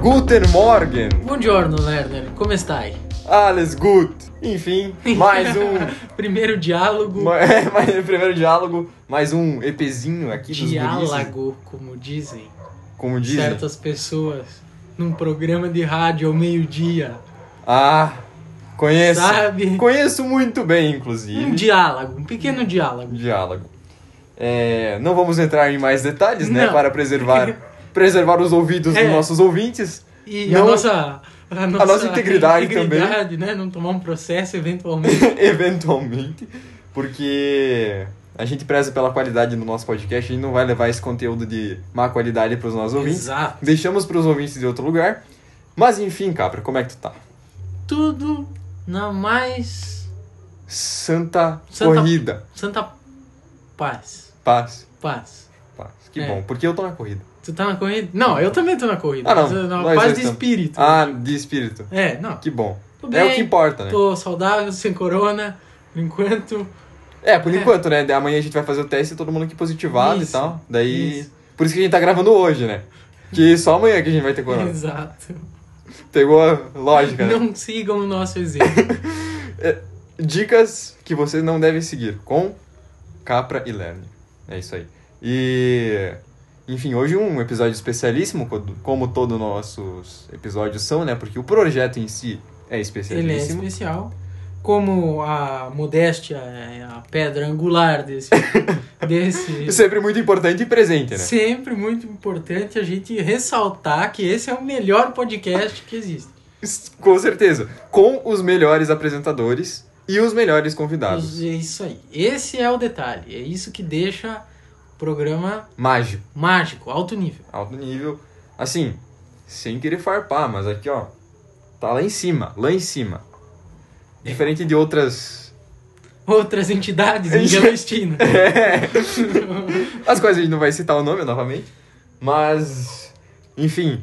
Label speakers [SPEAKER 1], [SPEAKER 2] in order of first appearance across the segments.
[SPEAKER 1] Guten Morgen!
[SPEAKER 2] Buongiorno, Lerner. Como stai?
[SPEAKER 1] Alles gut! Enfim, mais um.
[SPEAKER 2] Primeiro diálogo.
[SPEAKER 1] ma- é, mais um primeiro diálogo, mais um EPzinho aqui dos guris,
[SPEAKER 2] diálogo, como dizem
[SPEAKER 1] como dizem.
[SPEAKER 2] certas pessoas num programa de rádio ao meio-dia.
[SPEAKER 1] Ah, conheço.
[SPEAKER 2] Sabe?
[SPEAKER 1] Conheço muito bem, inclusive.
[SPEAKER 2] Um diálogo, um pequeno diálogo.
[SPEAKER 1] diálogo. É, não vamos entrar em mais detalhes, né?
[SPEAKER 2] Não.
[SPEAKER 1] Para preservar, preservar os ouvidos
[SPEAKER 2] É.
[SPEAKER 1] dos nossos ouvintes.
[SPEAKER 2] E
[SPEAKER 1] Não-
[SPEAKER 2] a nossa. A nossa,
[SPEAKER 1] integridade também.
[SPEAKER 2] integridade, né? Não tomar um processo eventualmente.
[SPEAKER 1] eventualmente, porque a gente preza pela qualidade do nosso podcast, a gente não vai levar esse conteúdo de má qualidade para os nossos ouvintes.
[SPEAKER 2] Exato.
[SPEAKER 1] Deixamos para os ouvintes de outro lugar. Mas enfim, Capra, como é que tu tá?
[SPEAKER 2] Tudo na mais
[SPEAKER 1] Santa,
[SPEAKER 2] Santa-
[SPEAKER 1] corrida.
[SPEAKER 2] santa paz.
[SPEAKER 1] Paz,
[SPEAKER 2] Paz.
[SPEAKER 1] paz. Que
[SPEAKER 2] É.
[SPEAKER 1] bom, porque eu tô na corrida.
[SPEAKER 2] Tu tá na corrida? Não, eu também tô na corrida.
[SPEAKER 1] Ah, não.
[SPEAKER 2] mas eu- na
[SPEAKER 1] Nós dois
[SPEAKER 2] paz de
[SPEAKER 1] estamos.
[SPEAKER 2] espírito.
[SPEAKER 1] Ah, de espírito.
[SPEAKER 2] É, não.
[SPEAKER 1] Que bom.
[SPEAKER 2] Tô bem.
[SPEAKER 1] É o que importa, né?
[SPEAKER 2] Tô saudável, sem corona, por enquanto.
[SPEAKER 1] É, por enquanto, né? Amanhã a gente vai fazer o teste e todo mundo que positivado e
[SPEAKER 2] Isso,
[SPEAKER 1] tal. Daí.
[SPEAKER 2] isso.
[SPEAKER 1] Por isso que a gente tá gravando hoje, né? Que só amanhã que a gente vai ter corona.
[SPEAKER 2] Exato.
[SPEAKER 1] Pegou a lógica, né?
[SPEAKER 2] Não sigam o nosso exemplo.
[SPEAKER 1] Dicas que vocês não devem seguir com Capra e Lerner. É isso aí. E. Enfim, hoje um episódio especialíssimo, co- como todos nossos episódios são, né? Porque o projeto em si é
[SPEAKER 2] Ele é
[SPEAKER 1] especialíssimo.
[SPEAKER 2] especial. Como a modéstia é a pedra angular desse.
[SPEAKER 1] E
[SPEAKER 2] desse
[SPEAKER 1] sempre muito importante e presente, né?
[SPEAKER 2] sempre muito importante a gente ressaltar que esse é o melhor podcast que existe.
[SPEAKER 1] Com certeza. Com os melhores apresentadores e os melhores convidados.
[SPEAKER 2] É isso aí. Esse é o detalhe. É isso que deixa o programa
[SPEAKER 1] Mágico,
[SPEAKER 2] mágico, alto nível.
[SPEAKER 1] alto nível. Assim, sem querer farpar, mas aqui, ó. Tá lá em cima, lá em cima. Diferente de outras.
[SPEAKER 2] Outras entidades clandestinas.
[SPEAKER 1] As quais a gente não vai citar o nome novamente. Mas. Enfim.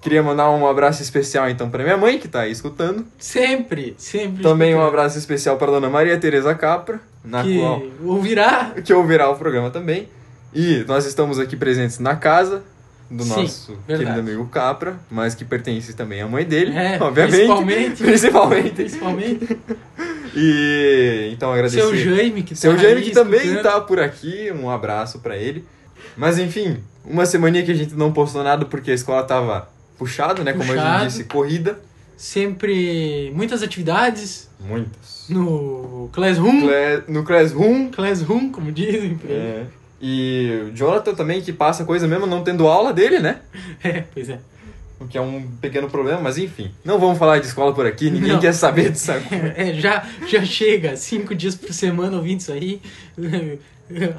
[SPEAKER 1] Queria mandar um abraço especial então pra minha mãe, que tá aí escutando.
[SPEAKER 2] sempre, sempre.
[SPEAKER 1] Também um
[SPEAKER 2] escutando.
[SPEAKER 1] abraço especial pra dona Maria Tereza Capra, na
[SPEAKER 2] que
[SPEAKER 1] qual.
[SPEAKER 2] ouvirá
[SPEAKER 1] que ouvirá o programa também. E nós estamos aqui presentes na casa do
[SPEAKER 2] Sim,
[SPEAKER 1] nosso querido
[SPEAKER 2] verdade.
[SPEAKER 1] amigo Capra, mas que pertence também à mãe dele,
[SPEAKER 2] É,
[SPEAKER 1] obviamente.
[SPEAKER 2] principalmente.
[SPEAKER 1] Principalmente.
[SPEAKER 2] principalmente
[SPEAKER 1] E então agradecer.
[SPEAKER 2] seu Jaime que
[SPEAKER 1] Seu
[SPEAKER 2] tá
[SPEAKER 1] Jaime
[SPEAKER 2] aí
[SPEAKER 1] que também
[SPEAKER 2] escutando.
[SPEAKER 1] tá por aqui, um abraço pra ele. Mas enfim, uma semaninha que a gente não postou nada porque a escola tava puxada, né? Como a
[SPEAKER 2] Puxado.
[SPEAKER 1] gente disse, corrida.
[SPEAKER 2] sempre muitas atividades
[SPEAKER 1] Muitas.
[SPEAKER 2] no Classroom,
[SPEAKER 1] Cle- No Classroom.
[SPEAKER 2] Classroom, como dizem pra ele.
[SPEAKER 1] É. E o Jonathan também que passa coisa mesmo não tendo aula dele, né?
[SPEAKER 2] É, pois é.
[SPEAKER 1] O que é um pequeno problema, mas enfim. Não vamos falar de escola por aqui, ninguém
[SPEAKER 2] Não.
[SPEAKER 1] quer saber dessa coisa.
[SPEAKER 2] É, já já chega cinco dias por semana ouvindo isso aí.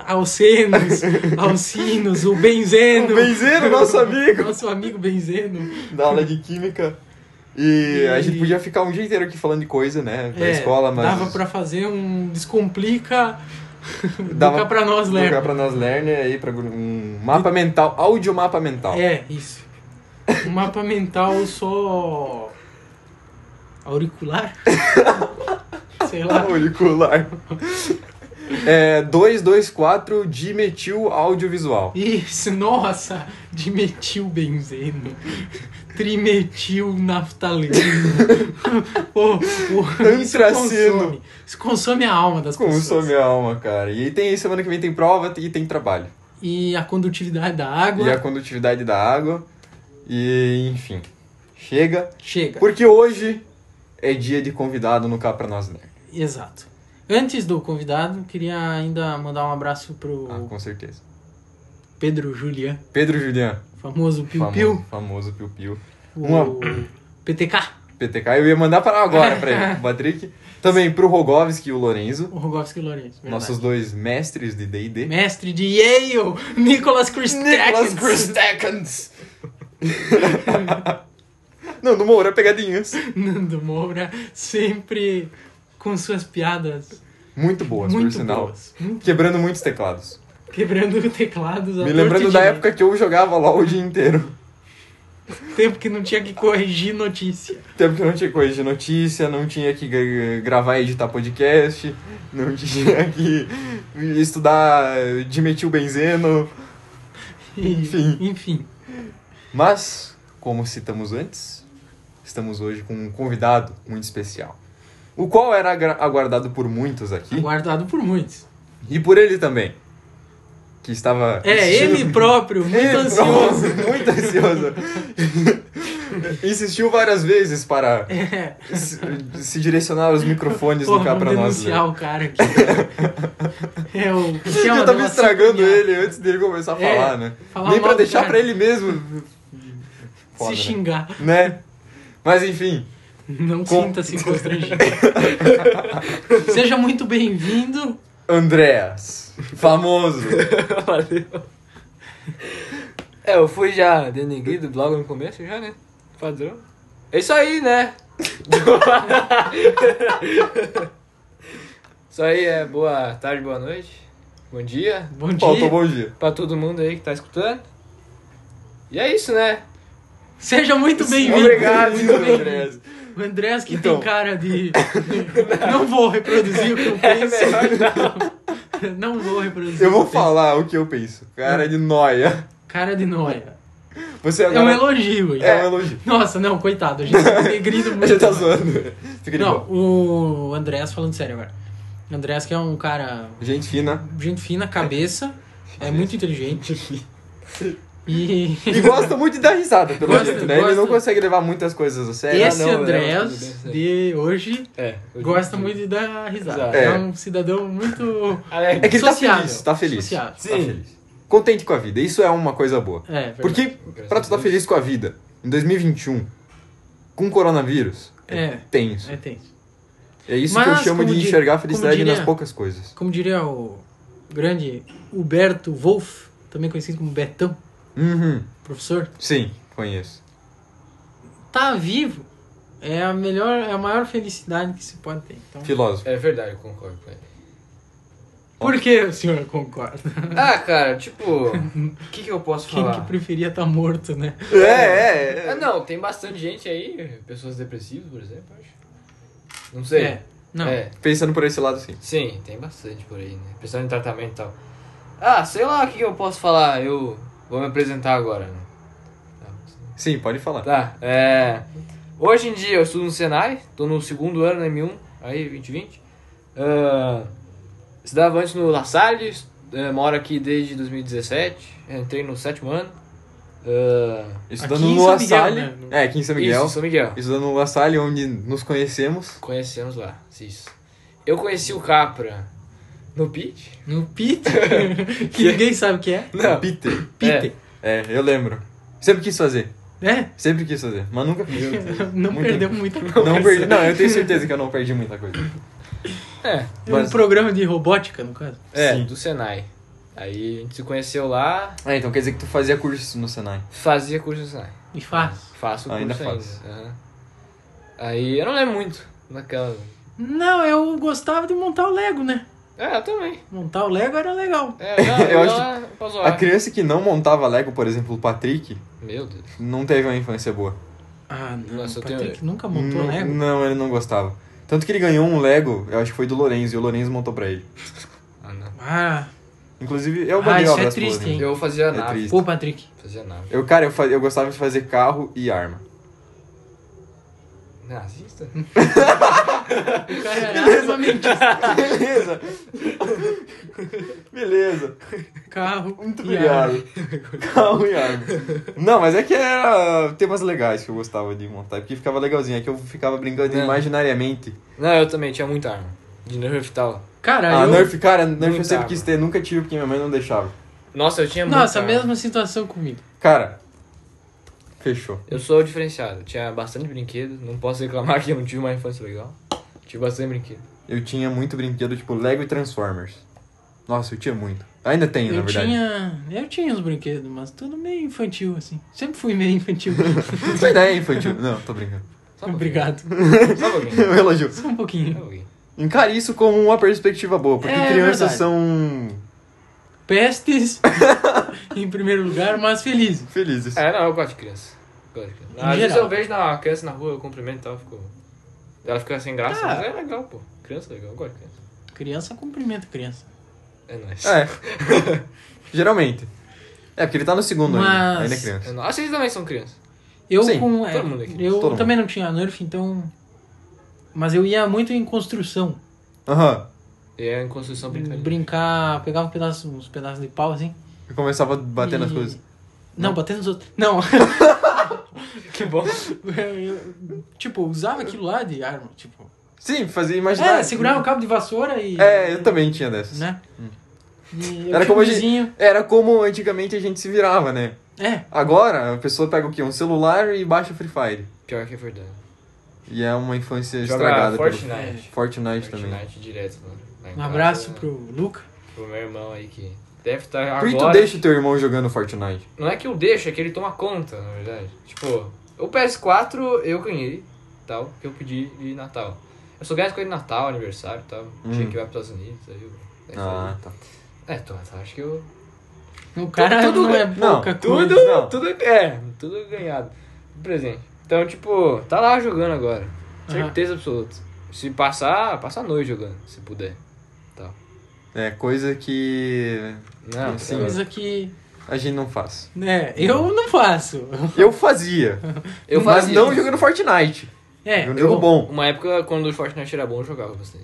[SPEAKER 2] Alcenos, Alcinos, o Benzeno.
[SPEAKER 1] O Benzeno, Um nosso amigo.
[SPEAKER 2] Nosso amigo Benzeno.
[SPEAKER 1] da aula de química. E,
[SPEAKER 2] E-
[SPEAKER 1] a gente podia ficar um dia inteiro aqui falando de coisa, né? Da
[SPEAKER 2] É,
[SPEAKER 1] escola, mas.
[SPEAKER 2] Dava pra fazer um Descomplica.
[SPEAKER 1] Dava-
[SPEAKER 2] Dava pra nós, né?
[SPEAKER 1] Colocar
[SPEAKER 2] Léo.
[SPEAKER 1] pra nós Lerner aí, pra gru- um mapa mental, áudio mapa mental.
[SPEAKER 2] É, isso. Um mapa mental só. auricular? Sei lá.
[SPEAKER 1] Auricular. é 224 dimetil audiovisual.
[SPEAKER 2] Isso, nossa! Dimetil benzeno. Trimetil naftaleno. Pô, pô, isso
[SPEAKER 1] Antraceno.
[SPEAKER 2] consome. Isso consome a alma das pessoas.
[SPEAKER 1] Consome a alma, cara. E aí tem semana que vem tem prova e tem trabalho.
[SPEAKER 2] E a condutividade da água.
[SPEAKER 1] E a condutividade da água. E enfim. Chega.
[SPEAKER 2] Chega.
[SPEAKER 1] Porque hoje é dia de convidado no Cá Pra Nós Nerd.
[SPEAKER 2] Exato. Antes do convidado, queria ainda mandar um abraço pro
[SPEAKER 1] Ah, com certeza.
[SPEAKER 2] Pedro Julian,
[SPEAKER 1] Pedro Julian.
[SPEAKER 2] famoso Piu
[SPEAKER 1] famo-
[SPEAKER 2] Piu,
[SPEAKER 1] Famoso Piu Piu.
[SPEAKER 2] o PTK,
[SPEAKER 1] PTK, eu ia mandar pra agora pra ele, pro Patrick. Também pro Rogovski e o Lorenzo.
[SPEAKER 2] o Rogovski Lourenço. verdade.
[SPEAKER 1] Nossos dois mestres de D&D.
[SPEAKER 2] Mestre de Yale,
[SPEAKER 1] Nicholas
[SPEAKER 2] Nicholas Christakis.
[SPEAKER 1] Christakens. Não, do Moura, é pegadinhas.
[SPEAKER 2] Nando Moura, sempre com suas piadas
[SPEAKER 1] Muito boas, por
[SPEAKER 2] muito
[SPEAKER 1] sinal.
[SPEAKER 2] boas. muito-
[SPEAKER 1] Quebrando muitos teclados.
[SPEAKER 2] Quebrando teclados.
[SPEAKER 1] Me
[SPEAKER 2] à torta
[SPEAKER 1] lembrando
[SPEAKER 2] e
[SPEAKER 1] da
[SPEAKER 2] direita.
[SPEAKER 1] época que eu jogava LOL o dia inteiro.
[SPEAKER 2] Tempo que não tinha que corrigir notícia.
[SPEAKER 1] Tempo que eu não tinha coisa de notícia, não tinha que gra- gravar e editar podcast, não tinha que estudar eh, dimetilbenzeno,
[SPEAKER 2] E-
[SPEAKER 1] Enfim.
[SPEAKER 2] Enfim.
[SPEAKER 1] mas como citamos antes, estamos hoje com um convidado muito especial. O qual era agra- aguardado por muitos aqui,
[SPEAKER 2] Guardado por muitos.
[SPEAKER 1] e por ele também, que estava...
[SPEAKER 2] É,
[SPEAKER 1] insistindo-
[SPEAKER 2] ele próprio, muito
[SPEAKER 1] Ele
[SPEAKER 2] ansioso.
[SPEAKER 1] próprio, muito ansioso. Insistiu várias vezes para
[SPEAKER 2] É,
[SPEAKER 1] se, se direcionar os microfones do
[SPEAKER 2] porra,
[SPEAKER 1] cá
[SPEAKER 2] É, vamos
[SPEAKER 1] pra nós.
[SPEAKER 2] denunciar
[SPEAKER 1] né?
[SPEAKER 2] o cara aqui. É o... que chama
[SPEAKER 1] Eu
[SPEAKER 2] dela,
[SPEAKER 1] tava estragando
[SPEAKER 2] Cinco
[SPEAKER 1] ele antes dele começar a
[SPEAKER 2] É,
[SPEAKER 1] falar, né?
[SPEAKER 2] falar
[SPEAKER 1] Nem
[SPEAKER 2] mal
[SPEAKER 1] pra
[SPEAKER 2] do
[SPEAKER 1] deixar
[SPEAKER 2] cara.
[SPEAKER 1] pra ele mesmo. Foda,
[SPEAKER 2] Se
[SPEAKER 1] né?
[SPEAKER 2] xingar.
[SPEAKER 1] né? Mas enfim,
[SPEAKER 2] Não
[SPEAKER 1] Com-
[SPEAKER 2] sinta-se constrangido. Seja muito bem-vindo.
[SPEAKER 1] Andréas, famoso.
[SPEAKER 3] Valeu. É, eu fui já denegrido logo no começo, já, né? Padrão. É isso aí, né? isso aí é boa tarde, boa noite. Bom dia
[SPEAKER 2] Bom dia.
[SPEAKER 1] Faltou bom dia.
[SPEAKER 3] pra todo mundo aí que tá escutando. E é isso, né?
[SPEAKER 2] Seja muito bem-vindo.
[SPEAKER 1] Obrigado,
[SPEAKER 2] Muito bem-vindo.
[SPEAKER 1] Andréas.
[SPEAKER 2] O Andrés que
[SPEAKER 1] Então. É
[SPEAKER 2] tem cara de. Não vou reproduzir o que eu penso.
[SPEAKER 3] É
[SPEAKER 2] não vou reproduzir.
[SPEAKER 1] Eu
[SPEAKER 2] o
[SPEAKER 1] vou
[SPEAKER 2] que
[SPEAKER 1] falar o que eu penso. Cara é de noia.
[SPEAKER 2] penso. Cara de noia.
[SPEAKER 1] Você
[SPEAKER 2] É um
[SPEAKER 1] agora.
[SPEAKER 2] elogio, gente.
[SPEAKER 1] É um elogio.
[SPEAKER 2] Nossa, não, coitado, a gente tá degrado
[SPEAKER 1] A gente
[SPEAKER 2] muito.
[SPEAKER 1] tá zoando. Fica de
[SPEAKER 2] não,
[SPEAKER 1] boa.
[SPEAKER 2] o Andrés falando sério agora. O Andrés que é um cara.
[SPEAKER 1] Gente fina.
[SPEAKER 2] Gente fina, cabeça. É muito inteligente. E.
[SPEAKER 1] E gosta muito de dar risada, pelo
[SPEAKER 2] Gosta,
[SPEAKER 1] jeito, né? Ele
[SPEAKER 2] gosta. é
[SPEAKER 1] não consegue levar muito as coisas a sério.
[SPEAKER 2] Esse
[SPEAKER 3] não, né?
[SPEAKER 2] Andrés
[SPEAKER 3] Tudo bem,
[SPEAKER 2] de hoje
[SPEAKER 3] É.
[SPEAKER 2] gosta muito de dar risada.
[SPEAKER 3] Exato.
[SPEAKER 2] É,
[SPEAKER 1] É.
[SPEAKER 2] um cidadão muito.
[SPEAKER 1] É que ele tá
[SPEAKER 2] Sociável.
[SPEAKER 1] feliz, tá feliz.
[SPEAKER 2] Sociável.
[SPEAKER 1] Tá
[SPEAKER 3] Sim.
[SPEAKER 1] feliz. Contente com a vida, isso é uma coisa boa.
[SPEAKER 2] É, verdade.
[SPEAKER 1] Porque
[SPEAKER 3] Graças
[SPEAKER 1] pra
[SPEAKER 3] a
[SPEAKER 1] tu tá
[SPEAKER 3] Deus.
[SPEAKER 1] feliz com a vida, em 2021, com coronavírus, é,
[SPEAKER 2] É.
[SPEAKER 1] tenso.
[SPEAKER 2] É, tem.
[SPEAKER 1] É isso que eu
[SPEAKER 2] Mas,
[SPEAKER 1] chamo
[SPEAKER 2] como
[SPEAKER 1] de
[SPEAKER 2] di-
[SPEAKER 1] enxergar a felicidade
[SPEAKER 2] como diria-
[SPEAKER 1] nas poucas coisas.
[SPEAKER 2] Como diria o grande Huberto Wolff, também conhecido como Betão,
[SPEAKER 1] Uhum.
[SPEAKER 2] professor,
[SPEAKER 1] Sim, conheço.
[SPEAKER 2] tá vivo é a melhor, é a maior felicidade que se pode ter. Então,
[SPEAKER 1] Filósofo.
[SPEAKER 3] É verdade, eu concordo com ele.
[SPEAKER 2] por que o senhor concorda?
[SPEAKER 3] Ah, cara, tipo, o que, que eu posso
[SPEAKER 2] Quem
[SPEAKER 3] falar?
[SPEAKER 2] que preferia estar morto, né?
[SPEAKER 1] É, é, é.
[SPEAKER 3] Ah, não, tem bastante gente aí, pessoas depressivas, por exemplo, acho. Não sei.
[SPEAKER 2] É. Não.
[SPEAKER 3] É,
[SPEAKER 1] Pensando por esse lado, sim.
[SPEAKER 3] sim, tem bastante por aí, né? Pessoal em tratamento e tal. Ah, sei lá o que que eu posso falar, eu vou me apresentar agora, né?
[SPEAKER 1] Sim, pode falar.
[SPEAKER 3] Tá, é. Hoje em dia eu estudo no Senai, tô no segundo ano na M1, aí 2020. Ah, estudava antes no La Salle, est- eh, moro aqui desde 2017, entrei no sétimo ano. Ah,
[SPEAKER 1] Estudando
[SPEAKER 2] Aqui em
[SPEAKER 1] no
[SPEAKER 2] São
[SPEAKER 1] La
[SPEAKER 2] Miguel,
[SPEAKER 1] Salle.
[SPEAKER 2] né? No-
[SPEAKER 1] É, aqui em São Miguel.
[SPEAKER 3] Isso, São Miguel.
[SPEAKER 1] Estudando no La Salle, onde nos conhecemos.
[SPEAKER 3] Conhecemos lá, isso. Eu conheci o Capra no Pit.
[SPEAKER 2] No Peter, que ninguém sabe o que é.
[SPEAKER 3] Não.
[SPEAKER 1] Peter.
[SPEAKER 2] Peter.
[SPEAKER 1] É, eu lembro. Sempre quis fazer.
[SPEAKER 2] né?
[SPEAKER 1] Sempre quis fazer, mas nunca fiz.
[SPEAKER 2] Não
[SPEAKER 1] Muito
[SPEAKER 2] perdeu muita coisa.
[SPEAKER 1] Não perdi. Não, eu tenho certeza que eu não perdi muita coisa.
[SPEAKER 3] É,
[SPEAKER 2] É um
[SPEAKER 1] mas-
[SPEAKER 2] programa de robótica, no caso.
[SPEAKER 3] é
[SPEAKER 1] Sim.
[SPEAKER 3] do Senai. Aí a gente se conheceu lá,
[SPEAKER 1] Ah, então quer dizer que tu fazia curso no Senai.
[SPEAKER 3] fazia curso no Senai.
[SPEAKER 2] E faz.
[SPEAKER 3] Faço o
[SPEAKER 1] Ainda
[SPEAKER 3] curso
[SPEAKER 1] faz.
[SPEAKER 3] ainda. aham. Aí eu não lembro muito naquela.
[SPEAKER 2] Não, eu gostava de montar o Lego, né?
[SPEAKER 3] É, eu também.
[SPEAKER 2] Montar o Lego era legal.
[SPEAKER 3] É, não,
[SPEAKER 1] Eu
[SPEAKER 3] eu
[SPEAKER 1] acho
[SPEAKER 3] acho que... posso
[SPEAKER 1] A
[SPEAKER 3] zoar.
[SPEAKER 1] criança que não montava Lego, por exemplo, o Patrick,
[SPEAKER 3] Meu Deus.
[SPEAKER 1] não teve uma infância boa.
[SPEAKER 2] Ah, não.
[SPEAKER 3] Nossa,
[SPEAKER 2] Nossa,
[SPEAKER 3] eu tenho-
[SPEAKER 2] Patrick nunca montou
[SPEAKER 1] não,
[SPEAKER 2] Lego.
[SPEAKER 1] não, ele não gostava. Tanto que ele ganhou um Lego, eu acho que foi do Lorenzo, e o Lorenzo montou pra ele.
[SPEAKER 3] Ah, não.
[SPEAKER 2] Ah,
[SPEAKER 1] Inclusive, eu
[SPEAKER 2] Ah,
[SPEAKER 1] mandei um
[SPEAKER 2] isso é
[SPEAKER 1] abraço pro
[SPEAKER 2] triste,
[SPEAKER 1] Lorenzo.
[SPEAKER 2] hein?
[SPEAKER 3] Eu fazia
[SPEAKER 1] É
[SPEAKER 3] nave.
[SPEAKER 1] triste.
[SPEAKER 2] pô, Patrick.
[SPEAKER 3] Fazia nave.
[SPEAKER 1] Eu, cara, eu, fa- eu gostava de fazer carro e arma.
[SPEAKER 3] É Nazista?
[SPEAKER 2] O cara era armamentista.
[SPEAKER 1] Beleza! Beleza,
[SPEAKER 2] Carro.
[SPEAKER 1] muito
[SPEAKER 2] e ar.
[SPEAKER 1] obrigado. Carro e arma. Não, mas é que era temas legais que eu gostava de montar, porque ficava legalzinho. É que eu ficava brincando
[SPEAKER 3] É.
[SPEAKER 1] imaginariamente.
[SPEAKER 3] Não, eu também tinha muita arma. De Nerf e tal.
[SPEAKER 2] Cara,
[SPEAKER 1] Ah,
[SPEAKER 2] eu...
[SPEAKER 1] Nerf, cara, Nerf eu
[SPEAKER 3] Muita
[SPEAKER 1] sempre
[SPEAKER 3] água.
[SPEAKER 1] quis ter, nunca tive porque minha mãe não deixava.
[SPEAKER 3] Nossa, eu
[SPEAKER 1] é
[SPEAKER 3] tinha muita
[SPEAKER 2] Nossa, a
[SPEAKER 3] arma.
[SPEAKER 2] mesma situação comigo.
[SPEAKER 1] Cara, fechou.
[SPEAKER 3] Eu sou diferenciado, eu tinha bastante brinquedo, não posso reclamar que eu não tive uma infância legal. Tive bastante brinquedo.
[SPEAKER 1] Eu tinha muito brinquedo, tipo Lego e Transformers. Nossa, eu tinha muito. Ainda tenho, na
[SPEAKER 2] Eu
[SPEAKER 1] verdade.
[SPEAKER 2] tinha... Eu tinha uns brinquedos, mas tudo meio infantil, assim. Sempre fui meio infantil.
[SPEAKER 1] Sua ideia é infantil. Não, tô brincando.
[SPEAKER 3] Só um
[SPEAKER 2] Obrigado.
[SPEAKER 3] pouquinho. Só um pouquinho.
[SPEAKER 1] Eu elogio.
[SPEAKER 2] Só um
[SPEAKER 3] Só um
[SPEAKER 2] pouquinho.
[SPEAKER 3] pouquinho.
[SPEAKER 1] Encare isso como uma perspectiva boa, porque
[SPEAKER 2] É,
[SPEAKER 1] crianças
[SPEAKER 2] verdade.
[SPEAKER 1] são
[SPEAKER 2] Pestes, em primeiro lugar, mas felizes.
[SPEAKER 1] felizes.
[SPEAKER 3] É, não, eu gosto de criança. Gosto de criança.
[SPEAKER 2] Em
[SPEAKER 3] Às vezes
[SPEAKER 2] geral.
[SPEAKER 3] eu vejo na criança na rua, eu cumprimento e tal, fico... Ela fica sem graça,
[SPEAKER 2] Ah.
[SPEAKER 3] mas é legal, pô. Criança é legal, eu gosto de criança.
[SPEAKER 2] Criança cumprimenta criança.
[SPEAKER 3] É nóis.
[SPEAKER 1] É. Geralmente. É, porque ele tá no segundo
[SPEAKER 2] Mas-
[SPEAKER 1] ainda. Ainda é
[SPEAKER 3] É
[SPEAKER 1] criança.
[SPEAKER 3] nóis. Ah, vocês também são crianças.
[SPEAKER 2] Eu
[SPEAKER 1] Sim,
[SPEAKER 2] com. é,
[SPEAKER 3] todo mundo aqui,
[SPEAKER 2] eu
[SPEAKER 1] todo mundo.
[SPEAKER 2] também não tinha Nerf, então. Mas eu ia muito em construção.
[SPEAKER 1] Aham.
[SPEAKER 3] E é em construção brincadeira.
[SPEAKER 2] Brincar, pegava um pedaço- uns pedaços de pau assim.
[SPEAKER 1] Eu começava a bater nas
[SPEAKER 2] e-
[SPEAKER 1] coisas.
[SPEAKER 2] Não, bater nos outros. Não.
[SPEAKER 3] Que bom.
[SPEAKER 2] Eu, tipo, usava aquilo lá de arma. Tipo.
[SPEAKER 1] Sim, fazia imaginar.
[SPEAKER 2] É, segurava um cabo de vassoura e.
[SPEAKER 1] É, eu também tinha dessas.
[SPEAKER 2] Né? E eu
[SPEAKER 1] Era
[SPEAKER 2] Era
[SPEAKER 1] como
[SPEAKER 2] como
[SPEAKER 1] a gente-
[SPEAKER 2] vizinho.
[SPEAKER 1] Era como antigamente a gente se virava, né?
[SPEAKER 2] É.
[SPEAKER 1] Agora, a pessoa pega o quê? Um celular e baixa o Free Fire.
[SPEAKER 3] Pior que é verdade.
[SPEAKER 1] E é uma infância
[SPEAKER 3] Joga
[SPEAKER 1] estragada
[SPEAKER 3] Fortnite.
[SPEAKER 1] pelo Fortnite, também.
[SPEAKER 3] Fortnite direto, mano. Lá em
[SPEAKER 2] Um
[SPEAKER 3] casa,
[SPEAKER 2] abraço
[SPEAKER 3] né?
[SPEAKER 2] pro Luca.
[SPEAKER 3] pro meu irmão aí que deve estar
[SPEAKER 1] Por
[SPEAKER 3] agora.
[SPEAKER 1] que tu deixa o teu irmão jogando Fortnite?
[SPEAKER 3] Não é que eu deixo, é que ele toma conta, na verdade. Tipo, o PS4 eu ganhei, tal, que eu pedi de Natal. Eu só ganho as coisas de Natal, aniversário e tal. Dia
[SPEAKER 1] Hum.
[SPEAKER 3] que vai pros Estados Unidos, aí eu.
[SPEAKER 1] Ah, tá.
[SPEAKER 3] É, tô, tô, acho que eu.
[SPEAKER 2] O cara
[SPEAKER 3] tudo
[SPEAKER 2] não é
[SPEAKER 3] bem.
[SPEAKER 1] Não,
[SPEAKER 2] pouca coisa.
[SPEAKER 3] Tudo,
[SPEAKER 1] não.
[SPEAKER 3] tudo, é, tudo ganhado. Presente. Então, tipo, tá lá jogando agora. Certeza absoluta. Se passar, passa a noite jogando, se puder.
[SPEAKER 1] É coisa que
[SPEAKER 3] Não,
[SPEAKER 1] Sim.
[SPEAKER 3] eu-
[SPEAKER 2] Coisa que.
[SPEAKER 1] a gente não faz.
[SPEAKER 2] Né, eu não faço.
[SPEAKER 1] Eu fazia,
[SPEAKER 3] Eu
[SPEAKER 1] mas
[SPEAKER 3] fazia.
[SPEAKER 1] não jogando Fortnite.
[SPEAKER 2] É,
[SPEAKER 1] um jogo bom.
[SPEAKER 3] Uma época, quando o Fortnite era bom, eu jogava bastante.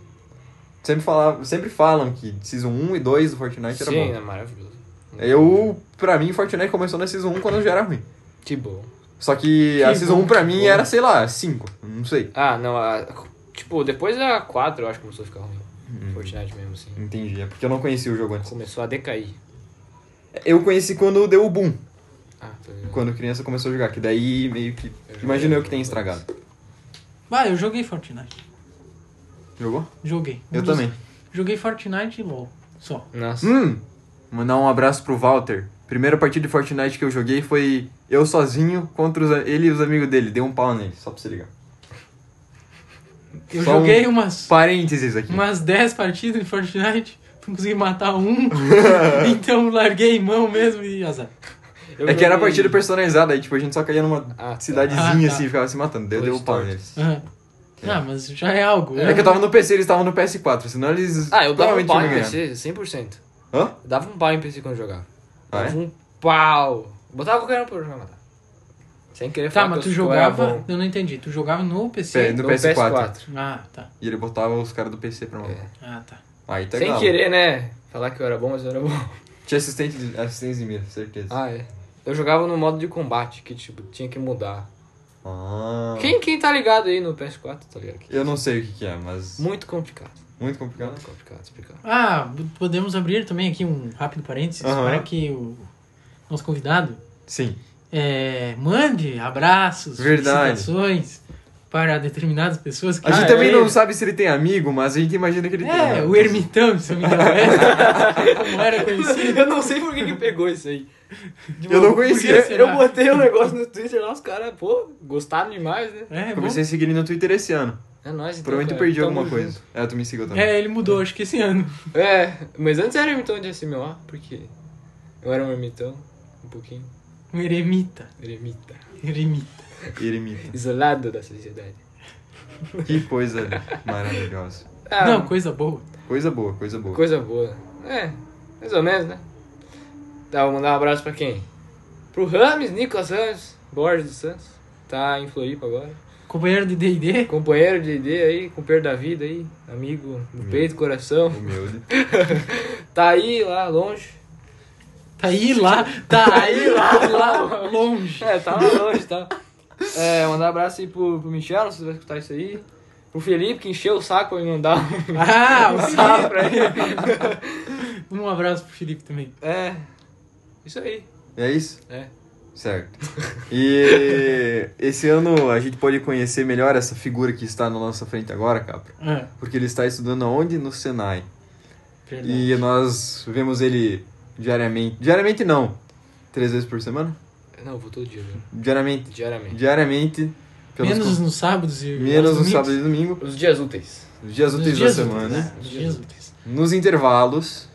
[SPEAKER 1] Sempre, falava, sempre falam que Season 1 e 2 do Fortnite era
[SPEAKER 3] Sim,
[SPEAKER 1] bom.
[SPEAKER 3] é maravilhoso.
[SPEAKER 1] Eu, pra mim, Fortnite começou na Season 1 quando já era ruim.
[SPEAKER 3] Que bom.
[SPEAKER 1] Só que, a
[SPEAKER 2] Que
[SPEAKER 1] Season
[SPEAKER 2] bom,
[SPEAKER 1] 1 pra
[SPEAKER 2] que
[SPEAKER 1] mim
[SPEAKER 2] bom.
[SPEAKER 1] era, sei lá, 5, não sei.
[SPEAKER 3] Ah, não, a, tipo, depois da 4 eu acho que começou a ficar ruim.
[SPEAKER 1] Hum.
[SPEAKER 3] Fortnite mesmo, assim.
[SPEAKER 1] Entendi, é porque eu não conhecia o jogo antes.
[SPEAKER 3] Começou a decair.
[SPEAKER 1] Eu conheci quando deu o boom,
[SPEAKER 3] Ah, tá ligado.
[SPEAKER 1] quando criança começou a jogar, que daí meio que...
[SPEAKER 3] joguei
[SPEAKER 1] Imagina eu que
[SPEAKER 3] algumas
[SPEAKER 1] tenha estragado.
[SPEAKER 2] Ah, eu joguei Fortnite.
[SPEAKER 1] Jogou?
[SPEAKER 2] Joguei.
[SPEAKER 1] Eu
[SPEAKER 2] Um dos-
[SPEAKER 1] também.
[SPEAKER 2] Joguei Fortnite e LOL. Só.
[SPEAKER 3] Nossa.
[SPEAKER 1] Hum! Mandar um abraço pro Walter. Primeira partida de Fortnite que eu joguei foi eu sozinho contra os a- ele e os amigos dele. Dei um pau nele, só pra você ligar.
[SPEAKER 2] Eu
[SPEAKER 1] Só um-
[SPEAKER 2] joguei umas,
[SPEAKER 1] Parênteses aqui.
[SPEAKER 2] umas 10 partidas de Fortnite. Não consegui matar um. então larguei mão mesmo e azar.
[SPEAKER 3] Eu
[SPEAKER 1] É que era a
[SPEAKER 3] joguei-
[SPEAKER 1] partida personalizada, aí tipo, a gente só caía numa
[SPEAKER 3] Ah, tá.
[SPEAKER 1] cidadezinha
[SPEAKER 2] Ah, tá.
[SPEAKER 1] assim e ficava se matando. Deu, deu um pau
[SPEAKER 3] Dois
[SPEAKER 1] neles.
[SPEAKER 2] Aham. Ah, mas já é algo.
[SPEAKER 1] É que eu tava no PC, eles estavam no PS4, senão eles.
[SPEAKER 3] Ah, eu dava um
[SPEAKER 1] provavelmente
[SPEAKER 3] pau
[SPEAKER 1] iam
[SPEAKER 3] em
[SPEAKER 1] ganhar.
[SPEAKER 3] PC, 100%.
[SPEAKER 1] Hã?
[SPEAKER 3] Eu dava um pau em PC quando eu jogava.
[SPEAKER 1] Ah,
[SPEAKER 3] Dava
[SPEAKER 1] é?
[SPEAKER 3] um pau. Botava qualquer um pra jogar, matar. Sem querer
[SPEAKER 2] Tá,
[SPEAKER 3] falar
[SPEAKER 2] mas
[SPEAKER 3] que
[SPEAKER 2] tu
[SPEAKER 3] eu sou- eu
[SPEAKER 1] é
[SPEAKER 3] era
[SPEAKER 2] jogava.
[SPEAKER 3] bom
[SPEAKER 2] Eu não entendi. Tu jogava no PC?
[SPEAKER 1] Pé, no PS4.
[SPEAKER 2] Ah, tá.
[SPEAKER 1] E ele botava os caras do PC pra matar.
[SPEAKER 3] É.
[SPEAKER 2] Ah, tá.
[SPEAKER 1] Aí tá
[SPEAKER 3] Sem
[SPEAKER 1] legal.
[SPEAKER 3] querer, né? Falar que eu era bom, mas eu era bom.
[SPEAKER 1] Tinha assistente de, assistência de mira, certeza.
[SPEAKER 3] Ah, é. Eu jogava no modo de combate, que tipo, tinha que mudar.
[SPEAKER 1] Ah.
[SPEAKER 3] Quem, quem tá ligado aí no PS4, tá ligado?
[SPEAKER 1] Eu não sei o que, que é, mas.
[SPEAKER 3] Muito complicado.
[SPEAKER 1] Muito complicado.
[SPEAKER 3] Muito complicado explicar.
[SPEAKER 2] Ah, b- podemos abrir também aqui um rápido parênteses
[SPEAKER 1] Aham.
[SPEAKER 2] para que o nosso convidado
[SPEAKER 1] Sim.
[SPEAKER 2] é, mande abraços,
[SPEAKER 1] Verdade.
[SPEAKER 2] felicitações para determinadas pessoas. Que...
[SPEAKER 1] A gente
[SPEAKER 3] Ah,
[SPEAKER 1] também
[SPEAKER 3] é?
[SPEAKER 1] não sabe se ele tem amigo, mas a gente imagina que ele tem.
[SPEAKER 2] É, o ermitão de São Miguel Oeste, como É. era conhecido.
[SPEAKER 3] Eu não sei por que, que pegou isso aí.
[SPEAKER 1] Eu não
[SPEAKER 2] Por que
[SPEAKER 1] conhecia.
[SPEAKER 2] será?
[SPEAKER 3] Eu botei um negócio no Twitter lá, os caras, pô, gostaram demais, né?
[SPEAKER 2] É, bom.
[SPEAKER 1] Comecei a seguir ele no Twitter esse ano.
[SPEAKER 3] É nóis, então.
[SPEAKER 1] Provavelmente eu
[SPEAKER 3] cara.
[SPEAKER 1] perdi
[SPEAKER 3] Tamo
[SPEAKER 1] alguma
[SPEAKER 3] junto.
[SPEAKER 1] coisa. É, tu me seguiu também.
[SPEAKER 2] É, ele mudou, acho que esse ano.
[SPEAKER 3] É, mas antes era ermitão de assimilar, porque eu era um ermitão, um pouquinho.
[SPEAKER 2] Um eremita.
[SPEAKER 3] Eremita.
[SPEAKER 2] Eremita.
[SPEAKER 1] Eremita.
[SPEAKER 3] Isolado da sociedade.
[SPEAKER 1] Que coisa maravilhosa.
[SPEAKER 3] Ah,
[SPEAKER 2] Não, coisa boa.
[SPEAKER 1] Coisa boa, coisa boa.
[SPEAKER 3] Coisa boa. É, mais ou menos, né? Tá, vou mandar um abraço pra quem? Pro Rames, Nicolas Rames, Borges dos Santos. Tá em Floripa agora.
[SPEAKER 2] Companheiro de D&D.
[SPEAKER 3] Companheiro de ID aí, companheiro da vida aí, amigo do peito, coração.
[SPEAKER 1] Humilde.
[SPEAKER 3] Tá aí lá longe.
[SPEAKER 2] Tá aí lá, tá aí lá, lá longe.
[SPEAKER 3] É, tá lá longe, tá? É, mandar um abraço aí pro, pro Michel, não sei se vai escutar isso aí. Pro Felipe, que encheu o saco pra me mandar um
[SPEAKER 2] Ah, o
[SPEAKER 3] salve
[SPEAKER 2] Felipe.
[SPEAKER 3] pra ele.
[SPEAKER 2] Um abraço pro Felipe também.
[SPEAKER 3] É, isso aí.
[SPEAKER 1] É isso?
[SPEAKER 3] É.
[SPEAKER 1] Certo. E esse ano a gente pode conhecer melhor essa figura que está na nossa frente agora, Capra.
[SPEAKER 2] Ah,
[SPEAKER 1] Porque ele está estudando aonde? No Senai.
[SPEAKER 2] perdão.
[SPEAKER 1] E nós vemos ele diariamente. Diariamente não. Três vezes por semana?
[SPEAKER 3] Não, eu vou todo dia, né?
[SPEAKER 1] Diariamente.
[SPEAKER 3] diariamente.
[SPEAKER 1] Diariamente. pelos
[SPEAKER 2] Menos
[SPEAKER 1] com-
[SPEAKER 2] nos sábados e
[SPEAKER 1] menos no
[SPEAKER 2] nos domingos.
[SPEAKER 1] sábado e domingo.
[SPEAKER 3] Os dias úteis.
[SPEAKER 1] Os dias
[SPEAKER 2] Nos
[SPEAKER 1] úteis da
[SPEAKER 2] dias
[SPEAKER 1] semana,
[SPEAKER 2] úteis,
[SPEAKER 1] né?
[SPEAKER 2] Nos dias úteis. É.
[SPEAKER 1] Nos intervalos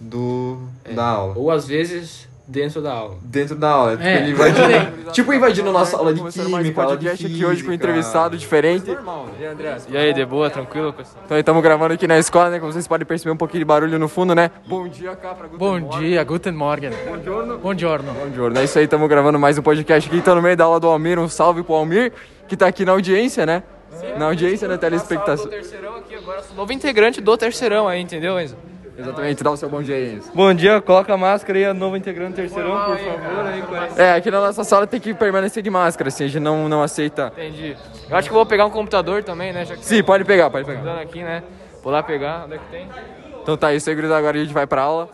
[SPEAKER 1] do, da aula.
[SPEAKER 3] Ou às vezes dentro da aula.
[SPEAKER 1] Dentro da aula.
[SPEAKER 2] É,
[SPEAKER 1] tipo, ele invadindo,
[SPEAKER 4] também.
[SPEAKER 1] tipo, invadindo nossa aula de
[SPEAKER 4] Começando
[SPEAKER 1] química,
[SPEAKER 4] mais um
[SPEAKER 1] aula de
[SPEAKER 4] podcast aqui hoje com um
[SPEAKER 1] física.
[SPEAKER 4] entrevistado diferente.
[SPEAKER 1] Normal, né? André?
[SPEAKER 4] E aí, de boa, tranquilo? Então, estamos gravando aqui na escola, né? Como vocês podem perceber um pouquinho de barulho no fundo, né? Bom dia, cá pra
[SPEAKER 2] Bom dia, Guten Morgen. Bom giorno.
[SPEAKER 4] Bom dia, é isso aí, estamos gravando mais um podcast aqui. Então, no meio da aula do Almir, um salve pro Almir, que tá aqui na audiência, né? Na audiência, né, na telespectação.
[SPEAKER 3] terceirão aqui agora, sou novo integrante do terceirão aí, entendeu, Enzo?
[SPEAKER 4] Exatamente, dá o seu bom dia aí, Enzo.
[SPEAKER 5] Bom dia, coloca a máscara aí, novo integrante do terceirão, por favor. Aí, Clarissa.
[SPEAKER 4] É, aqui na nossa sala tem que permanecer de máscara, assim, a gente não, não aceita.
[SPEAKER 3] Entendi. Eu acho que eu vou pegar um computador também, né? Já que
[SPEAKER 4] Sim, pode pegar, pode
[SPEAKER 3] tá
[SPEAKER 4] pegar.
[SPEAKER 3] dando aqui, né? Vou lá pegar. Onde é que tem?
[SPEAKER 4] Então tá isso aí, gurizada, agora a gente vai pra aula.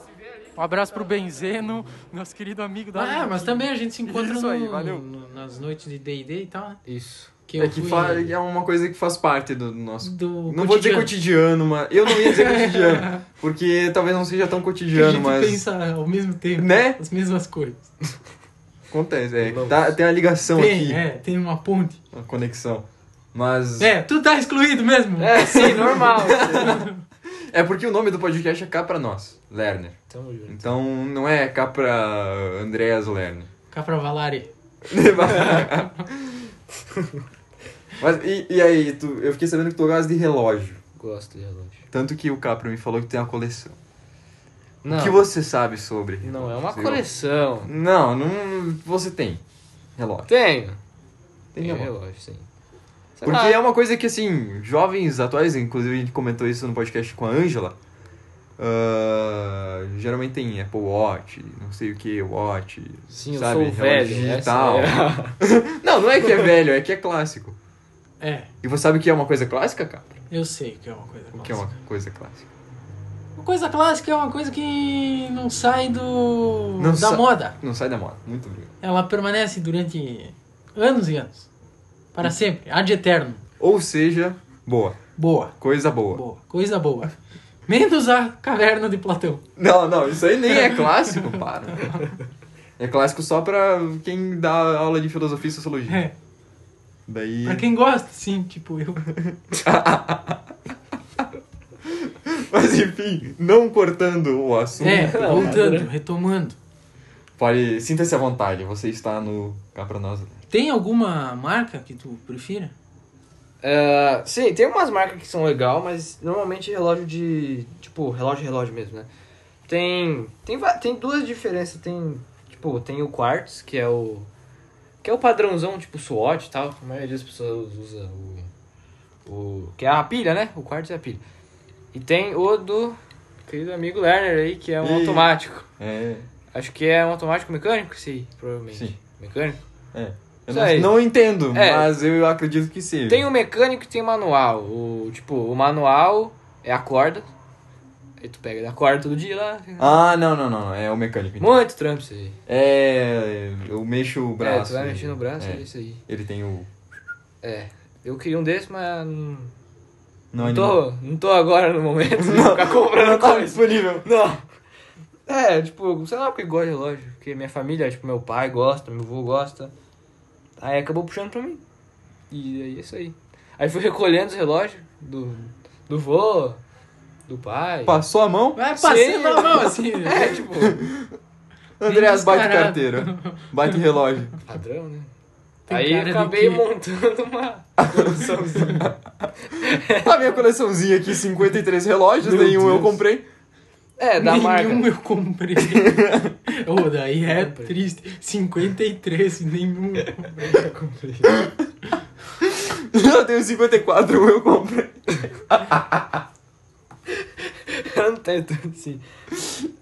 [SPEAKER 5] Um abraço pro Benzeno, nosso querido amigo da.
[SPEAKER 2] Ah, mas também a gente se encontra
[SPEAKER 4] Isso aí,
[SPEAKER 2] no-
[SPEAKER 4] valeu.
[SPEAKER 2] no- nas noites de D&D e tal, né?
[SPEAKER 3] Isso.
[SPEAKER 2] Que eu
[SPEAKER 1] É que
[SPEAKER 2] fui
[SPEAKER 1] fa- é uma coisa que faz parte do nosso.
[SPEAKER 2] do
[SPEAKER 1] Não vou dizer cotidiano,
[SPEAKER 2] cotidiano.
[SPEAKER 1] mas. Eu não ia dizer cotidiano. Porque talvez não seja tão
[SPEAKER 2] Que a
[SPEAKER 1] cotidiano,
[SPEAKER 2] gente
[SPEAKER 1] mas.
[SPEAKER 2] pensa ao mesmo tempo
[SPEAKER 1] Né?
[SPEAKER 2] as mesmas coisas.
[SPEAKER 1] Acontece, é. Tá, tem uma ligação
[SPEAKER 2] Tem,
[SPEAKER 1] aqui,
[SPEAKER 2] é, tem uma ponte.
[SPEAKER 1] uma conexão. Mas.
[SPEAKER 2] É, tu tá excluído mesmo.
[SPEAKER 3] É, sim, normal.
[SPEAKER 1] É porque o nome do podcast é cá pra nós, Lerner.
[SPEAKER 3] Tamo junto.
[SPEAKER 1] Então não é cá pra Andreas Lerner.
[SPEAKER 2] Capravalari.
[SPEAKER 1] Mas e, e aí, tu, eu fiquei sabendo que tu gosta de relógio.
[SPEAKER 3] Gosto de relógio.
[SPEAKER 1] Tanto que o Capra me falou que tem uma coleção.
[SPEAKER 3] Não,
[SPEAKER 1] O que você sabe sobre?
[SPEAKER 3] não é uma
[SPEAKER 1] relógio?
[SPEAKER 3] coleção.
[SPEAKER 1] Não, não. Você tem relógio.
[SPEAKER 3] Tenho.
[SPEAKER 1] Tem
[SPEAKER 3] Tenho um
[SPEAKER 1] relógio.
[SPEAKER 3] relógio, sim. Sei
[SPEAKER 1] Porque
[SPEAKER 3] lá.
[SPEAKER 1] é uma coisa que, assim, jovens atuais, inclusive a gente comentou isso no podcast com a Ângela, ah, geralmente tem Apple Watch, não sei o que, Watch,
[SPEAKER 3] Sim, eu
[SPEAKER 1] sabe,
[SPEAKER 3] sou
[SPEAKER 1] relógio
[SPEAKER 3] velho.
[SPEAKER 1] digital.
[SPEAKER 3] essa é a-
[SPEAKER 1] Não, não é que é velho, é que é clássico.
[SPEAKER 2] É,
[SPEAKER 1] E você sabe o que é uma coisa clássica, cara?
[SPEAKER 2] eu sei que é uma coisa
[SPEAKER 1] O
[SPEAKER 2] clássica.
[SPEAKER 1] que é uma coisa clássica?
[SPEAKER 2] Uma coisa clássica é uma coisa que não sai do
[SPEAKER 1] Não
[SPEAKER 2] da
[SPEAKER 1] sa-
[SPEAKER 2] moda.
[SPEAKER 1] Não sai da moda, muito obrigado.
[SPEAKER 2] Ela permanece durante anos e anos.
[SPEAKER 1] Hum.
[SPEAKER 2] Para sempre, ad eterno.
[SPEAKER 1] Ou seja, boa,
[SPEAKER 2] Boa,
[SPEAKER 1] coisa boa.
[SPEAKER 2] boa, coisa boa. Menos a caverna de Platão.
[SPEAKER 1] Não, não, isso aí nem é clássico, para. É clássico só pra quem dá aula de filosofia e sociologia.
[SPEAKER 2] É,
[SPEAKER 1] Daí.
[SPEAKER 2] pra quem gosta, sim, tipo eu.
[SPEAKER 1] Mas enfim, não cortando o assunto.
[SPEAKER 2] É, voltando,
[SPEAKER 1] né?
[SPEAKER 2] retomando.
[SPEAKER 1] Pode, sinta-se à vontade, você está no cá pra nós. né?
[SPEAKER 2] Tem alguma marca que tu prefira?
[SPEAKER 3] É, sim, tem umas marcas que são legal, mas normalmente é relógio de. Tipo, relógio, relógio mesmo, né? Tem. Tem, va- tem duas diferenças. Tem. Tipo, tem o quartz, que é o. Que é o padrãozão, tipo SWOT e tal. A maioria das pessoas usa o. o que é a pilha, né? O quartz é a pilha. E tem o do. Querido amigo Lerner aí, que é um
[SPEAKER 1] Ih.
[SPEAKER 3] automático.
[SPEAKER 1] É.
[SPEAKER 3] Acho que é um automático mecânico, sim, provavelmente.
[SPEAKER 1] Sim.
[SPEAKER 3] Mecânico.
[SPEAKER 1] Eu
[SPEAKER 3] Isso aí.
[SPEAKER 1] não, não entendo,
[SPEAKER 3] É.
[SPEAKER 1] mas eu acredito que sim.
[SPEAKER 3] Tem um- o mecânico e tem o manual. O, tipo, o manual é a corda. Aí tu pega da corda todo dia lá.
[SPEAKER 1] Ah, não, não, não, é o mecânico. então.
[SPEAKER 3] Muito trampo isso aí.
[SPEAKER 1] É, eu mexo o braço.
[SPEAKER 3] É, tu vai mexer no braço, é,
[SPEAKER 1] É,
[SPEAKER 3] isso aí.
[SPEAKER 1] Ele tem o
[SPEAKER 3] É. Eu queria um desse, mas não,
[SPEAKER 1] não,
[SPEAKER 3] não
[SPEAKER 1] ele
[SPEAKER 3] tô, não tô agora no momento de ficar comprando
[SPEAKER 1] é não tá
[SPEAKER 3] coisa.
[SPEAKER 1] disponível.
[SPEAKER 3] Não. É, tipo, sei lá porque eu gosto de relógio. Porque minha família, tipo, meu pai gosta, meu avô gosta. Aí acabou puxando pra mim. E aí é isso aí. Aí fui recolhendo os relógios do, do vô, do pai.
[SPEAKER 1] Passou a mão?
[SPEAKER 2] Vai passando a mão assim.
[SPEAKER 3] Ah, É, tipo,
[SPEAKER 1] Andreas bate
[SPEAKER 2] descarado.
[SPEAKER 1] carteira. Bate relógio.
[SPEAKER 3] padrão, né?
[SPEAKER 2] Tem
[SPEAKER 3] Aí
[SPEAKER 2] cara de
[SPEAKER 3] acabei
[SPEAKER 2] que-
[SPEAKER 3] montando uma coleçãozinha.
[SPEAKER 1] A minha coleçãozinha aqui, 53 relógios,
[SPEAKER 2] Meu
[SPEAKER 1] nenhum eu
[SPEAKER 2] Deus.
[SPEAKER 1] comprei.
[SPEAKER 3] É, da marca.
[SPEAKER 2] nenhum eu comprei. Ô, daí é triste. 53, nenhum. eu comprei.
[SPEAKER 3] é
[SPEAKER 1] Eu tenho 54, um eu comprei.
[SPEAKER 3] Eu não tenho tanto assim.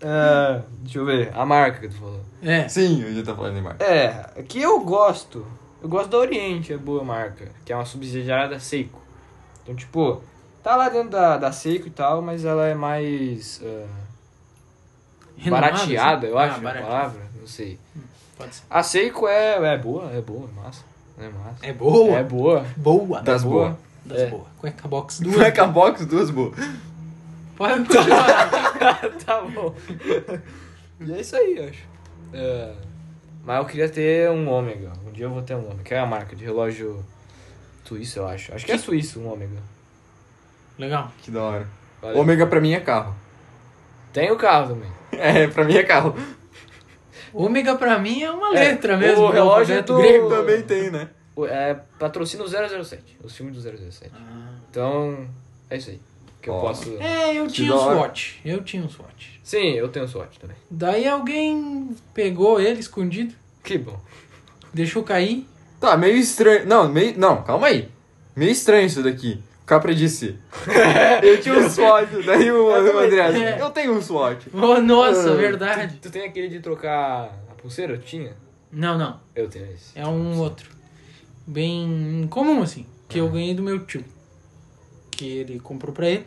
[SPEAKER 3] Ah, deixa eu ver. A marca que tu falou.
[SPEAKER 2] É,
[SPEAKER 1] Sim, eu já tava falando de marca.
[SPEAKER 3] É, que eu gosto. Eu gosto da Oriente, é boa marca. Que é uma subsidiária da Seiko. Então, tipo, tá lá dentro da, da Seiko e tal, mas ela é mais ah,
[SPEAKER 2] renomado,
[SPEAKER 3] barateada,
[SPEAKER 2] assim.
[SPEAKER 3] eu acho
[SPEAKER 2] Ah,
[SPEAKER 3] a
[SPEAKER 2] barateado.
[SPEAKER 3] palavra. Não sei.
[SPEAKER 2] Pode ser.
[SPEAKER 3] A Seiko é, é boa, é boa, é massa. É massa.
[SPEAKER 2] É boa.
[SPEAKER 3] É boa.
[SPEAKER 2] Boa.
[SPEAKER 1] Das boas.
[SPEAKER 2] Das
[SPEAKER 3] É.
[SPEAKER 2] boas. Cueca box duas.
[SPEAKER 1] Black Box, duas boas.
[SPEAKER 2] Pode continuar.
[SPEAKER 3] tá bom. e é isso aí, eu acho. É, mas eu queria ter um ômega. Um dia eu vou ter um ômega. Que é a marca de relógio suíço, eu acho. Acho que é suíço um ômega.
[SPEAKER 2] Legal.
[SPEAKER 1] Que da hora.
[SPEAKER 3] Valeu.
[SPEAKER 1] Ômega pra mim é carro.
[SPEAKER 3] Tem o carro também.
[SPEAKER 1] É, pra mim é carro.
[SPEAKER 2] Ômega pra mim é uma letra mesmo.
[SPEAKER 3] o
[SPEAKER 2] é
[SPEAKER 3] relógio
[SPEAKER 2] alfabeto
[SPEAKER 3] do-
[SPEAKER 2] grego.
[SPEAKER 1] Também tem, né?
[SPEAKER 3] O- É, patrocina o 007, os filmes do 007. Então, é isso aí. Que eu
[SPEAKER 1] Ó.
[SPEAKER 3] posso.
[SPEAKER 2] Ah. É, eu tinha um
[SPEAKER 1] da hora.
[SPEAKER 2] SWAT. Eu tinha um SWAT.
[SPEAKER 3] Sim, eu tenho sorte também.
[SPEAKER 2] Daí alguém pegou ele escondido,
[SPEAKER 3] Que bom.
[SPEAKER 2] deixou cair.
[SPEAKER 1] Tá, meio estranho. Não, meio. Não, calma aí. Meio estranho isso daqui. O Capra disse. eu tinha um SWAT. Daí o, o André.
[SPEAKER 2] É.
[SPEAKER 1] Eu tenho um SWAT.
[SPEAKER 2] Oh, nossa,
[SPEAKER 1] Ah,
[SPEAKER 2] verdade.
[SPEAKER 3] Tu tem aquele de trocar a pulseira? Eu tinha?
[SPEAKER 2] Não, não.
[SPEAKER 3] Eu tenho esse.
[SPEAKER 2] É um outro. Bem comum, assim. Que
[SPEAKER 1] Ah.
[SPEAKER 2] eu ganhei do meu tio. Que ele comprou pra ele.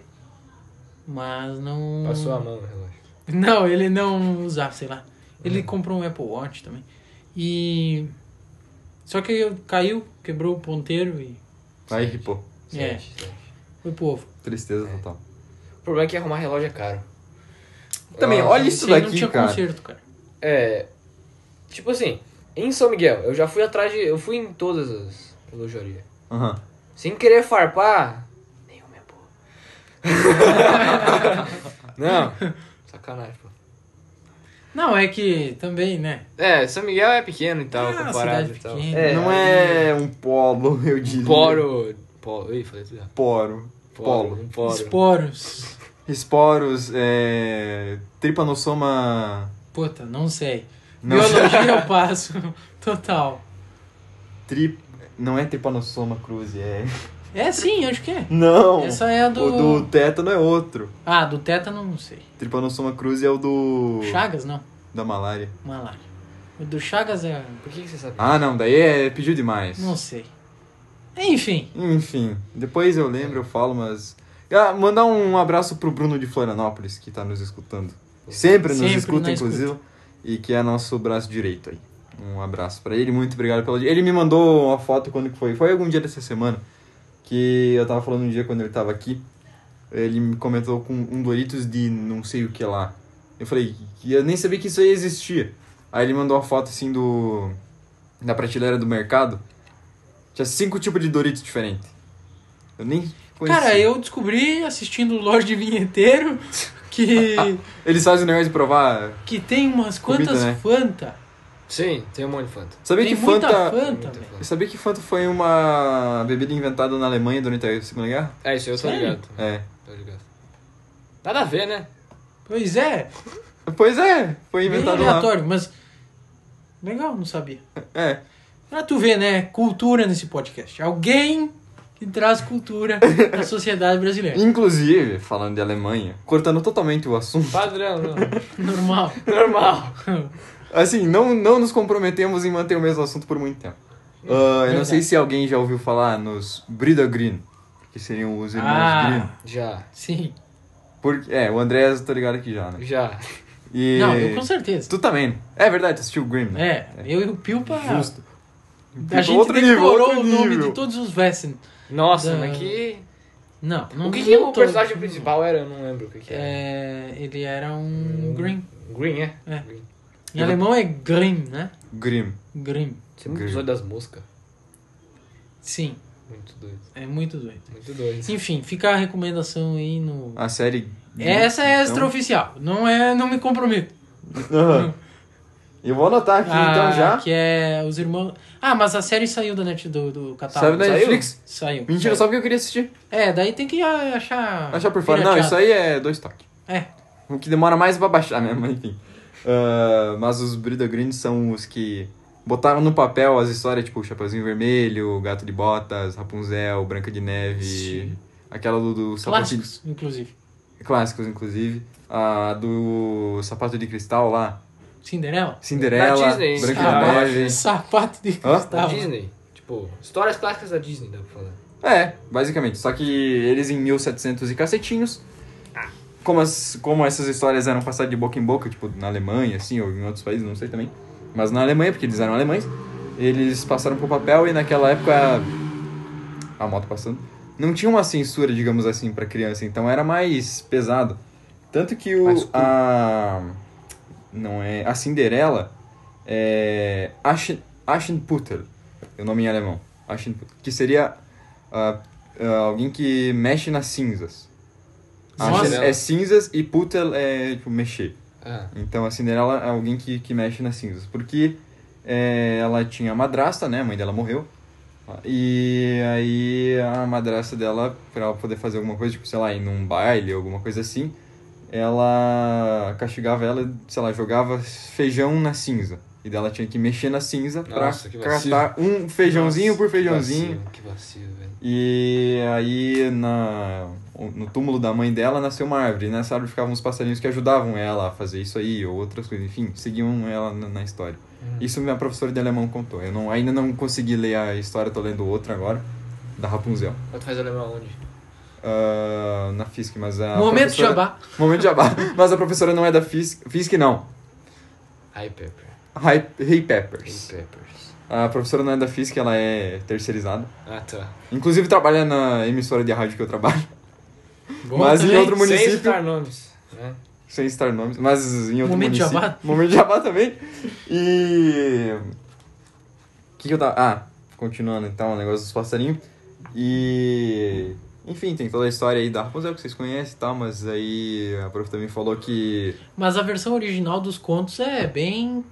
[SPEAKER 2] Mas não.
[SPEAKER 3] Passou a mão no relógio.
[SPEAKER 2] Não, ele não usava, sei lá. Ele
[SPEAKER 1] Hum.
[SPEAKER 2] comprou um Apple Watch também. E. Só que eu- caiu, quebrou o ponteiro e
[SPEAKER 1] Aí ripou.
[SPEAKER 2] É.
[SPEAKER 3] Sete, sete.
[SPEAKER 2] foi pro ovo.
[SPEAKER 1] Tristeza total.
[SPEAKER 3] O problema é que arrumar relógio é caro.
[SPEAKER 1] Também,
[SPEAKER 3] Nossa,
[SPEAKER 1] olha isso
[SPEAKER 2] Esse aí não
[SPEAKER 1] daqui,
[SPEAKER 2] tinha
[SPEAKER 1] cara.
[SPEAKER 2] conserto, cara.
[SPEAKER 3] É. Tipo assim, em São Miguel, eu já fui atrás de. Eu fui em todas as relojarias.
[SPEAKER 1] Aham.
[SPEAKER 3] Sem querer farpar. Nenhuma é boa. Não. Sacanagem, pô.
[SPEAKER 2] Não, é que também, né?
[SPEAKER 3] É, São Miguel é pequeno e tal,
[SPEAKER 2] É,
[SPEAKER 3] comparado
[SPEAKER 2] cidade
[SPEAKER 3] e tal.
[SPEAKER 2] pequena.
[SPEAKER 3] É,
[SPEAKER 1] Não é um polo, eu diria.
[SPEAKER 3] Poro. Polo. Ih, falei tudo errado.
[SPEAKER 1] Poro. Polo.
[SPEAKER 3] um Poro.
[SPEAKER 2] Esporos.
[SPEAKER 1] Esporos, é. Tripanossoma.
[SPEAKER 2] Puta, não sei.
[SPEAKER 1] Não.
[SPEAKER 2] Biologia eu passo. Total.
[SPEAKER 1] Tri... Não é tripanossoma cruz, é.
[SPEAKER 2] É sim, acho que é.
[SPEAKER 1] Não!
[SPEAKER 2] Essa é a
[SPEAKER 1] O
[SPEAKER 2] do.
[SPEAKER 1] do tétano é outro.
[SPEAKER 2] Ah, do tétano, não sei.
[SPEAKER 1] Tripanossoma cruz é o do.
[SPEAKER 2] Chagas, não.
[SPEAKER 1] Da malária.
[SPEAKER 2] Malária. O do Chagas é.
[SPEAKER 3] Por que, que você sabe?
[SPEAKER 1] Ah, não, daí é. Pediu demais.
[SPEAKER 2] Não sei. Enfim.
[SPEAKER 1] Enfim, depois eu lembro, eu falo, mas. Ah, mandar um abraço pro Bruno de Florianópolis, que tá nos escutando. Sempre nos
[SPEAKER 2] Sempre
[SPEAKER 1] escuta,
[SPEAKER 2] na escuta.
[SPEAKER 1] inclusive. E que é nosso braço direito aí. Um abraço pra ele, muito obrigado pelo dia. Ele me mandou uma foto quando que foi. Foi algum dia dessa semana. Que eu tava falando um dia quando ele tava aqui. Ele me comentou com um Doritos de não sei o que lá. Eu falei, que eu nem sabia que isso aí existia. Aí ele mandou uma foto assim do. da prateleira do mercado. Tinha cinco tipos de Doritos diferentes. Eu nem conhecia.
[SPEAKER 2] Cara, eu descobri assistindo o Lorde Vinheteiro que,
[SPEAKER 1] Eles fazem o negócio de provar.
[SPEAKER 2] que tem umas
[SPEAKER 1] Comida,
[SPEAKER 2] quantas
[SPEAKER 1] né?
[SPEAKER 2] Fanta.
[SPEAKER 3] Sim, tem um monte de Fanta.
[SPEAKER 1] Sabia
[SPEAKER 2] Tem
[SPEAKER 1] que
[SPEAKER 2] muita
[SPEAKER 1] Fanta.
[SPEAKER 2] Fanta,
[SPEAKER 3] Muita
[SPEAKER 2] velho.
[SPEAKER 1] Eu Sabia que Fanta foi uma bebida inventada na Alemanha durante a Segunda Guerra?
[SPEAKER 3] É isso, eu tô
[SPEAKER 2] Sério?
[SPEAKER 3] ligado.
[SPEAKER 1] É.
[SPEAKER 3] Tô ligado. Nada a ver, né?
[SPEAKER 2] Pois é,
[SPEAKER 1] Pois é, foi
[SPEAKER 2] bem
[SPEAKER 1] inventado lá.
[SPEAKER 2] aleatório, mas. Legal, não sabia.
[SPEAKER 1] É.
[SPEAKER 2] Pra tu ver, né? Cultura nesse podcast. Alguém que traz cultura pra sociedade brasileira.
[SPEAKER 1] Inclusive, falando de Alemanha, cortando totalmente o assunto.
[SPEAKER 3] Padrão, né? não.
[SPEAKER 2] Normal.
[SPEAKER 3] Normal.
[SPEAKER 1] Assim, não, não nos comprometemos em manter o mesmo assunto por muito tempo. Ah, eu não
[SPEAKER 2] É verdade.
[SPEAKER 1] sei se alguém já ouviu falar nos Brida Green, que seriam os irmãos Green.
[SPEAKER 2] Ah,
[SPEAKER 3] Já.
[SPEAKER 2] sim.
[SPEAKER 1] Porque, é, o Andrés tá ligado aqui já, né?
[SPEAKER 3] Já.
[SPEAKER 1] E...
[SPEAKER 2] Não, eu com certeza.
[SPEAKER 1] Tu também. É verdade, tu assistiu o Green, né?
[SPEAKER 2] É, eu e o Pilpa.
[SPEAKER 1] Justo.
[SPEAKER 2] A gente decorou o nome de todos os Vessen.
[SPEAKER 3] Nossa,
[SPEAKER 2] Da-
[SPEAKER 3] mas que.
[SPEAKER 2] Não, não
[SPEAKER 3] O que, que
[SPEAKER 2] não
[SPEAKER 3] o
[SPEAKER 2] todos,
[SPEAKER 3] personagem
[SPEAKER 2] não.
[SPEAKER 3] principal era? Eu não lembro o que, que era.
[SPEAKER 2] É, ele era um Green.
[SPEAKER 3] Green, é?
[SPEAKER 2] É.
[SPEAKER 3] Green.
[SPEAKER 2] Em alemão é Grim, né?
[SPEAKER 1] Grim.
[SPEAKER 2] Grim.
[SPEAKER 3] Tem um
[SPEAKER 1] Green.
[SPEAKER 3] episódio das moscas.
[SPEAKER 2] Sim,
[SPEAKER 3] Muito doido.
[SPEAKER 2] é muito doido.
[SPEAKER 3] Muito doido.
[SPEAKER 2] Enfim, fica a recomendação aí no.
[SPEAKER 1] A série...
[SPEAKER 2] Essa é
[SPEAKER 1] Ah, Então-
[SPEAKER 2] extraoficial, não é, não me comprometo.
[SPEAKER 1] Aham. Eu vou anotar aqui, então,
[SPEAKER 2] Ah,
[SPEAKER 1] já.
[SPEAKER 2] Que é os irmãos. Ah, mas a série saiu da net do, do
[SPEAKER 1] Sabe
[SPEAKER 2] catálogo.
[SPEAKER 1] da
[SPEAKER 3] Saiu?
[SPEAKER 1] Netflix?
[SPEAKER 2] Saiu.
[SPEAKER 1] Mentira,
[SPEAKER 2] saiu.
[SPEAKER 1] só porque eu queria assistir.
[SPEAKER 2] É, daí tem que ah, achar.
[SPEAKER 1] Achar por fora. Não,
[SPEAKER 2] pirateado.
[SPEAKER 1] isso aí é dois toques.
[SPEAKER 2] É.
[SPEAKER 1] O que demora mais pra baixar, né? Mas enfim. Ah, mas os Brida Green são os que botaram no papel as histórias, tipo, o Chapeuzinho Vermelho, o Gato de Botas, Rapunzel, Branca de Neve.
[SPEAKER 2] Sim.
[SPEAKER 1] Aquela do, do sapatinho-
[SPEAKER 2] Clássicos, inclusive.
[SPEAKER 1] Clássicos, inclusive. A do sapato de cristal lá.
[SPEAKER 2] Cinderela?
[SPEAKER 1] Cinderela,
[SPEAKER 3] Da Disney, hein?
[SPEAKER 1] Branca
[SPEAKER 3] Ah,
[SPEAKER 1] de
[SPEAKER 3] eu
[SPEAKER 1] Neve.
[SPEAKER 2] Sapato de
[SPEAKER 1] Hã?
[SPEAKER 2] cristal.
[SPEAKER 3] Da Disney. Tipo, histórias clássicas da Disney, dá pra falar.
[SPEAKER 1] É, basicamente. Só que eles em 1700 e cacetinhos. Como, as, como essas histórias eram passadas de boca em boca, tipo, na Alemanha, assim, ou em outros países, não sei também. Mas na Alemanha, porque eles eram alemães, eles passaram pro papel e naquela época. A moto passando. Não tinha uma censura, digamos assim, pra criança, então era mais pesado. Tanto que o.
[SPEAKER 3] Mais cru.
[SPEAKER 1] a. Não é. A Cinderela é. Aschen, Aschenputtel. É o nome em alemão. Aschenputtel. Que seria ah, ah, alguém que mexe nas cinzas.
[SPEAKER 2] Nossa.
[SPEAKER 1] Aschen é cinzas e Puttel é tipo, mexer.
[SPEAKER 3] Ah.
[SPEAKER 1] Então a Cinderela é alguém que, que mexe nas cinzas. Porque é, ela tinha madrasta, né? A mãe dela morreu. E aí a madrasta dela, pra ela poder fazer alguma coisa, tipo, sei lá, ir num baile, alguma coisa assim, ela castigava ela, sei lá, jogava feijão na cinza. E daí ela tinha que mexer na cinza
[SPEAKER 3] Nossa, que
[SPEAKER 1] pra
[SPEAKER 3] vacilo.
[SPEAKER 1] catar um feijãozinho por
[SPEAKER 3] Que
[SPEAKER 1] feijãozinho.
[SPEAKER 3] vacilo, Que vacilo, velho.
[SPEAKER 1] E aí na, no túmulo da mãe dela nasceu uma árvore. E nessa árvore ficavam uns passarinhos que ajudavam ela a fazer isso aí, ou outras coisas, enfim, seguiam ela na, na história. Isso minha professora de alemão contou. Eu não, ainda não consegui ler a história, tô lendo outra agora, da Rapunzel.
[SPEAKER 3] Mas tu faz eu lembrar onde?
[SPEAKER 1] Ah, na FISC, mas a.
[SPEAKER 2] Momento
[SPEAKER 1] professora-
[SPEAKER 2] Jabá.
[SPEAKER 1] Momento Jabá. Mas a professora não é da FISC. FISC não.
[SPEAKER 3] High Pepper.
[SPEAKER 1] Hi, hey
[SPEAKER 3] High
[SPEAKER 1] Peppers.
[SPEAKER 3] Peppers.
[SPEAKER 1] A professora não é da FISC, ela é terceirizada.
[SPEAKER 3] Ah, tá.
[SPEAKER 1] Inclusive trabalha na emissora de rádio que eu trabalho.
[SPEAKER 2] Bom
[SPEAKER 1] mas em
[SPEAKER 2] também.
[SPEAKER 1] outro
[SPEAKER 3] Sem
[SPEAKER 1] município.
[SPEAKER 3] citar nomes. Né?
[SPEAKER 1] Sem citar nomes, mas em outro
[SPEAKER 2] Momento
[SPEAKER 1] município.
[SPEAKER 2] Jabá.
[SPEAKER 1] Momento de Jabá também. E... O que que eu tava... Ah, continuando então, o negócio dos passarinhos. E... Enfim, tem toda a história aí da Rapunzel que vocês conhecem e tal, mas aí a prof também falou que...
[SPEAKER 2] Mas a versão original dos contos é bem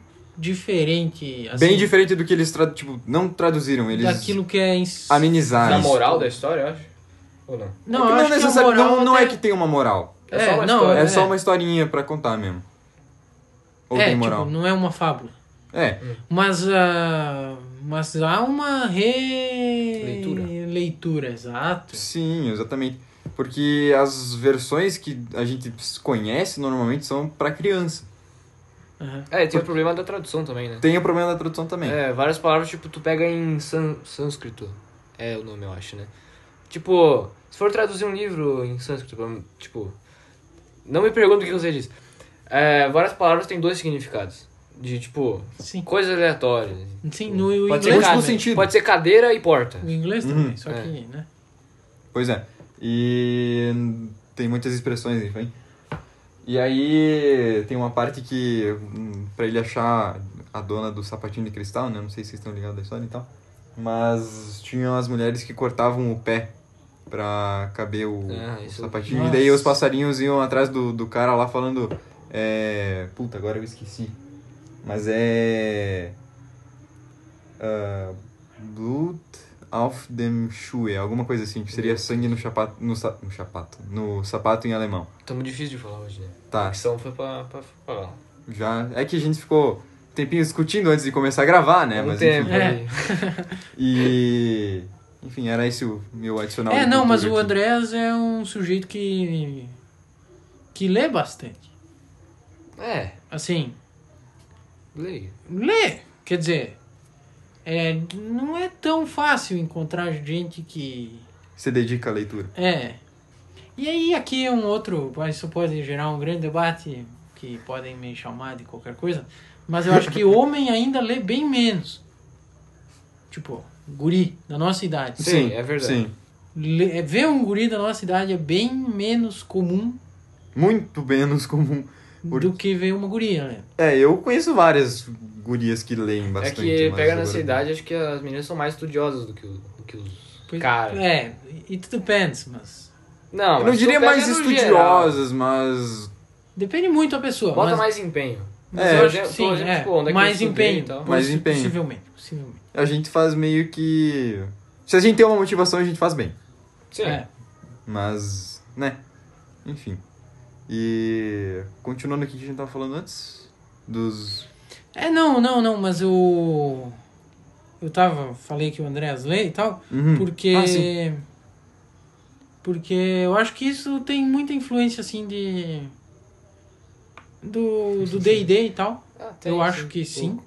[SPEAKER 2] diferente. Assim,
[SPEAKER 1] bem diferente do que eles, tra... tipo, não traduziram, eles
[SPEAKER 2] Daquilo que é. Ens...
[SPEAKER 1] amenizaram.
[SPEAKER 3] Na
[SPEAKER 1] Ah, isso.
[SPEAKER 3] moral da história, eu acho. Ou não?
[SPEAKER 1] É
[SPEAKER 2] Não,
[SPEAKER 1] que
[SPEAKER 2] eu
[SPEAKER 1] não,
[SPEAKER 2] acho que a
[SPEAKER 1] necessari-
[SPEAKER 2] moral
[SPEAKER 1] não, não é
[SPEAKER 2] até-
[SPEAKER 1] que tem uma moral,
[SPEAKER 3] É só uma
[SPEAKER 2] não,
[SPEAKER 3] história.
[SPEAKER 1] é,
[SPEAKER 2] é-
[SPEAKER 1] só uma historinha pra contar mesmo. Ou
[SPEAKER 2] é,
[SPEAKER 1] tem
[SPEAKER 2] tipo,
[SPEAKER 1] moral.
[SPEAKER 2] não é uma fábula.
[SPEAKER 1] É,
[SPEAKER 2] Mas, ah, mas há uma re...
[SPEAKER 3] Leitura.
[SPEAKER 2] Leitura, exato.
[SPEAKER 1] Sim, exatamente. Porque as versões que a gente conhece normalmente são pra criança.
[SPEAKER 2] Aham.
[SPEAKER 3] É, tem o problema da tradução também, né?
[SPEAKER 1] Tem o problema da tradução também.
[SPEAKER 3] É, várias palavras, tipo, tu pega em san- sânscrito. É o nome, eu acho, né? Tipo, se for traduzir um livro em sânscrito, pra- tipo. Não me pergunto o que você diz. É, várias palavras têm dois significados. De, tipo,
[SPEAKER 2] Sim.
[SPEAKER 3] coisas aleatórias.
[SPEAKER 2] Sim, no
[SPEAKER 3] Pode ser,
[SPEAKER 2] inglês.
[SPEAKER 1] ca-
[SPEAKER 3] cade-
[SPEAKER 1] sentido.
[SPEAKER 3] pode ser cadeira e porta.
[SPEAKER 2] O inglês
[SPEAKER 1] Uhum.
[SPEAKER 2] também, só
[SPEAKER 3] É.
[SPEAKER 2] que, né?
[SPEAKER 1] Pois é. E tem muitas expressões, enfim. E aí tem uma parte que hum, pra ele achar a dona do sapatinho de cristal, né? Não sei se vocês estão ligados da história e tal. Mas tinham as mulheres que cortavam o pé pra caber o,
[SPEAKER 3] Ah,
[SPEAKER 1] o
[SPEAKER 3] isso-
[SPEAKER 1] sapatinho. E
[SPEAKER 2] Nossa.
[SPEAKER 1] daí os passarinhos iam atrás do, do cara lá falando. É... Puta, agora eu esqueci. Mas é. ah, Blood auf dem Schuhe, alguma coisa assim, que seria sangue no chapato. No, sa- no chapato. No sapato em alemão.
[SPEAKER 3] Tá muito difícil de falar hoje, né? A
[SPEAKER 1] Tá,
[SPEAKER 3] ação foi pra, pra, pra lá.
[SPEAKER 1] já. É que a gente ficou um tempinho discutindo antes de começar a gravar, né?
[SPEAKER 2] É
[SPEAKER 3] um
[SPEAKER 1] Mas
[SPEAKER 3] tempo
[SPEAKER 1] enfim.
[SPEAKER 3] aí.
[SPEAKER 1] E. Enfim, era esse o meu adicional.
[SPEAKER 2] é,
[SPEAKER 1] de
[SPEAKER 2] não,
[SPEAKER 1] cultura
[SPEAKER 2] mas o
[SPEAKER 1] aqui.
[SPEAKER 2] Andrés é um sujeito que. que lê bastante.
[SPEAKER 3] É,
[SPEAKER 2] Assim,
[SPEAKER 3] leio.
[SPEAKER 2] lê. Quer dizer, é, não é tão fácil encontrar gente que.
[SPEAKER 1] Se dedica à leitura.
[SPEAKER 2] É. E aí, aqui é um outro. Isso pode gerar um grande debate, que podem me chamar de qualquer coisa. Mas eu acho que homem ainda lê bem menos. Tipo, guri, da nossa idade.
[SPEAKER 3] Sim, é verdade.
[SPEAKER 1] Sim.
[SPEAKER 2] Le- é, Ver um guri da nossa idade é bem menos comum
[SPEAKER 1] Muito menos comum. Por-
[SPEAKER 2] do que ver uma guria, né?
[SPEAKER 1] É, eu conheço várias gurias que leem
[SPEAKER 3] É
[SPEAKER 1] bastante.
[SPEAKER 3] que
[SPEAKER 1] mas
[SPEAKER 3] pega
[SPEAKER 1] agora-
[SPEAKER 3] nessa idade, acho que as meninas são mais estudiosas do que, o- do que os
[SPEAKER 2] Pois-
[SPEAKER 3] caras.
[SPEAKER 2] É, it depends, mas.
[SPEAKER 3] Não,
[SPEAKER 1] Eu não
[SPEAKER 3] mas tu
[SPEAKER 1] diria
[SPEAKER 3] pega
[SPEAKER 1] mais
[SPEAKER 3] no geral.
[SPEAKER 1] estudiosas, mas.
[SPEAKER 2] Depende muito da pessoa.
[SPEAKER 3] Bota
[SPEAKER 2] mas,
[SPEAKER 3] mais empenho.
[SPEAKER 2] mas
[SPEAKER 1] É,
[SPEAKER 2] eu
[SPEAKER 3] Por
[SPEAKER 2] acho que
[SPEAKER 3] exemplo,
[SPEAKER 2] sim,
[SPEAKER 3] por exemplo,
[SPEAKER 2] é,
[SPEAKER 3] tipo, onde é que eu
[SPEAKER 2] mais
[SPEAKER 3] estudei e
[SPEAKER 2] empenho.
[SPEAKER 3] tal.
[SPEAKER 1] Mais
[SPEAKER 2] possi-
[SPEAKER 1] empenho.
[SPEAKER 2] Possivelmente, possivelmente.
[SPEAKER 1] A gente faz meio que. Se a gente tem uma motivação, a gente faz bem.
[SPEAKER 3] Sim.
[SPEAKER 2] É.
[SPEAKER 1] Mas. né? Enfim. E. Continuando aqui que a gente tava falando antes. Dos.
[SPEAKER 2] É, não, não, não, mas eu. Eu tava. Falei que o Andréas lê e tal,
[SPEAKER 1] Uhum.
[SPEAKER 2] porque.
[SPEAKER 1] Ah, sim.
[SPEAKER 2] porque eu acho que isso tem muita influência, assim, de. Do do DD e tal.
[SPEAKER 3] Ah, tem,
[SPEAKER 2] Eu acho
[SPEAKER 3] sim.
[SPEAKER 2] que sim.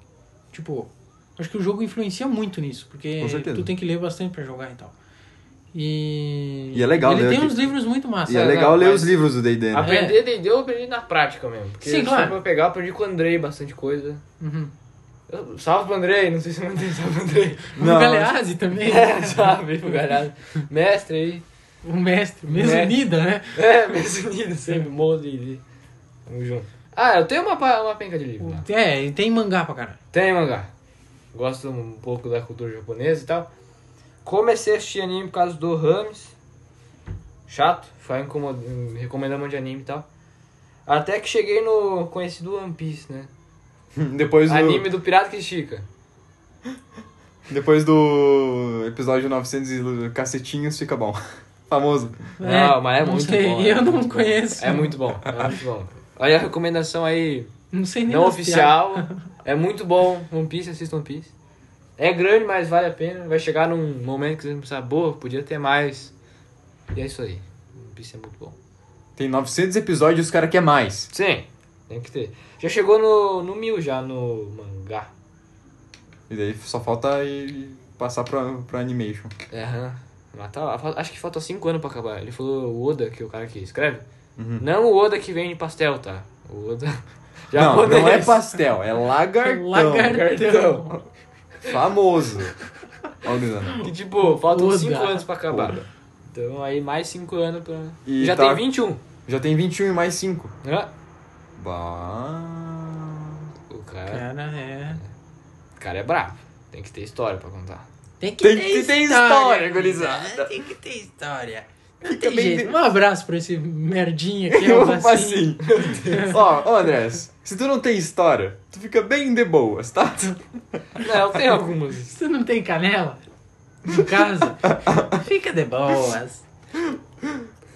[SPEAKER 2] Tipo, acho que o jogo influencia muito nisso, porque
[SPEAKER 1] Com certeza.
[SPEAKER 2] tu tem que ler bastante pra jogar e tal. E,
[SPEAKER 1] E é legal
[SPEAKER 2] Ele
[SPEAKER 1] ler
[SPEAKER 2] tem
[SPEAKER 1] aqui.
[SPEAKER 2] uns livros muito massa.
[SPEAKER 1] E é
[SPEAKER 3] não,
[SPEAKER 1] legal ler
[SPEAKER 3] mas-
[SPEAKER 1] os livros do D&D, né?
[SPEAKER 3] Aprender D&D eu aprendi na prática mesmo. Porque
[SPEAKER 2] É. Sim,
[SPEAKER 3] se
[SPEAKER 2] claro.
[SPEAKER 3] for pra pegar, eu aprendi com o Andrei bastante coisa.
[SPEAKER 2] Uhum.
[SPEAKER 3] Eu- salve pro Andrei, não sei se eu mandei salve pro Andrei.
[SPEAKER 1] Não,
[SPEAKER 2] o Galeazzi também.
[SPEAKER 3] É, salve pro galhado. Mestre aí.
[SPEAKER 2] O mestre, mesmo
[SPEAKER 3] Mestre.
[SPEAKER 2] unida, né?
[SPEAKER 3] É, mesmo unido, sempre, molde e... Tamo junto. Ah, eu tenho uma, pa- uma penca de livro. lá.
[SPEAKER 2] O- É, ele tem mangá pra caralho.
[SPEAKER 3] Tem mangá. Gosto um pouco da cultura japonesa e tal. Comecei a assistir anime por causa do Rames. Chato, foi incomoda- me recomendando um monte de anime e tal. Até que cheguei no conhecido One Piece, né?
[SPEAKER 1] Depois do,
[SPEAKER 3] Anime do Pirata que estica.
[SPEAKER 1] depois do episódio 900 e cacetinhos fica bom. Famoso.
[SPEAKER 3] Não, mas é
[SPEAKER 2] não
[SPEAKER 3] muito
[SPEAKER 2] sei,
[SPEAKER 3] bom. é
[SPEAKER 2] Eu não
[SPEAKER 3] muito bom.
[SPEAKER 2] conheço.
[SPEAKER 3] É muito bom, é muito bom. Olha a recomendação aí,
[SPEAKER 2] Não sei nem
[SPEAKER 3] não
[SPEAKER 2] das piadas.
[SPEAKER 3] oficial. É muito bom. One Piece, assista One Piece. É grande, mas vale a pena. Vai chegar num momento que você vai pensar, boa, podia ter mais. E é isso aí. One Piece é muito bom.
[SPEAKER 1] Tem 900 episódios e os caras querem mais.
[SPEAKER 3] Sim, tem que ter. Já chegou no, no mil já no mangá.
[SPEAKER 1] E daí só falta ir passar pra, pra animation.
[SPEAKER 3] É, aham. mas tá lá. Fal- Acho que falta 5 anos pra acabar. Ele falou o Oda, que é o cara que escreve.
[SPEAKER 1] Uhum.
[SPEAKER 3] Não o Oda que vende pastel, tá? O Oda.
[SPEAKER 1] não, não é
[SPEAKER 3] japonês.
[SPEAKER 1] pastel, é lagartão.
[SPEAKER 2] Lagartão.
[SPEAKER 1] Famoso. Olha o Lisandro.
[SPEAKER 3] Que tipo, faltam
[SPEAKER 2] Oda.
[SPEAKER 3] 5 anos pra acabar.
[SPEAKER 1] Oda.
[SPEAKER 3] Então aí mais 5 anos pra.
[SPEAKER 1] E
[SPEAKER 3] já
[SPEAKER 1] tá-
[SPEAKER 3] tem 21.
[SPEAKER 1] Já tem 21 e mais 5.
[SPEAKER 3] Né?
[SPEAKER 1] Bah.
[SPEAKER 3] O cara,
[SPEAKER 2] Cara, é.
[SPEAKER 3] o cara é brabo. Tem que ter história pra contar.
[SPEAKER 2] Tem que
[SPEAKER 1] Tem
[SPEAKER 2] ter
[SPEAKER 1] que ter história,
[SPEAKER 2] história,
[SPEAKER 1] gurizada.
[SPEAKER 2] gurizada. Tem que ter história. Não tem
[SPEAKER 1] bem
[SPEAKER 2] jeito. Um abraço pra esse merdinha que é
[SPEAKER 1] Eu
[SPEAKER 2] o
[SPEAKER 1] vou
[SPEAKER 2] Vassim.
[SPEAKER 1] assim. Ó, ô, Andrés, se tu não tem história, tu fica bem de boas, tá?
[SPEAKER 3] Não, tem algumas.
[SPEAKER 2] Você não tem canela? Em casa? Fica de boas.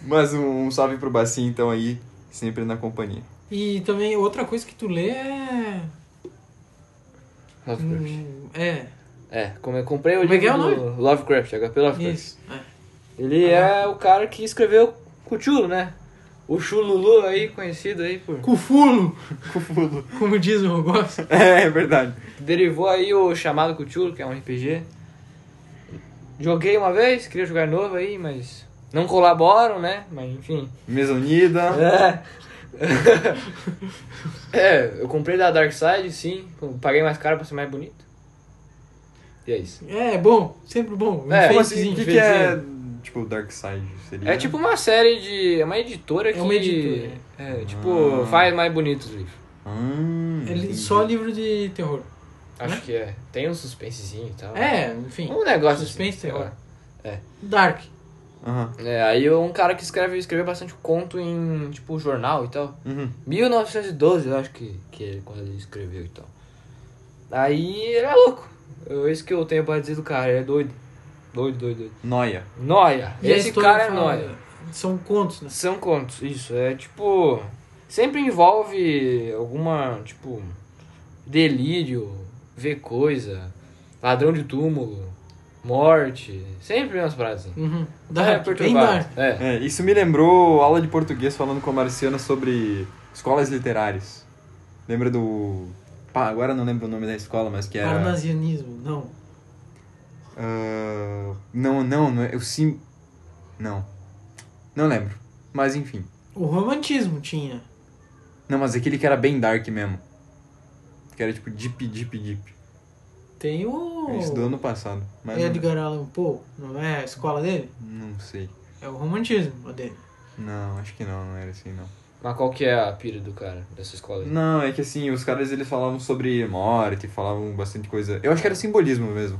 [SPEAKER 1] Mas um, um salve pro Bacinho, então, aí, sempre na companhia.
[SPEAKER 2] E também outra coisa que tu lê é. Hum, É,
[SPEAKER 3] É, como eu comprei o
[SPEAKER 2] Como é que é o
[SPEAKER 3] livro do Lovecraft, HP Lovecraft.
[SPEAKER 2] isso. é.
[SPEAKER 3] Ele é o cara que escreveu Cthulhu, né? O Chululu aí, conhecido aí por...
[SPEAKER 2] Cufulo! Cufulo. Como diz o Rogoff.
[SPEAKER 1] É, é verdade.
[SPEAKER 3] Derivou aí o chamado Cthulhu, que é um RPG. Joguei uma vez, queria jogar novo aí, mas... Não colaboram, né? Mas enfim...
[SPEAKER 1] Mesa unida.
[SPEAKER 3] É. é, eu comprei da Dark Side, sim. Paguei mais caro pra ser mais bonito. E é isso.
[SPEAKER 2] É, é bom, sempre bom. Um
[SPEAKER 3] É,
[SPEAKER 1] Como assim?
[SPEAKER 2] fakezinho.
[SPEAKER 1] O que, que é, tipo, Dark Side? Seria?
[SPEAKER 3] É tipo uma série de. É uma editora que.
[SPEAKER 2] Uhum. uma editora, Ah. Né?
[SPEAKER 3] É, tipo, faz mais bonito os livros.
[SPEAKER 1] Hum,
[SPEAKER 2] É li-
[SPEAKER 1] entendi.
[SPEAKER 2] só livro de terror.
[SPEAKER 3] Acho que é. Tem um suspensezinho e tal.
[SPEAKER 2] É, enfim.
[SPEAKER 3] Um negócio
[SPEAKER 2] Suspense, é
[SPEAKER 3] assim. sei lá.
[SPEAKER 2] Dark.
[SPEAKER 1] Aham.
[SPEAKER 3] É, aí eu- um cara que escreve, escreveu bastante conto em, tipo, jornal e tal.
[SPEAKER 1] Uhum.
[SPEAKER 3] 1912, eu acho que, que ele, quando ele escreveu e tal. Aí ele é louco. É Isso que eu tenho pra dizer do cara, ele é doido. Doido, doido, doido.
[SPEAKER 1] Noia.
[SPEAKER 3] Noia.
[SPEAKER 2] E a
[SPEAKER 3] Esse
[SPEAKER 2] história
[SPEAKER 3] cara é
[SPEAKER 2] fala-
[SPEAKER 3] noia.
[SPEAKER 2] São contos, né?
[SPEAKER 3] São contos, isso. É tipo. Sempre envolve alguma, tipo. Delírio, ver coisa, ladrão de túmulo, morte. Sempre umas paradas assim.
[SPEAKER 2] Uhum.
[SPEAKER 3] é
[SPEAKER 2] Dark, bem
[SPEAKER 3] perturbado.
[SPEAKER 2] dark.
[SPEAKER 3] É.
[SPEAKER 1] É, isso me lembrou aula de português falando com a Marciana sobre escolas literárias. Lembra do. Pá, agora não lembro o nome da escola, mas que era.
[SPEAKER 2] Parnasianismo, não.
[SPEAKER 1] Ah, não, não, não é. Eu sim. Não. Não lembro. Mas enfim.
[SPEAKER 2] O romantismo tinha.
[SPEAKER 1] Não, mas aquele que era bem dark mesmo. Que era tipo deep, deep, deep.
[SPEAKER 2] Tem o.
[SPEAKER 1] Isso um do ano passado.
[SPEAKER 2] É,
[SPEAKER 1] Mas não,
[SPEAKER 2] Edgar Allan Poe, não é a escola dele?
[SPEAKER 1] não sei.
[SPEAKER 2] É o romantismo a dele.
[SPEAKER 1] Não, acho que não, não era assim não.
[SPEAKER 3] Mas qual que é a pira do cara dessa escola aí?
[SPEAKER 1] Não, é que assim, os caras eles falavam sobre morte, falavam bastante coisa. Eu acho que era simbolismo mesmo.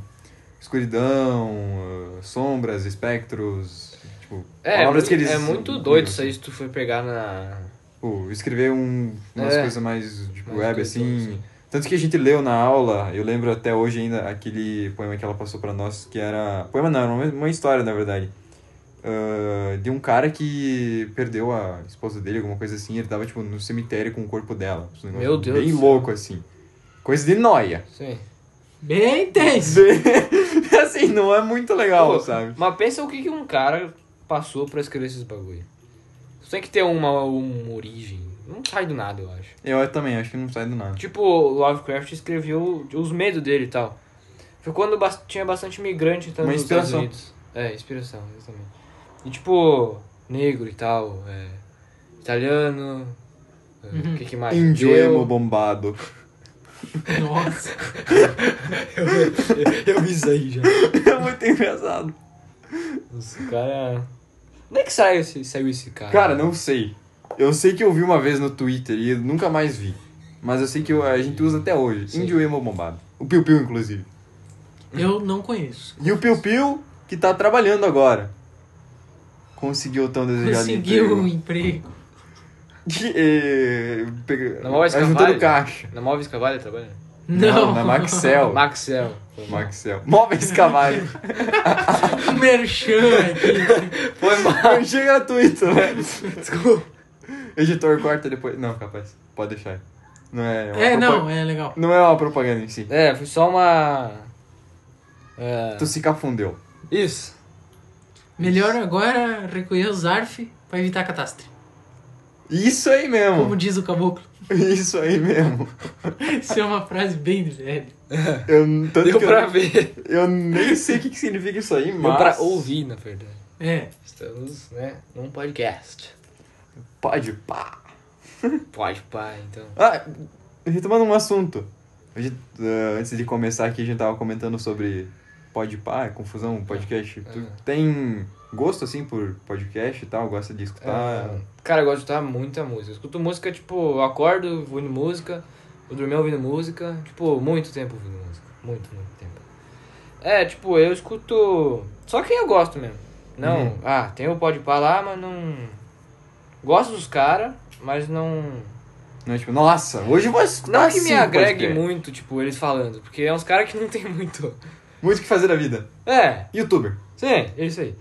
[SPEAKER 1] Escuridão, ah, sombras, espectros. Tipo,
[SPEAKER 3] É, é,
[SPEAKER 1] palavras
[SPEAKER 3] muito,
[SPEAKER 1] que eles.
[SPEAKER 3] é muito doido isso aí se tu for pegar na.
[SPEAKER 1] Tipo, escrever um, umas
[SPEAKER 3] É.
[SPEAKER 1] coisas mais tipo,
[SPEAKER 3] Mais
[SPEAKER 1] web
[SPEAKER 3] doido,
[SPEAKER 1] assim.
[SPEAKER 3] assim.
[SPEAKER 1] Tanto que a gente leu na aula, eu lembro até hoje ainda aquele poema que ela passou pra nós, que era. Poema não, era uma, uma história na verdade. Ah, de um cara que perdeu a esposa dele, alguma coisa assim, ele tava tipo no cemitério com o corpo dela. Um negócio
[SPEAKER 3] Meu Deus
[SPEAKER 1] Bem
[SPEAKER 3] do céu.
[SPEAKER 1] louco assim. Coisa de noia.
[SPEAKER 3] Sim.
[SPEAKER 2] Bem intenso!
[SPEAKER 1] assim, não é muito legal,
[SPEAKER 3] Pô,
[SPEAKER 1] sabe?
[SPEAKER 3] Mas pensa o que, que um cara passou pra escrever esses bagulho. Tu tem que ter uma, uma origem. Não sai do nada, eu acho.
[SPEAKER 1] Eu também, acho que não sai do nada.
[SPEAKER 3] Tipo, o Lovecraft escreveu os medos dele e tal. Foi quando bas- tinha bastante imigrante entrando
[SPEAKER 1] Uma
[SPEAKER 3] nos Estados
[SPEAKER 1] inspiração.
[SPEAKER 3] Unidos. É, inspiração, exatamente. E tipo, negro e tal, é, italiano, é, o que, que mais?
[SPEAKER 1] Índio
[SPEAKER 3] Judeu.
[SPEAKER 1] emo bombado.
[SPEAKER 2] Nossa!
[SPEAKER 3] Eu vi isso aí já.
[SPEAKER 1] é muito engraçado.
[SPEAKER 3] Nossa, o cara... Onde é que saiu esse, saiu esse cara?
[SPEAKER 1] Cara, não sei. Eu sei que eu vi uma vez no Twitter e eu nunca mais vi. Mas eu sei que eu- a gente usa até hoje.
[SPEAKER 3] Sim.
[SPEAKER 1] Índio emo bombado. O Piu Piu, inclusive.
[SPEAKER 2] Eu não conheço.
[SPEAKER 1] E o Piu Piu, que tá trabalhando agora. Conseguiu o tão desejado
[SPEAKER 2] Conseguiu um
[SPEAKER 1] emprego.
[SPEAKER 2] emprego.
[SPEAKER 1] E, pega-
[SPEAKER 3] Na maior
[SPEAKER 1] ajudando
[SPEAKER 3] escavalho.
[SPEAKER 1] caixa.
[SPEAKER 3] Na Móveis Cavalho trabalha?
[SPEAKER 2] Não,
[SPEAKER 1] Na Maxel.
[SPEAKER 3] Maxel.
[SPEAKER 1] Maxel. Móveis Cavalho.
[SPEAKER 2] Merchan aqui.
[SPEAKER 1] Foi mal. Achei gratuito, né? Desculpa. Editor corta depois. Não, capaz. Pode deixar aí. Não é. uma
[SPEAKER 2] É,
[SPEAKER 1] propa-
[SPEAKER 2] não, é legal.
[SPEAKER 1] Não é uma propaganda em si.
[SPEAKER 3] É, foi só uma. É,
[SPEAKER 1] Tu se cafundeu.
[SPEAKER 3] Isso.
[SPEAKER 2] Melhor agora recolher o Zarf pra evitar catástrofe.
[SPEAKER 1] Isso aí mesmo.
[SPEAKER 2] Como diz o caboclo.
[SPEAKER 1] Isso aí mesmo.
[SPEAKER 2] Isso é uma frase bem do Zé.
[SPEAKER 1] Eu, n- tanto
[SPEAKER 3] Deu
[SPEAKER 1] que eu-
[SPEAKER 3] pra ver.
[SPEAKER 1] Eu nem sei o que, que significa isso aí, mas.
[SPEAKER 3] Deu pra ouvir, na verdade.
[SPEAKER 2] É.
[SPEAKER 3] Estamos, né, num podcast.
[SPEAKER 1] Pode pá.
[SPEAKER 3] Pode, pai, então.
[SPEAKER 1] Ah, retomando um assunto. A gente, ah, antes de começar aqui, a gente tava comentando sobre pode pá, é confusão, podcast. Tu
[SPEAKER 3] Ah.
[SPEAKER 1] tem gosto assim por podcast e tal? Gosta de escutar?
[SPEAKER 3] Ah, Cara, eu gosto de escutar muita música. Eu escuto música, tipo, eu acordo ouvindo música, vou dormir ouvindo música. Tipo, muito tempo ouvindo música. Muito, muito tempo. É, tipo, eu escuto só quem eu gosto mesmo. Não,
[SPEAKER 1] Uhum.
[SPEAKER 3] ah, tem o Pode Pá lá, mas não... Gosto dos caras, mas não...
[SPEAKER 1] Não é tipo, nossa, hoje eu vou escutar um
[SPEAKER 3] Não que me
[SPEAKER 1] cinco
[SPEAKER 3] agregue
[SPEAKER 1] podcasts.
[SPEAKER 3] muito, tipo, eles falando. Porque é uns caras que não tem muito...
[SPEAKER 1] Muito o que fazer da vida.
[SPEAKER 3] É,
[SPEAKER 1] Youtuber.
[SPEAKER 3] sim, é isso aí.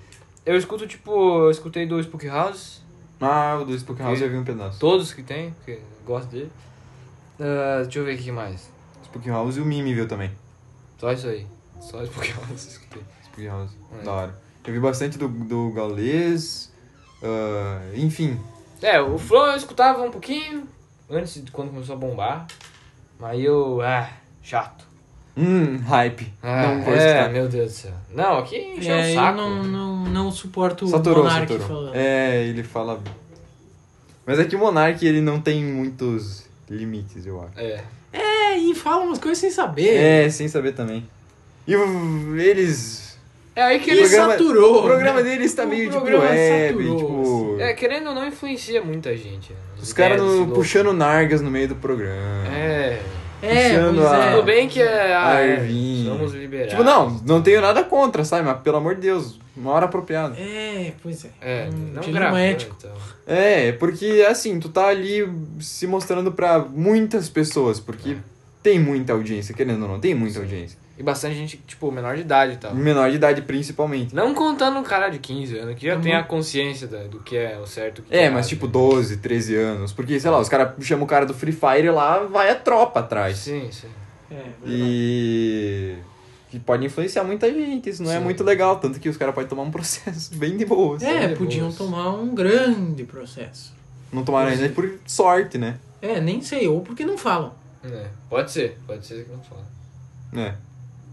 [SPEAKER 3] Eu escuto, tipo, eu escutei do Spook House...
[SPEAKER 1] Ah, o do Spook House
[SPEAKER 3] Que-
[SPEAKER 1] eu vi um pedaço.
[SPEAKER 3] Todos que tem, porque gosto dele. Ah, deixa eu ver o que mais.
[SPEAKER 1] Spook House e o Mimi viu também.
[SPEAKER 3] Só isso aí. Só os Pokémon que eu escutei.
[SPEAKER 1] Spook House.
[SPEAKER 3] É.
[SPEAKER 1] Da hora. Eu vi bastante do, do Gaules. ah, enfim,
[SPEAKER 3] É, o Flow eu escutava um pouquinho antes de quando começou a bombar. Mas eu. Ah, chato.
[SPEAKER 1] Hum, hype.
[SPEAKER 3] Ah,
[SPEAKER 1] não vou
[SPEAKER 3] é,
[SPEAKER 1] escutar.
[SPEAKER 3] meu Deus do céu. Não, aqui encheu
[SPEAKER 2] É,
[SPEAKER 3] o
[SPEAKER 2] eu
[SPEAKER 3] saco.
[SPEAKER 2] não, não, não suporto o
[SPEAKER 1] Saturou,
[SPEAKER 2] Monark
[SPEAKER 1] saturou.
[SPEAKER 2] falando.
[SPEAKER 1] É, ele fala. Mas é que o Monark ele não tem muitos limites, eu acho.
[SPEAKER 3] É.
[SPEAKER 2] É, e fala umas coisas sem saber.
[SPEAKER 1] É, sem saber também. E o- eles.
[SPEAKER 3] É aí que
[SPEAKER 2] Ele
[SPEAKER 3] eles.
[SPEAKER 1] programa-
[SPEAKER 2] saturou.
[SPEAKER 1] O programa
[SPEAKER 2] né?
[SPEAKER 1] deles tá
[SPEAKER 2] O
[SPEAKER 1] meio tipo
[SPEAKER 2] programa
[SPEAKER 1] web,
[SPEAKER 2] saturou, assim. É,
[SPEAKER 1] tipo.
[SPEAKER 3] É, querendo ou não, influencia muita gente. né?
[SPEAKER 1] Os caras
[SPEAKER 3] Ideias,
[SPEAKER 1] no-
[SPEAKER 3] louco.
[SPEAKER 1] puxando nargas no meio do programa.
[SPEAKER 3] É.
[SPEAKER 2] É,
[SPEAKER 1] Puxando
[SPEAKER 2] pois
[SPEAKER 1] a-
[SPEAKER 2] é.
[SPEAKER 3] Tudo bem que é.
[SPEAKER 1] A
[SPEAKER 3] ah, é,
[SPEAKER 1] Irving.
[SPEAKER 3] Somos liberais.
[SPEAKER 1] Tipo, não, não tenho nada contra, sabe? Mas pelo amor de Deus, uma hora apropriada.
[SPEAKER 2] É, pois é.
[SPEAKER 3] É, não
[SPEAKER 2] dilema
[SPEAKER 3] grava.
[SPEAKER 2] ético.
[SPEAKER 3] Então.
[SPEAKER 1] É, porque assim, tu tá ali se mostrando pra muitas pessoas, porque tem muita audiência, querendo ou não, tem muita audiência.
[SPEAKER 3] E bastante gente, tipo, menor de idade e tal.
[SPEAKER 1] Menor de idade principalmente.
[SPEAKER 3] Não contando um cara de 15 anos que já
[SPEAKER 2] Tá
[SPEAKER 3] tem
[SPEAKER 2] bom.
[SPEAKER 3] a consciência da- do que é o certo. o que
[SPEAKER 1] É,
[SPEAKER 3] errado,
[SPEAKER 1] mas tipo
[SPEAKER 3] né?
[SPEAKER 1] 12, 13 anos, porque sei lá, os caras chamam o cara do Free Fire lá, vai a tropa atrás.
[SPEAKER 3] Sim, sim.
[SPEAKER 2] É, verdade.
[SPEAKER 1] E que pode influenciar muita gente, isso não é
[SPEAKER 3] Sim.
[SPEAKER 1] muito legal, tanto que os caras podem tomar um processo bem de boa. assim.
[SPEAKER 2] é
[SPEAKER 3] são
[SPEAKER 2] podiam
[SPEAKER 3] boas.
[SPEAKER 2] tomar um grande processo.
[SPEAKER 1] Não tomaram ainda por sorte, né?
[SPEAKER 2] É, nem sei, ou porque não falam.
[SPEAKER 3] É, pode ser, pode ser que não fala.
[SPEAKER 1] É.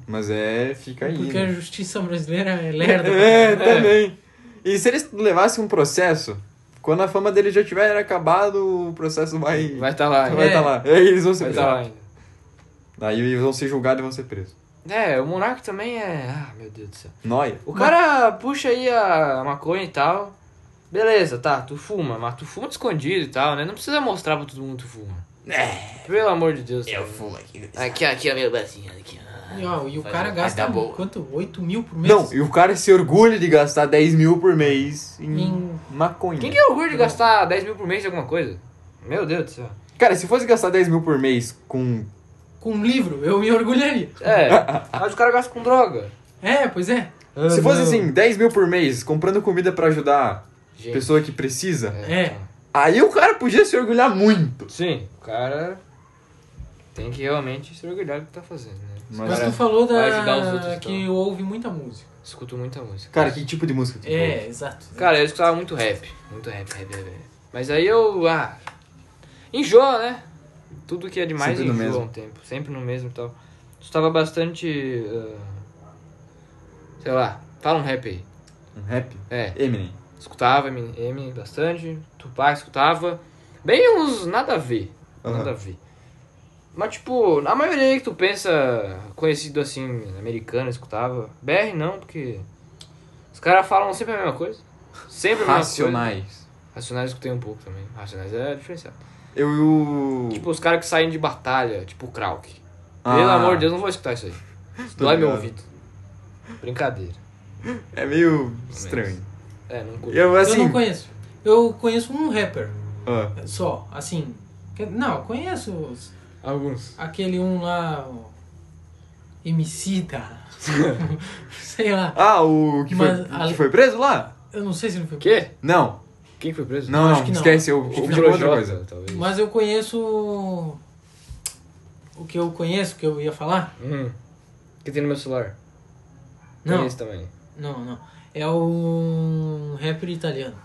[SPEAKER 1] Mas é, fica aí.
[SPEAKER 2] Porque
[SPEAKER 1] né?
[SPEAKER 2] a justiça brasileira é lerda.
[SPEAKER 1] É, também. E se eles levassem um processo, quando a fama dele já tiver acabado, o processo vai
[SPEAKER 3] Vai estar tá lá,
[SPEAKER 1] vai
[SPEAKER 3] vai
[SPEAKER 1] tá lá. E aí eles vão ser
[SPEAKER 3] estar
[SPEAKER 1] presos.
[SPEAKER 3] lá ainda.
[SPEAKER 1] Daí eles vão ser julgados e vão ser presos.
[SPEAKER 3] É, o Monark também é. Ah, meu Deus do céu.
[SPEAKER 1] Noia.
[SPEAKER 3] O cara puxa aí a maconha e tal. Beleza, tá, tu fuma, mas tu fuma escondido e tal, né? Não precisa mostrar pra todo mundo que tu fuma. É. Pelo amor de Deus. Eu fumo aqui. Aqui, aqui, ó, meu bracinho, aqui, ó.
[SPEAKER 2] E, ó, e o
[SPEAKER 3] Faz
[SPEAKER 2] cara
[SPEAKER 3] uma
[SPEAKER 2] gasta
[SPEAKER 3] coisa boa.
[SPEAKER 2] quanto? 8 mil por mês?
[SPEAKER 1] Não, e o cara se orgulha de gastar 10 mil por mês em
[SPEAKER 2] Em-
[SPEAKER 1] maconha.
[SPEAKER 3] Quem que é orgulho de gastar 10 mil por mês em alguma coisa? Meu Deus do céu.
[SPEAKER 1] Cara, se fosse gastar 10 mil por mês com.
[SPEAKER 2] Com um livro, eu me orgulharia.
[SPEAKER 3] É, mas o cara gasta com droga.
[SPEAKER 2] É, pois é.
[SPEAKER 1] Se fosse assim, 10 mil por mês comprando comida pra ajudar
[SPEAKER 3] Gente,
[SPEAKER 1] pessoa que precisa,
[SPEAKER 2] É.
[SPEAKER 3] tá.
[SPEAKER 1] aí o cara podia se orgulhar muito.
[SPEAKER 3] Sim, o cara tem que realmente se orgulhar do que tá fazendo, né?
[SPEAKER 1] Mas-
[SPEAKER 2] Mas
[SPEAKER 1] Cara,
[SPEAKER 2] tu falou
[SPEAKER 3] vai ajudar os
[SPEAKER 2] da...
[SPEAKER 3] outros,
[SPEAKER 2] que
[SPEAKER 3] então.
[SPEAKER 2] ouve muita música.
[SPEAKER 3] Escuto muita música.
[SPEAKER 1] Cara, que tipo de música tu
[SPEAKER 2] É, exato.
[SPEAKER 3] Cara, eu escutava muito rap. Muito rap, rap, rap. rap. Mas aí eu, ah, enjoa, né? Tudo que é demais
[SPEAKER 1] Sempre no
[SPEAKER 3] enjoa
[SPEAKER 1] mesmo.
[SPEAKER 3] um tempo. Sempre no mesmo e tal. Escutava bastante, ah, sei lá, fala um rap aí.
[SPEAKER 1] Um rap?
[SPEAKER 3] É,
[SPEAKER 1] Eminem.
[SPEAKER 3] escutava M bastante, Tupac escutava. Bem uns nada a ver.
[SPEAKER 1] Aham.
[SPEAKER 3] Nada a ver. Mas, tipo, a maioria que tu pensa conhecido assim, americano, escutava. BR não, porque os caras falam sempre a mesma coisa. Sempre a mesma coisa.
[SPEAKER 1] Racionais.
[SPEAKER 3] Racionais eu escutei um pouco também. Racionais é diferenciado.
[SPEAKER 1] Eu. eu...
[SPEAKER 3] Tipo, os caras que saem de batalha, tipo o Krauk.
[SPEAKER 1] Ah.
[SPEAKER 3] Pelo amor de Deus, não vou escutar isso aí. Isso
[SPEAKER 1] Tô
[SPEAKER 3] dói meu
[SPEAKER 1] ligado.
[SPEAKER 3] ouvido. Brincadeira.
[SPEAKER 1] É meio estranho.
[SPEAKER 3] É, não curto.
[SPEAKER 1] Eu, assim,
[SPEAKER 2] Eu não conheço. Eu conheço um rapper.
[SPEAKER 1] Ah,
[SPEAKER 2] Só, assim. que- Não, eu conheço os-
[SPEAKER 3] Alguns.
[SPEAKER 2] aquele um lá. O Emicida. sei lá.
[SPEAKER 1] Ah, o que foi,
[SPEAKER 2] Mas a-
[SPEAKER 1] que foi preso lá?
[SPEAKER 2] Eu não sei se não foi.
[SPEAKER 3] Quê?
[SPEAKER 1] Não,
[SPEAKER 3] Quem que foi preso?
[SPEAKER 1] não,
[SPEAKER 2] acho
[SPEAKER 1] não,
[SPEAKER 2] que não.
[SPEAKER 1] esquece, eu
[SPEAKER 3] O
[SPEAKER 1] confundi com outra coisa.
[SPEAKER 3] Projota, talvez.
[SPEAKER 2] Mas eu conheço. o- O que eu conheço, que eu ia falar?
[SPEAKER 3] Hum. Que tem no meu celular.
[SPEAKER 2] Não.
[SPEAKER 3] Tem esse também.
[SPEAKER 2] Não, não. É um rapper italiano.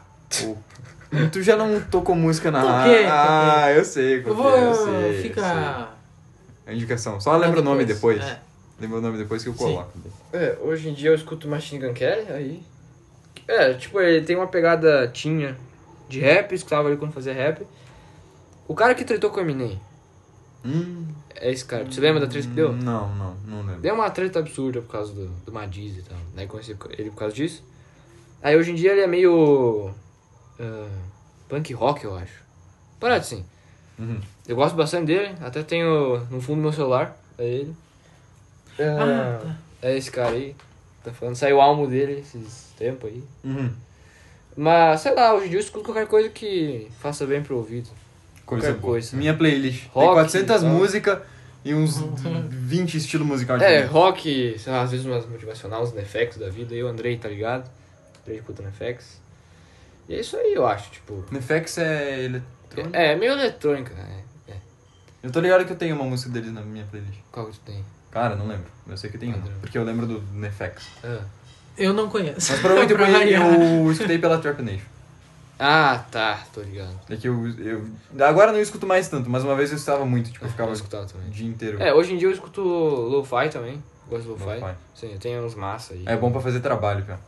[SPEAKER 1] Tu já não tocou música na
[SPEAKER 2] Toquei,
[SPEAKER 1] Ah, eu sei,
[SPEAKER 2] Eu
[SPEAKER 1] qual que
[SPEAKER 2] vou.
[SPEAKER 1] é, eu sei. eu sei.
[SPEAKER 2] fica.
[SPEAKER 1] A indicação, só lembra o nome depois.
[SPEAKER 2] É.
[SPEAKER 1] Lembra o nome depois que eu
[SPEAKER 2] Sim.
[SPEAKER 1] coloco.
[SPEAKER 3] É, hoje em dia eu escuto Machine Gun Kelly, aí... É, tipo, ele tem uma pegada tinha de rap, escutava ele quando fazia rap. O cara que tretou com o Eminem
[SPEAKER 1] Hum,
[SPEAKER 3] é esse cara. Você lembra da treta que deu?
[SPEAKER 1] Não, não, não lembro.
[SPEAKER 3] Deu uma treta absurda por causa do, do Madiz e tal. Daí conheci ele por causa disso. Aí hoje em dia ele é meio. ah, punk rock, eu acho. Parado assim.
[SPEAKER 1] Uhum.
[SPEAKER 3] Eu gosto bastante dele, até tenho no fundo do meu celular. É ele.
[SPEAKER 2] Ah, tá.
[SPEAKER 3] É esse cara aí. Tá falando, saiu o álbum dele esses tempos aí.
[SPEAKER 1] Uhum.
[SPEAKER 3] Mas sei lá, hoje em dia eu escuto qualquer coisa que faça bem pro ouvido.
[SPEAKER 1] Coisa
[SPEAKER 3] Qualquer
[SPEAKER 1] boa.
[SPEAKER 3] coisa.
[SPEAKER 1] Minha playlist.
[SPEAKER 3] Rock,
[SPEAKER 1] Tem 400
[SPEAKER 3] tal.
[SPEAKER 1] músicas e uns 20 estilos musicais.
[SPEAKER 3] É,
[SPEAKER 1] diferentes.
[SPEAKER 3] rock, sei lá, às vezes umas motivacionais, uns Nefex da vida. Eu, Andrei, tá ligado? Andrei escuta Nefex. E é isso aí, eu acho, tipo.
[SPEAKER 1] Nefex é eletrônico.
[SPEAKER 3] É, é meio eletrônica, né?
[SPEAKER 1] Eu tô ligado que eu tenho uma música deles na minha playlist.
[SPEAKER 3] Qual que tu tem?
[SPEAKER 1] Cara, não lembro. Eu sei que tem uma,
[SPEAKER 3] Padrão.
[SPEAKER 1] porque eu lembro do Nefex.
[SPEAKER 3] Ah.
[SPEAKER 2] Eu não conheço.
[SPEAKER 1] Mas provavelmente eu, um.
[SPEAKER 2] Pra
[SPEAKER 1] conhe-
[SPEAKER 2] variar.
[SPEAKER 1] eu escutei pela Trap Nation.
[SPEAKER 3] Ah, tá, tô ligado.
[SPEAKER 1] É que eu, eu- Agora eu não escuto mais tanto, mas uma vez eu escutava muito, tipo, eu ficava
[SPEAKER 3] Eu
[SPEAKER 1] o
[SPEAKER 3] escutava também.
[SPEAKER 1] dia inteiro.
[SPEAKER 3] É, hoje em dia eu escuto lo-fi também. Gosto de lo-fi.
[SPEAKER 1] Lo-fi.
[SPEAKER 3] Sim, eu tenho uns massa aí.
[SPEAKER 1] É bom pra fazer trabalho, cara.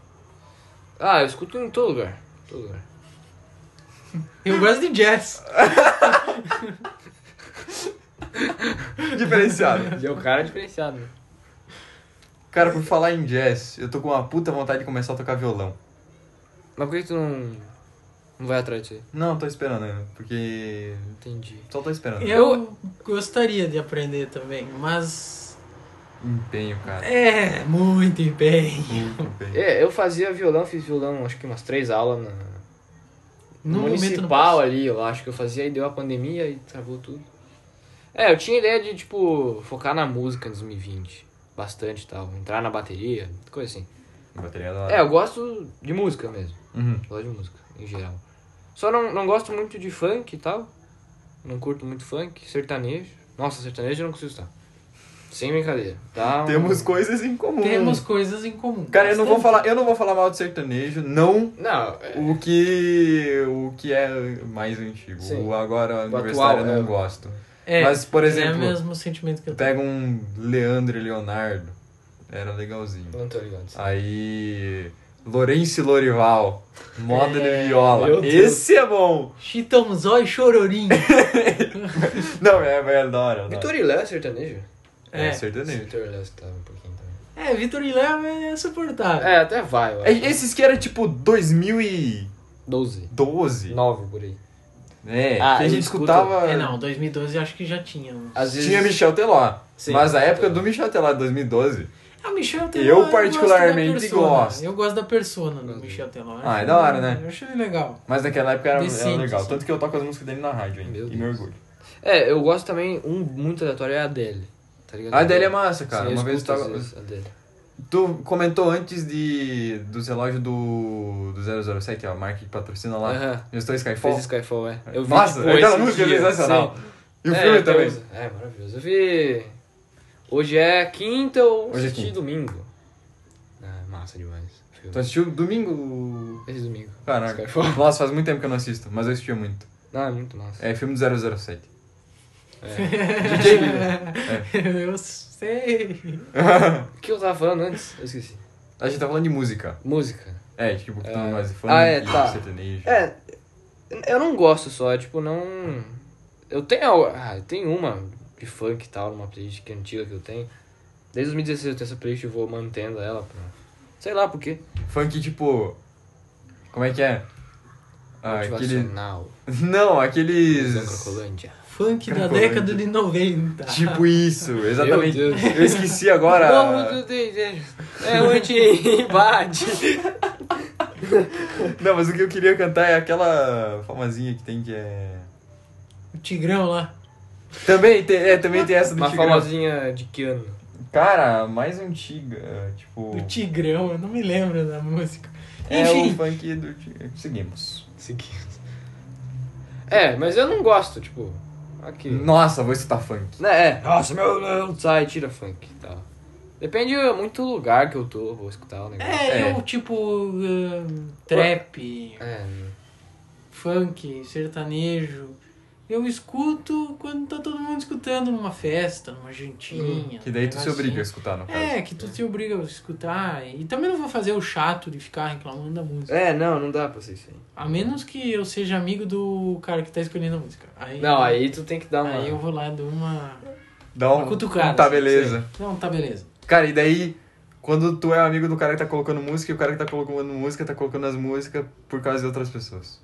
[SPEAKER 3] Ah, eu escuto em todo lugar. Todo lugar.
[SPEAKER 2] Eu gosto de jazz.
[SPEAKER 1] Diferenciado.
[SPEAKER 3] Ele é um cara diferenciado, né?
[SPEAKER 1] Cara, por falar em jazz, eu tô com uma puta vontade de começar a tocar violão.
[SPEAKER 3] Mas por que tu não. não vai atrás disso aí?
[SPEAKER 1] Não, tô esperando ainda, porque.
[SPEAKER 3] Entendi.
[SPEAKER 1] Só tô esperando.
[SPEAKER 2] Eu gostaria de aprender também, mas.
[SPEAKER 1] Empenho, cara.
[SPEAKER 2] É, muito bem.
[SPEAKER 1] Muito empenho.
[SPEAKER 3] É, eu fazia violão, fiz violão acho que umas três aulas na.
[SPEAKER 2] No
[SPEAKER 3] No
[SPEAKER 2] momento,
[SPEAKER 3] municipal
[SPEAKER 2] não
[SPEAKER 3] ali, eu acho que eu fazia, aí deu a pandemia e travou tudo. É, eu tinha ideia de, tipo, focar na música em 2020. Bastante e tal. Entrar na bateria, coisa assim.
[SPEAKER 1] Bateria da hora.
[SPEAKER 3] É, eu gosto de música mesmo.
[SPEAKER 1] Uhum.
[SPEAKER 3] Gosto de música, em geral. Só não, não gosto muito de funk e tal. Não curto muito funk, sertanejo. Nossa, sertanejo eu não consigo estar. Sem brincadeira. Tá um-
[SPEAKER 1] Temos coisas em comum.
[SPEAKER 2] Temos coisas em comum.
[SPEAKER 1] é Cara, eu não, vou
[SPEAKER 2] Bastante.
[SPEAKER 1] falar, eu não vou falar mal de sertanejo, não
[SPEAKER 3] Não, é...
[SPEAKER 1] o que, o que é mais antigo.
[SPEAKER 3] Sim.
[SPEAKER 1] O agora
[SPEAKER 3] atual,
[SPEAKER 1] universitário eu não
[SPEAKER 3] é.
[SPEAKER 1] gosto.
[SPEAKER 2] É,
[SPEAKER 1] Mas, por exemplo,
[SPEAKER 2] É o mesmo sentimento que eu tenho.
[SPEAKER 1] Pega um Leandro e Leonardo, era legalzinho.
[SPEAKER 3] não tô ligado.
[SPEAKER 1] Aí, Lourenço e Lorival, moda de
[SPEAKER 3] É, meu
[SPEAKER 1] viola.
[SPEAKER 3] Deus.
[SPEAKER 1] Esse é bom!
[SPEAKER 2] Chitãozó e Chororinho.
[SPEAKER 1] Não, é, é da hora. da hora.
[SPEAKER 3] Vitor e Léo é sertanejo?
[SPEAKER 1] É,
[SPEAKER 2] É.
[SPEAKER 1] sertanejo.
[SPEAKER 3] Vitor e Léo estava um pouquinho também.
[SPEAKER 2] É, Vitor e Léo é suportável.
[SPEAKER 3] É, até vai, eu acho.
[SPEAKER 1] É, Esses que era tipo 2012.
[SPEAKER 3] 12. 9 por aí.
[SPEAKER 1] É,
[SPEAKER 3] Ah,
[SPEAKER 1] que a
[SPEAKER 3] eu
[SPEAKER 1] gente
[SPEAKER 3] escuto-
[SPEAKER 1] escutava.
[SPEAKER 2] É, não, 2012 eu acho que já tinha.
[SPEAKER 3] Às vezes...
[SPEAKER 1] Tinha Michel Teló.
[SPEAKER 3] Sim,
[SPEAKER 1] mas a
[SPEAKER 3] Michel
[SPEAKER 1] época
[SPEAKER 3] Teló.
[SPEAKER 1] do Michel Teló de 2012.
[SPEAKER 2] Ah, Michel Teló.
[SPEAKER 1] Eu
[SPEAKER 2] gosto da
[SPEAKER 1] particularmente
[SPEAKER 2] persona.
[SPEAKER 1] gosto.
[SPEAKER 2] Eu gosto da persona do Michel Teló.
[SPEAKER 1] Ah,
[SPEAKER 2] Acho
[SPEAKER 1] é da hora, né?
[SPEAKER 2] Eu achei ele legal.
[SPEAKER 1] Mas naquela época era, era
[SPEAKER 2] Decente,
[SPEAKER 1] legal.
[SPEAKER 2] sim.
[SPEAKER 1] Tanto que eu toco as músicas dele na rádio ainda.
[SPEAKER 3] Meu
[SPEAKER 1] e
[SPEAKER 3] Deus.
[SPEAKER 1] me orgulho.
[SPEAKER 3] É, eu gosto também, um muito aleatório é a Adele. Tá ligado?
[SPEAKER 1] A Adele é massa, cara.
[SPEAKER 3] Sim, eu
[SPEAKER 1] Uma vez eu
[SPEAKER 3] escuto às
[SPEAKER 1] tava.
[SPEAKER 3] vezes a Adele.
[SPEAKER 1] Tu comentou antes de dos relógios do, do 007, ó, a marca que patrocina lá.
[SPEAKER 3] Aham.
[SPEAKER 1] Eu estou Skyfall.
[SPEAKER 3] Fez Skyfall, é. Eu vi,
[SPEAKER 1] Nossa,
[SPEAKER 3] tipo,
[SPEAKER 1] aquela
[SPEAKER 3] esses
[SPEAKER 1] música é
[SPEAKER 3] dias.
[SPEAKER 1] sensacional.
[SPEAKER 3] Sim.
[SPEAKER 1] E o
[SPEAKER 3] É,
[SPEAKER 1] filme
[SPEAKER 3] até
[SPEAKER 1] também.
[SPEAKER 3] usa. É, maravilhoso. Eu vi... Hoje é quinta ou
[SPEAKER 1] Hoje é
[SPEAKER 3] assisti
[SPEAKER 1] quinta.
[SPEAKER 3] domingo. Ah, massa demais. Filme.
[SPEAKER 1] Tu assistiu domingo.
[SPEAKER 3] Esse domingo.
[SPEAKER 1] Caraca.
[SPEAKER 3] Skyfall.
[SPEAKER 1] Nossa, faz muito tempo que eu não assisto, mas eu assistia muito.
[SPEAKER 3] Não, é muito massa.
[SPEAKER 1] É filme do 007.
[SPEAKER 3] É. DJ Liga.
[SPEAKER 2] eu sei.
[SPEAKER 3] O que eu tava falando antes? Eu esqueci.
[SPEAKER 1] A gente tá falando de música.
[SPEAKER 3] Música.
[SPEAKER 1] É, tipo, que tu
[SPEAKER 3] É.
[SPEAKER 1] não gosta de funk,
[SPEAKER 3] Ah, é, tá.
[SPEAKER 1] sertanejo.
[SPEAKER 3] É, eu não gosto só, tipo, não. Eu tenho. al- Ah, eu tenho uma de funk e tal, uma playlist que é antiga que eu tenho. Desde 2016 eu tenho essa playlist e vou mantendo ela pra. Sei lá por quê.
[SPEAKER 1] Funk, tipo... Como é que é? Ah, aquele...
[SPEAKER 3] Motivacional.
[SPEAKER 1] Não,
[SPEAKER 3] da
[SPEAKER 1] aqueles...
[SPEAKER 3] Crocolândia.
[SPEAKER 2] Funk da
[SPEAKER 1] Cracolândia.
[SPEAKER 2] década de 90.
[SPEAKER 1] Tipo isso, exatamente.
[SPEAKER 3] Meu Deus.
[SPEAKER 1] Eu esqueci
[SPEAKER 3] Como
[SPEAKER 1] agora...
[SPEAKER 3] tudo é é onde bate.
[SPEAKER 1] Não, mas o que eu queria cantar é aquela famosinha que tem que é.
[SPEAKER 2] O Tigrão lá.
[SPEAKER 1] Também tem, é, também tem essa do
[SPEAKER 3] Uma
[SPEAKER 1] Tigrão.
[SPEAKER 3] famosinha de que ano?
[SPEAKER 1] Cara, mais antiga, tipo.
[SPEAKER 2] O Tigrão, eu não me lembro da música.
[SPEAKER 1] É o
[SPEAKER 2] Enfim.
[SPEAKER 1] funk do Tigrão. Seguimos.
[SPEAKER 3] É, mas eu não gosto, tipo. Aqui.
[SPEAKER 1] Nossa, vou citar funk.
[SPEAKER 3] Né, é. Nossa, meu, meu, sai, tira funk tá. e tal. Depende muito do lugar que eu tô, vou escutar o negócio.
[SPEAKER 2] É,
[SPEAKER 1] É.
[SPEAKER 2] eu tipo. ahn, trap,
[SPEAKER 3] É,
[SPEAKER 2] funk, sertanejo. Eu escuto quando tá todo mundo escutando numa festa, numa jantinha.
[SPEAKER 1] Que daí tu se
[SPEAKER 2] negocinho.
[SPEAKER 1] obriga a escutar, no caso.
[SPEAKER 2] É, que tu se obriga a escutar. E também não vou fazer o chato de ficar reclamando da música.
[SPEAKER 3] é, não, não dá pra ser isso aí.
[SPEAKER 2] A menos que eu seja amigo do cara que tá escolhendo a música. Aí,
[SPEAKER 3] Não, aí tu tem que dar uma.
[SPEAKER 2] Aí eu vou lá dar uma.
[SPEAKER 1] Dá um,
[SPEAKER 2] Cutucada,
[SPEAKER 1] um tá
[SPEAKER 2] assim,
[SPEAKER 1] beleza.
[SPEAKER 2] Não, tá beleza.
[SPEAKER 1] Cara, e daí, quando tu é amigo do cara que tá colocando música, e o cara que tá colocando música tá colocando as músicas por causa de outras pessoas.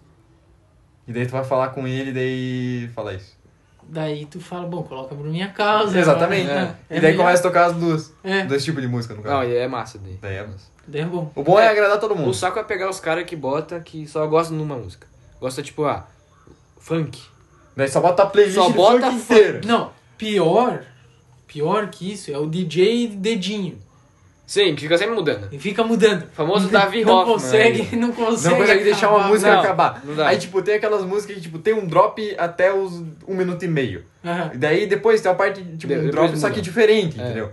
[SPEAKER 1] E daí tu vai falar com ele, daí fala isso.
[SPEAKER 2] Daí tu fala, bom, coloca por minha causa.
[SPEAKER 1] Exatamente.
[SPEAKER 2] agora, né?
[SPEAKER 1] E daí
[SPEAKER 2] É
[SPEAKER 1] começa a tocar as duas.
[SPEAKER 2] melhor. É,
[SPEAKER 1] Dois tipos de música, no
[SPEAKER 3] Não,
[SPEAKER 1] caso.
[SPEAKER 3] e é massa daí.
[SPEAKER 1] Daí é...
[SPEAKER 2] daí é bom.
[SPEAKER 1] O bom é agradar todo mundo.
[SPEAKER 3] O saco é pegar os caras que bota que só gostam de uma música. Gosta, tipo, ah, funk.
[SPEAKER 1] Daí só bota a playlist
[SPEAKER 3] Só
[SPEAKER 1] do
[SPEAKER 3] bota
[SPEAKER 1] funk
[SPEAKER 3] funk.
[SPEAKER 1] inteira.
[SPEAKER 2] Não, pior, pior que isso é o DJ dedinho.
[SPEAKER 3] Sim, que fica sempre mudando.
[SPEAKER 2] E fica mudando.
[SPEAKER 3] Famoso Davi
[SPEAKER 2] não
[SPEAKER 3] Hoffman
[SPEAKER 2] Consegue,
[SPEAKER 3] aí.
[SPEAKER 2] Não consegue,
[SPEAKER 1] né? Não consegue deixar uma
[SPEAKER 2] acabar.
[SPEAKER 1] música
[SPEAKER 3] Não,
[SPEAKER 1] acabar.
[SPEAKER 3] não dá.
[SPEAKER 1] Aí, tipo, tem aquelas músicas que, tipo, tem um drop até os um minuto e meio.
[SPEAKER 2] Aham.
[SPEAKER 1] E daí depois tem a parte, tipo,
[SPEAKER 3] De-
[SPEAKER 1] um
[SPEAKER 3] depois
[SPEAKER 1] drop,
[SPEAKER 3] muda.
[SPEAKER 1] só que diferente,
[SPEAKER 3] É.
[SPEAKER 1] entendeu?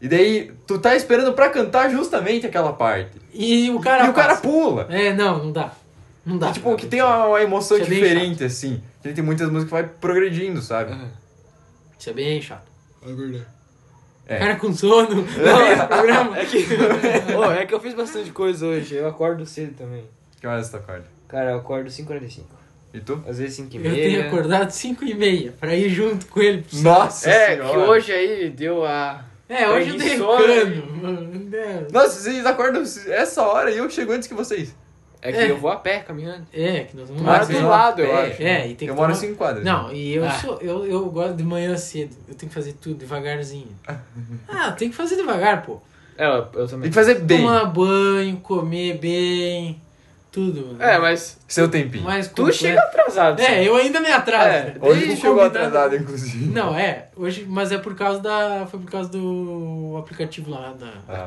[SPEAKER 1] E daí tu tá esperando pra cantar justamente aquela parte.
[SPEAKER 2] E o cara.
[SPEAKER 1] e o cara
[SPEAKER 2] passa.
[SPEAKER 1] pula.
[SPEAKER 2] É, não, não dá. Não dá.
[SPEAKER 1] E, tipo, que tem uma, uma emoção
[SPEAKER 2] Isso é bem
[SPEAKER 1] diferente, assim. Ele tem muitas músicas que vai progredindo, sabe?
[SPEAKER 3] Uhum.
[SPEAKER 2] Isso é bem chato.
[SPEAKER 1] É.
[SPEAKER 2] O cara com sono. Não, esse programa.
[SPEAKER 3] É que, Ô, é que eu fiz bastante coisa hoje. Eu acordo cedo também.
[SPEAKER 1] Que horas tu acorda?
[SPEAKER 3] Cara, eu acordo 5h45.
[SPEAKER 1] E tu?
[SPEAKER 3] Às vezes 5h30.
[SPEAKER 2] Eu tenho acordado 5 e meia pra ir junto com ele. pro
[SPEAKER 1] Nossa
[SPEAKER 3] É, que
[SPEAKER 1] senhora!
[SPEAKER 3] hoje aí deu a.
[SPEAKER 2] É, hoje eu dei
[SPEAKER 1] né?
[SPEAKER 3] Preguiçoso.
[SPEAKER 2] cano, mano. É,
[SPEAKER 1] Nossa, vocês acordam essa hora e eu chego antes que vocês.
[SPEAKER 3] É que
[SPEAKER 2] É.
[SPEAKER 3] eu vou a pé caminhando.
[SPEAKER 2] É, que nós vamos
[SPEAKER 1] Mas
[SPEAKER 3] Mora
[SPEAKER 2] lá.
[SPEAKER 1] vocês
[SPEAKER 3] do
[SPEAKER 1] vão
[SPEAKER 3] lado,
[SPEAKER 1] a
[SPEAKER 3] eu
[SPEAKER 1] pé.
[SPEAKER 3] acho.
[SPEAKER 2] É, e tem que
[SPEAKER 1] eu moro
[SPEAKER 2] tomar-
[SPEAKER 1] em cinco quadras.
[SPEAKER 2] Não, e eu
[SPEAKER 3] Ah.
[SPEAKER 2] sou. Eu, eu gosto de manhã cedo. Eu tenho que fazer tudo devagarzinho. ah, tem que fazer devagar, pô.
[SPEAKER 3] É, eu, eu
[SPEAKER 1] Tem
[SPEAKER 3] também.
[SPEAKER 1] que fazer bem
[SPEAKER 2] Tomar banho, comer bem, tudo.
[SPEAKER 3] É, mas
[SPEAKER 1] seu tempinho.
[SPEAKER 2] Mais
[SPEAKER 3] tu chega atrasado.
[SPEAKER 2] É,
[SPEAKER 3] sabe?
[SPEAKER 2] eu ainda me atraso.
[SPEAKER 3] É,
[SPEAKER 1] Hoje tu
[SPEAKER 2] Desde
[SPEAKER 1] chegou
[SPEAKER 2] combinado-
[SPEAKER 1] atrasado, inclusive.
[SPEAKER 2] Não, é. Hoje, mas é por causa da. Foi por causa do aplicativo lá da.
[SPEAKER 1] Ah,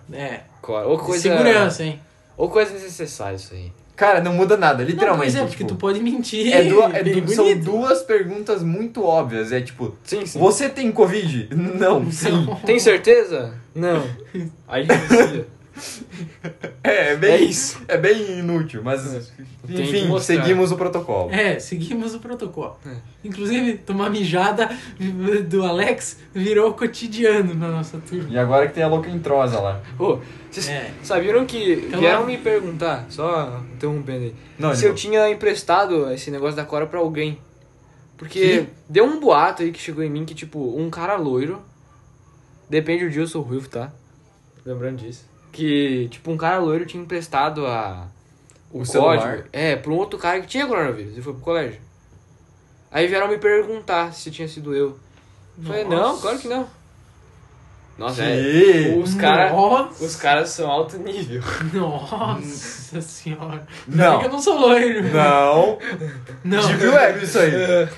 [SPEAKER 1] Cora.
[SPEAKER 2] É.
[SPEAKER 3] Cora, Ou
[SPEAKER 2] de
[SPEAKER 3] coisa.
[SPEAKER 2] Segurança, hein?
[SPEAKER 3] Ou coisa desnecessária isso aí.
[SPEAKER 1] Cara, não muda nada, literalmente.
[SPEAKER 2] Não, pois é, porque
[SPEAKER 1] tipo,
[SPEAKER 2] tu pode mentir.
[SPEAKER 1] é duas- é
[SPEAKER 2] bem
[SPEAKER 1] du- são
[SPEAKER 2] bonito.
[SPEAKER 1] duas perguntas muito óbvias. É tipo,
[SPEAKER 3] Sim, sim.
[SPEAKER 1] você tem Covid? Não, sim.
[SPEAKER 3] Tem certeza? Não. Aí desvia.
[SPEAKER 1] É, é bem,
[SPEAKER 3] É isso. É,
[SPEAKER 1] É bem inútil, mas.
[SPEAKER 3] que
[SPEAKER 1] Enfim,
[SPEAKER 3] mostrar.
[SPEAKER 1] seguimos o protocolo.
[SPEAKER 2] É, seguimos o protocolo.
[SPEAKER 3] É.
[SPEAKER 2] Inclusive, tomar mijada do Alex virou cotidiano na nossa turma.
[SPEAKER 1] E agora que tem a louca entrosa lá.
[SPEAKER 3] Ô, vocês
[SPEAKER 2] É.
[SPEAKER 3] sabiam que
[SPEAKER 2] Então,
[SPEAKER 3] vieram
[SPEAKER 2] ó.
[SPEAKER 3] me perguntar, só interrompendo aí,
[SPEAKER 1] Não,
[SPEAKER 3] se
[SPEAKER 1] ele
[SPEAKER 3] eu tinha emprestado esse negócio da Cora pra alguém. Porque deu um boato aí que chegou em mim que, tipo, um cara loiro. Depende do dia, eu sou ruivo, tá? Lembrando disso. Que, tipo, um cara loiro tinha emprestado a.
[SPEAKER 1] O celular.
[SPEAKER 3] É, pra um outro cara que tinha coronavírus e foi pro colégio. Aí vieram me perguntar se tinha sido eu. Eu Falei, não, claro que não. Nossa, é.
[SPEAKER 1] Que? Hum.
[SPEAKER 3] Os caras.
[SPEAKER 2] Nossa.
[SPEAKER 3] Os caras são alto nível.
[SPEAKER 2] Nossa senhora. Ainda bem
[SPEAKER 3] é
[SPEAKER 1] Não.
[SPEAKER 2] que Eu não sou loiro.
[SPEAKER 1] Não.
[SPEAKER 2] Não.
[SPEAKER 1] De Deep Web, isso aí.
[SPEAKER 3] É.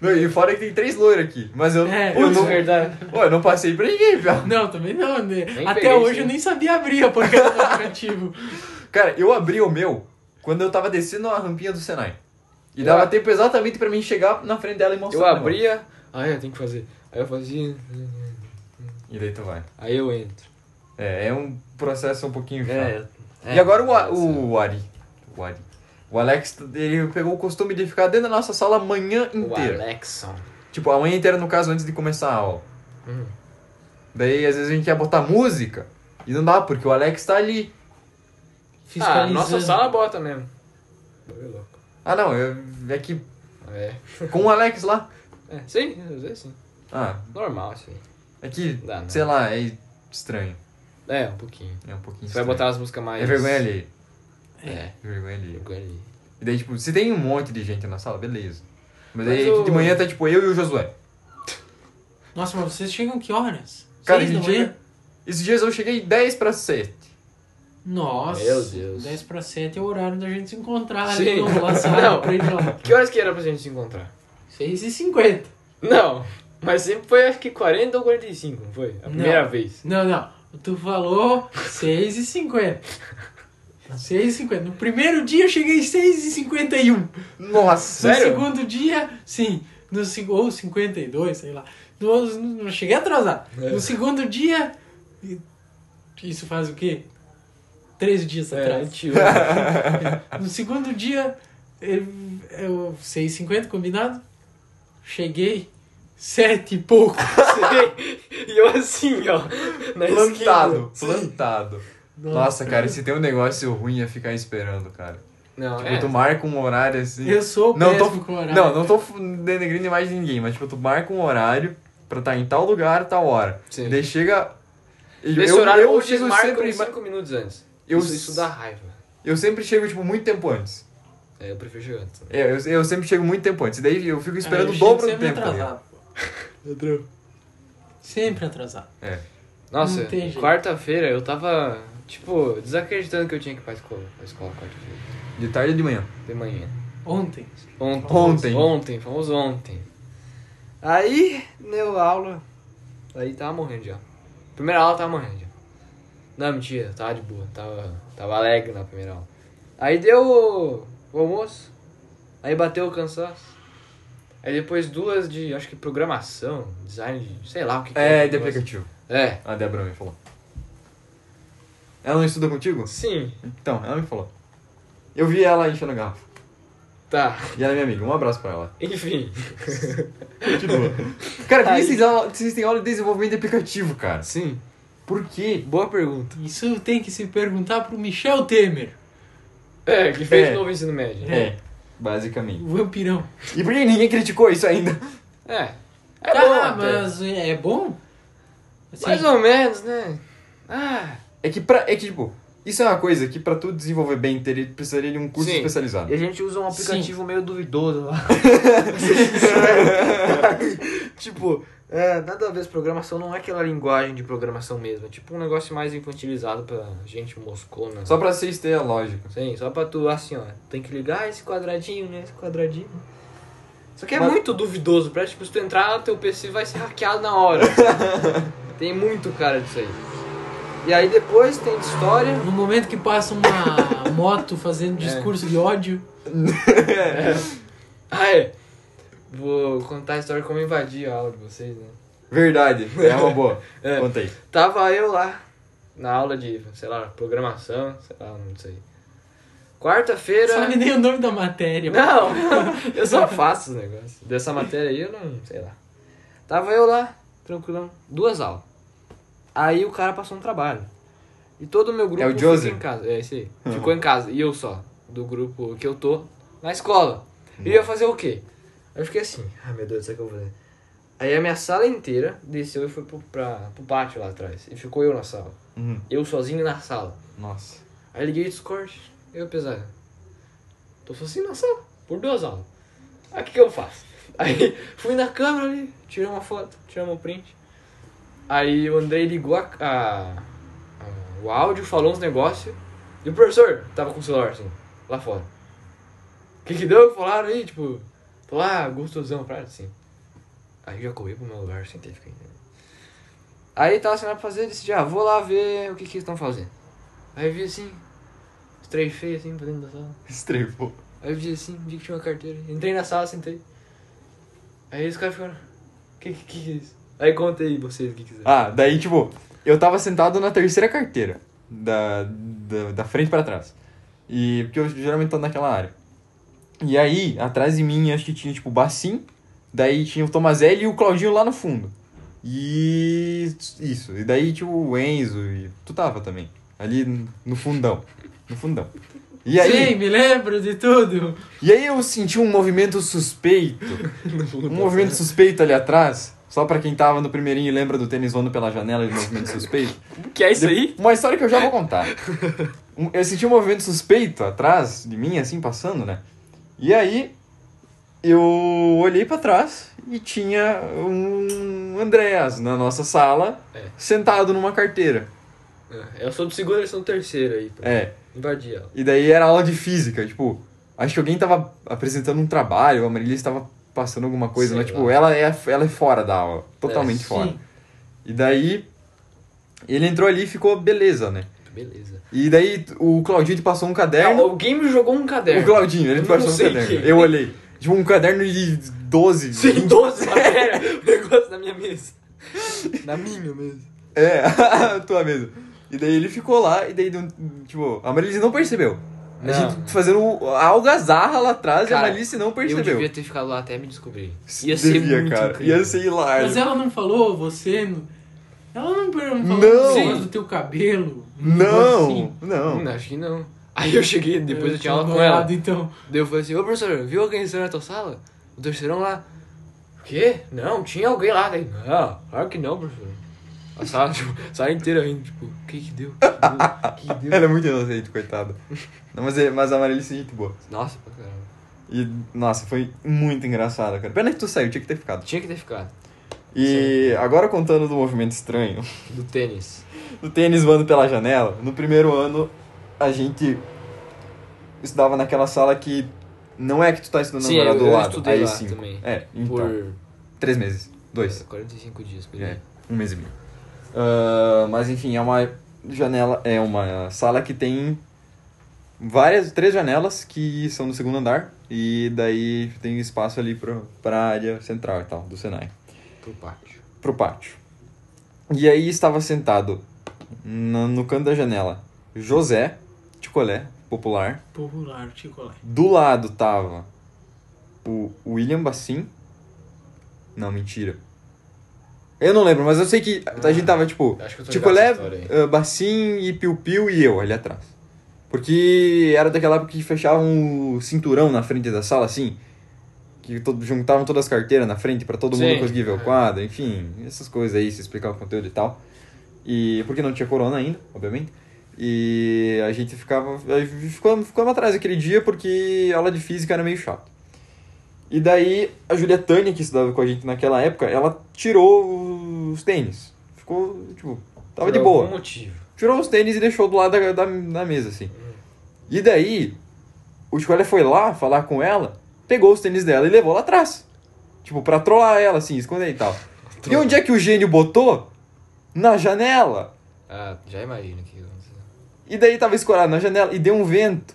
[SPEAKER 1] Não, E fora que tem três loiros aqui. Mas eu,
[SPEAKER 2] É,
[SPEAKER 1] eu,
[SPEAKER 2] eu
[SPEAKER 1] não,
[SPEAKER 3] verdade.
[SPEAKER 1] Pô, eu não passei pra ninguém, pior.
[SPEAKER 2] Não, também não. né?
[SPEAKER 3] Nem peguei,
[SPEAKER 2] Até hoje
[SPEAKER 3] sim.
[SPEAKER 2] eu nem sabia abrir a porcaria do aplicativo.
[SPEAKER 1] Cara, eu abri o meu quando eu tava descendo a rampinha do Senai. E dava
[SPEAKER 3] Eu-
[SPEAKER 1] tempo exatamente pra mim chegar na frente dela e mostrar.
[SPEAKER 3] Eu
[SPEAKER 1] o negócio.
[SPEAKER 3] abria, aí eu tenho Ah, é, que fazer. Aí eu fazia.
[SPEAKER 1] E daí tu vai.
[SPEAKER 3] Aí eu entro.
[SPEAKER 1] É, é um processo um pouquinho chato.
[SPEAKER 3] É. é.
[SPEAKER 1] E agora o, A- o Ari. O Ari. O Alex, ele pegou o costume de ficar dentro da nossa sala a manhã
[SPEAKER 3] O
[SPEAKER 1] inteira.
[SPEAKER 3] Alexon.
[SPEAKER 1] Tipo, a manhã inteira, no caso, antes de começar a aula.
[SPEAKER 3] Hum.
[SPEAKER 1] Daí, às vezes, a gente ia botar música e não dá, porque o Alex tá ali.
[SPEAKER 3] Ah,
[SPEAKER 2] Fiscalizando.
[SPEAKER 3] nossa sala é bota mesmo. Bagulho louco.
[SPEAKER 1] Ah, não, eu, é que
[SPEAKER 3] É.
[SPEAKER 1] com o Alex lá.
[SPEAKER 3] é. Sim, às vezes sim.
[SPEAKER 1] Ah,
[SPEAKER 3] Normal isso aí.
[SPEAKER 1] é que,
[SPEAKER 3] Dá, né? não.
[SPEAKER 1] sei lá, é estranho.
[SPEAKER 3] É, um pouquinho.
[SPEAKER 1] É um pouquinho
[SPEAKER 3] Você vai
[SPEAKER 1] estranho.
[SPEAKER 3] botar as músicas mais.
[SPEAKER 1] É vergonha ali.
[SPEAKER 3] É,
[SPEAKER 1] É vergonha ali.
[SPEAKER 3] vergonha ali.
[SPEAKER 1] E daí, tipo, se tem um monte de gente na sala, beleza. Mas,
[SPEAKER 3] Mas
[SPEAKER 1] aí,
[SPEAKER 3] o-
[SPEAKER 1] de manhã, tá tipo eu e o Josué.
[SPEAKER 2] Nossa, mas vocês chegam que horas?
[SPEAKER 1] Cara, a
[SPEAKER 2] Seis
[SPEAKER 1] gente
[SPEAKER 2] da manhã?
[SPEAKER 1] chega- Esses dias eu cheguei 10 pra 7.
[SPEAKER 2] Nossa,
[SPEAKER 3] Meu Deus.
[SPEAKER 2] 10 para 7 é o horário da gente se encontrar
[SPEAKER 3] Sim.
[SPEAKER 2] ali no La Salle,
[SPEAKER 3] Não.
[SPEAKER 2] pra ir lá.
[SPEAKER 3] Que horas que era pra gente se encontrar?
[SPEAKER 2] 6h50.
[SPEAKER 3] Não, mas sempre foi acho que 40 ou 45, não foi? A primeira vez.
[SPEAKER 2] Não, não. Tu falou 6h50. 6h50. No primeiro dia eu cheguei 6h51.
[SPEAKER 1] Nossa!
[SPEAKER 2] No
[SPEAKER 3] Sério?
[SPEAKER 2] um. segundo dia, sim. No, seg- ou 52, sei lá. No, no, cheguei atrasado.
[SPEAKER 3] É.
[SPEAKER 2] No segundo dia. e- Isso faz o quê? Três dias
[SPEAKER 3] É,
[SPEAKER 2] atrás.
[SPEAKER 3] 28.
[SPEAKER 2] No segundo dia, eu, eu 6h50, combinado? Cheguei sete e pouco.
[SPEAKER 3] e eu assim, ó, na
[SPEAKER 1] Plantado,
[SPEAKER 3] esquina.
[SPEAKER 1] plantado. Nossa, cara, se tem um negócio ruim é ficar esperando, cara.
[SPEAKER 3] Não,
[SPEAKER 1] Tipo,
[SPEAKER 3] é.
[SPEAKER 1] tu marca um horário assim.
[SPEAKER 2] Eu sou
[SPEAKER 1] Não,
[SPEAKER 2] péssimo
[SPEAKER 1] tô-
[SPEAKER 2] com horário.
[SPEAKER 1] Não, não tô f- denegrindo mais ninguém, mas tipo, tu marca um horário pra estar em tal lugar, tal hora.
[SPEAKER 3] Sim.
[SPEAKER 1] Daí chega. e
[SPEAKER 3] Nesse horário eu, vocês
[SPEAKER 1] chego
[SPEAKER 3] marcam
[SPEAKER 1] sempre.
[SPEAKER 3] 5 minutos antes.
[SPEAKER 1] Eu,
[SPEAKER 3] isso, isso dá raiva.
[SPEAKER 1] eu sempre chego, tipo, muito tempo antes.
[SPEAKER 3] É, eu prefiro chegar antes.
[SPEAKER 1] É, Eu, eu, sempre chego muito tempo antes. Daí eu fico
[SPEAKER 2] Aí
[SPEAKER 1] esperando
[SPEAKER 2] eu
[SPEAKER 1] o
[SPEAKER 2] chego
[SPEAKER 1] dobro do
[SPEAKER 2] sempre
[SPEAKER 1] tempo. tá ligado?
[SPEAKER 2] é Atrasado, pô. Sempre atrasado.
[SPEAKER 1] É.
[SPEAKER 3] Nossa,
[SPEAKER 2] Não tem jeito.
[SPEAKER 3] quarta-feira eu tava, tipo, desacreditando que eu tinha que ir pra escola. Pra escola quarta-feira.
[SPEAKER 1] De tarde ou de manhã?
[SPEAKER 3] De manhã.
[SPEAKER 2] Ontem.
[SPEAKER 3] Ontem.
[SPEAKER 1] Ontem.
[SPEAKER 3] Ontem, fomos ontem. Aí, deu aula. Aí tava morrendo já. Primeira aula tava morrendo já. Não, mentira, tava de boa. Tava, tava alegre na primeira aula. Aí deu o, o almoço. Aí bateu o cansaço. Aí depois duas de, acho que programação, design, de, sei lá o que que
[SPEAKER 1] É,
[SPEAKER 3] que
[SPEAKER 1] de
[SPEAKER 3] negócio.
[SPEAKER 1] aplicativo.
[SPEAKER 3] É.
[SPEAKER 1] A Débora me falou. Ela não estuda contigo?
[SPEAKER 3] Sim,
[SPEAKER 1] Então, ela me falou. Eu vi ela enchendo garrafa.
[SPEAKER 3] tá.
[SPEAKER 1] E ela é minha amiga. Um abraço pra ela.
[SPEAKER 3] Enfim.
[SPEAKER 1] Continua. cara, por que
[SPEAKER 3] Aí-
[SPEAKER 1] vocês, aula- vocês têm aula de desenvolvimento de aplicativo, cara?
[SPEAKER 3] Sim.
[SPEAKER 1] Por quê?
[SPEAKER 3] Boa pergunta.
[SPEAKER 2] Isso tem que se perguntar pro Michel Temer,
[SPEAKER 3] É, que fez
[SPEAKER 1] É.
[SPEAKER 3] novo ensino médio. né?
[SPEAKER 1] É, basicamente.
[SPEAKER 2] o vampirão.
[SPEAKER 1] E por que ninguém criticou isso ainda?
[SPEAKER 3] É. É bom
[SPEAKER 2] Tá,
[SPEAKER 3] até.
[SPEAKER 2] mas é bom? Assim,
[SPEAKER 3] Mais ou menos, né? Ah,
[SPEAKER 1] É que, pra, é que, tipo, isso é uma coisa que pra tu desenvolver bem, teria, precisaria de um curso
[SPEAKER 3] Sim.
[SPEAKER 1] especializado.
[SPEAKER 3] a gente usa um
[SPEAKER 2] aplicativo
[SPEAKER 3] meio duvidoso lá. tipo, é, nada a ver, programação não é aquela linguagem de programação mesmo. É tipo um negócio mais infantilizado pra gente moscona.
[SPEAKER 1] Só pra vocês terem a lógica.
[SPEAKER 3] Sim, só pra tu, assim, ó, tem que ligar esse quadradinho, né? Esse quadradinho. Só que é
[SPEAKER 1] Mas-
[SPEAKER 3] muito duvidoso, pra tipo, se tu entrar, teu PC vai ser hackeado na hora. tem muito cara disso aí. E aí depois tem de história.
[SPEAKER 2] No momento que passa uma moto fazendo
[SPEAKER 3] É.
[SPEAKER 2] discurso de ódio,
[SPEAKER 3] Ah, é. Vou contar a história de como eu invadi a aula de vocês, né?
[SPEAKER 1] Verdade, é uma boa.
[SPEAKER 3] É.
[SPEAKER 1] Conta aí.
[SPEAKER 3] Tava eu lá na aula de, sei lá, programação, sei lá, não sei. Quarta-feira.
[SPEAKER 2] sabe nem o nome da matéria.
[SPEAKER 3] Não, eu só faço os negócios. Dessa matéria aí eu não, sei lá. Tava eu lá, tranquilão, duas aulas. Aí o cara passou um trabalho. E todo o meu grupo
[SPEAKER 1] É o Uhum.
[SPEAKER 3] ficou
[SPEAKER 1] Joseph?
[SPEAKER 3] em casa. É esse aí. Ficou em casa. E eu só, do grupo que eu tô, na escola. E eu ia fazer o quê? Aí eu fiquei assim, ah meu Deus, será que eu vou fazer? Aí a minha sala inteira desceu e foi pro, pra, pro pátio lá atrás. E ficou eu na sala.
[SPEAKER 1] Uhum.
[SPEAKER 3] Eu sozinho na sala.
[SPEAKER 1] Nossa.
[SPEAKER 3] Aí liguei o Discord, eu pesado. Tô sozinho na sala, por duas aulas. Aí o que, que eu faço? Aí fui na câmera ali, tirei uma foto, tirei um print. Aí o Andrei ligou a, a- a- o áudio, falou uns negócios. E o professor tava com o celular assim, lá fora. O que que deu? Falaram aí, tipo, tô lá, gostosão, pra assim. Aí eu já corri pro meu lugar, sentei, fiquei. Aí tava sem nada pra fazer, decidi, ah, vou lá ver o que que eles estão fazendo. Aí eu vi assim, os três feios assim pra dentro da sala.
[SPEAKER 1] Estrevou.
[SPEAKER 3] Aí eu vi assim, vi que tinha uma carteira. Entrei na sala, sentei. Aí os caras ficaram, que que, que é isso? Aí contei vocês o que quiser.
[SPEAKER 1] Ah, daí, tipo, eu tava sentado na terceira carteira. Da, da, da frente pra trás. E porque eu geralmente tô naquela área. E aí, atrás de mim, acho que tinha, tipo, o Bacim. Daí tinha o Tomazelli e o Claudinho lá no fundo. E. Isso. E daí, tipo, o Enzo e. Tu tava também. Ali no fundão. No fundão. E aí.
[SPEAKER 2] Sim, me lembro de tudo.
[SPEAKER 1] E aí eu senti um movimento suspeito. um movimento suspeito ali atrás. Só pra quem tava no primeirinho e lembra do tênis voando pela janela de movimento suspeito.
[SPEAKER 3] que é
[SPEAKER 1] De- Uma história que eu já vou contar. Um- Eu senti um movimento suspeito atrás de mim, assim, passando, né? E aí eu olhei pra trás e tinha um Andréas na nossa sala,
[SPEAKER 3] É.
[SPEAKER 1] sentado numa carteira.
[SPEAKER 3] É, Eu sou do segundo, eles são do terceiro aí. Pra
[SPEAKER 1] É.
[SPEAKER 3] invadir ela.
[SPEAKER 1] E daí era aula de física, tipo, acho que alguém tava apresentando um trabalho, a Marília estava passando alguma coisa,
[SPEAKER 3] Sei
[SPEAKER 1] mas
[SPEAKER 3] lá.
[SPEAKER 1] tipo, ela é, ela é fora da aula, totalmente fora.
[SPEAKER 2] Sim.
[SPEAKER 1] E daí ele entrou ali e ficou beleza, né?
[SPEAKER 3] Beleza.
[SPEAKER 1] E daí o Claudinho te passou um
[SPEAKER 3] É,
[SPEAKER 1] caderno.
[SPEAKER 3] alguém me jogou um caderno.
[SPEAKER 1] o Claudinho, ele
[SPEAKER 3] Eu
[SPEAKER 1] te
[SPEAKER 3] não
[SPEAKER 1] passou um
[SPEAKER 3] sei
[SPEAKER 1] caderno.
[SPEAKER 3] quem.
[SPEAKER 1] Eu olhei. Tipo, um caderno de 12,
[SPEAKER 3] Sim,
[SPEAKER 1] 20
[SPEAKER 3] 12 matérias. um O negócio na minha mesa. Na minha mesa.
[SPEAKER 1] É, a tua mesa. E daí ele ficou lá, e daí, deu um- tipo, a Marilise não percebeu. A
[SPEAKER 3] Não.
[SPEAKER 1] gente fazendo a algazarra lá atrás
[SPEAKER 3] Cara,
[SPEAKER 1] e a Marilise não
[SPEAKER 3] Eu
[SPEAKER 1] percebeu.
[SPEAKER 3] devia ter ficado lá até me descobrir. Ia ser
[SPEAKER 1] Devia,
[SPEAKER 3] muito
[SPEAKER 1] cara.
[SPEAKER 3] incrível. é
[SPEAKER 1] Ia ser hilário.
[SPEAKER 2] Mas ela não falou, você. não- Ela não perguntou
[SPEAKER 1] Não.
[SPEAKER 2] falou
[SPEAKER 1] Sim.
[SPEAKER 2] "Mas do teu cabelo. um
[SPEAKER 1] Não,
[SPEAKER 2] negócio assim.
[SPEAKER 1] não.
[SPEAKER 3] Hum, acho que não. Aí eu cheguei, depois eu, tinha aula com ela.
[SPEAKER 2] namorado, Então.
[SPEAKER 3] Daí eu falei assim, ô professor, viu alguém entrando na tua sala? O terceirão lá. O quê? Não, tinha alguém lá. Daí, não, claro que não, professor. A sala, tipo, a sala inteira rindo, tipo, o que que deu? O que que deu? O que que deu?
[SPEAKER 1] Ela é muito inocente, coitada. Não, mas, é- mas a Marilise é muito boa.
[SPEAKER 3] Nossa, pra caramba.
[SPEAKER 1] E, nossa, foi muito engraçado, cara. Pena que tu saiu, tinha que ter ficado.
[SPEAKER 3] Tinha que ter ficado.
[SPEAKER 1] E agora contando do movimento estranho,
[SPEAKER 3] Do tênis.
[SPEAKER 1] do tênis voando pela janela, no primeiro ano a gente estudava naquela sala que não é que tu tá estudando
[SPEAKER 3] Sim,
[SPEAKER 1] agora
[SPEAKER 3] eu-
[SPEAKER 1] do
[SPEAKER 3] eu
[SPEAKER 1] lado.
[SPEAKER 3] estudei
[SPEAKER 1] aí
[SPEAKER 3] lá
[SPEAKER 1] cinco.
[SPEAKER 3] também.
[SPEAKER 1] É, então.
[SPEAKER 3] Por
[SPEAKER 1] Três meses. Dois.
[SPEAKER 3] 45 dias, por
[SPEAKER 1] É,
[SPEAKER 3] aí.
[SPEAKER 1] um mês e meio. Ah, mas enfim, é uma janela. É uma sala que tem várias. Três janelas que são do segundo andar. E daí tem espaço ali pra, pra área central e tal, do Senai.
[SPEAKER 3] Pro pátio.
[SPEAKER 1] Pro pátio. E aí estava sentado na- no canto da janela José Ticolé, popular.
[SPEAKER 2] Popular, Ticolé.
[SPEAKER 1] Do lado tava o William Bassin. Não, mentira. Eu não lembro, mas eu sei que a gente tava tipo.
[SPEAKER 3] Acho que eu tô
[SPEAKER 1] Tipo,
[SPEAKER 3] ligado essa
[SPEAKER 1] Lé,
[SPEAKER 3] história aí.
[SPEAKER 1] eh, Bassin e Piu Piu e eu ali atrás. Porque era daquela época que fechavam o cinturão na frente da sala, assim. Que to- juntavam todas as carteiras na frente pra todo mundo
[SPEAKER 3] Sim. É.
[SPEAKER 1] conseguir ver o quadro, enfim, essas coisas aí, se explicar o conteúdo e tal. E porque não tinha corona ainda, obviamente. E a gente ficava. aí Ficamos, ficamos atrás aquele dia porque aula de física era meio chato. E daí a Julia Tânia, que estudava com a gente naquela época, ela tirou os tênis. Ficou, tipo, tava
[SPEAKER 3] Por
[SPEAKER 1] de boa
[SPEAKER 3] algum motivo.
[SPEAKER 1] tirou os tênis e deixou do lado da, da, da mesa, assim. E daí, o Chicolé foi lá falar com ela, pegou os tênis dela e levou lá atrás. Tipo, pra trollar ela, assim, esconder e tal. E onde é que o gênio botou? Na janela.
[SPEAKER 3] Ah, já imagino o que aconteceu.
[SPEAKER 1] E daí tava escorado na janela e deu um vento.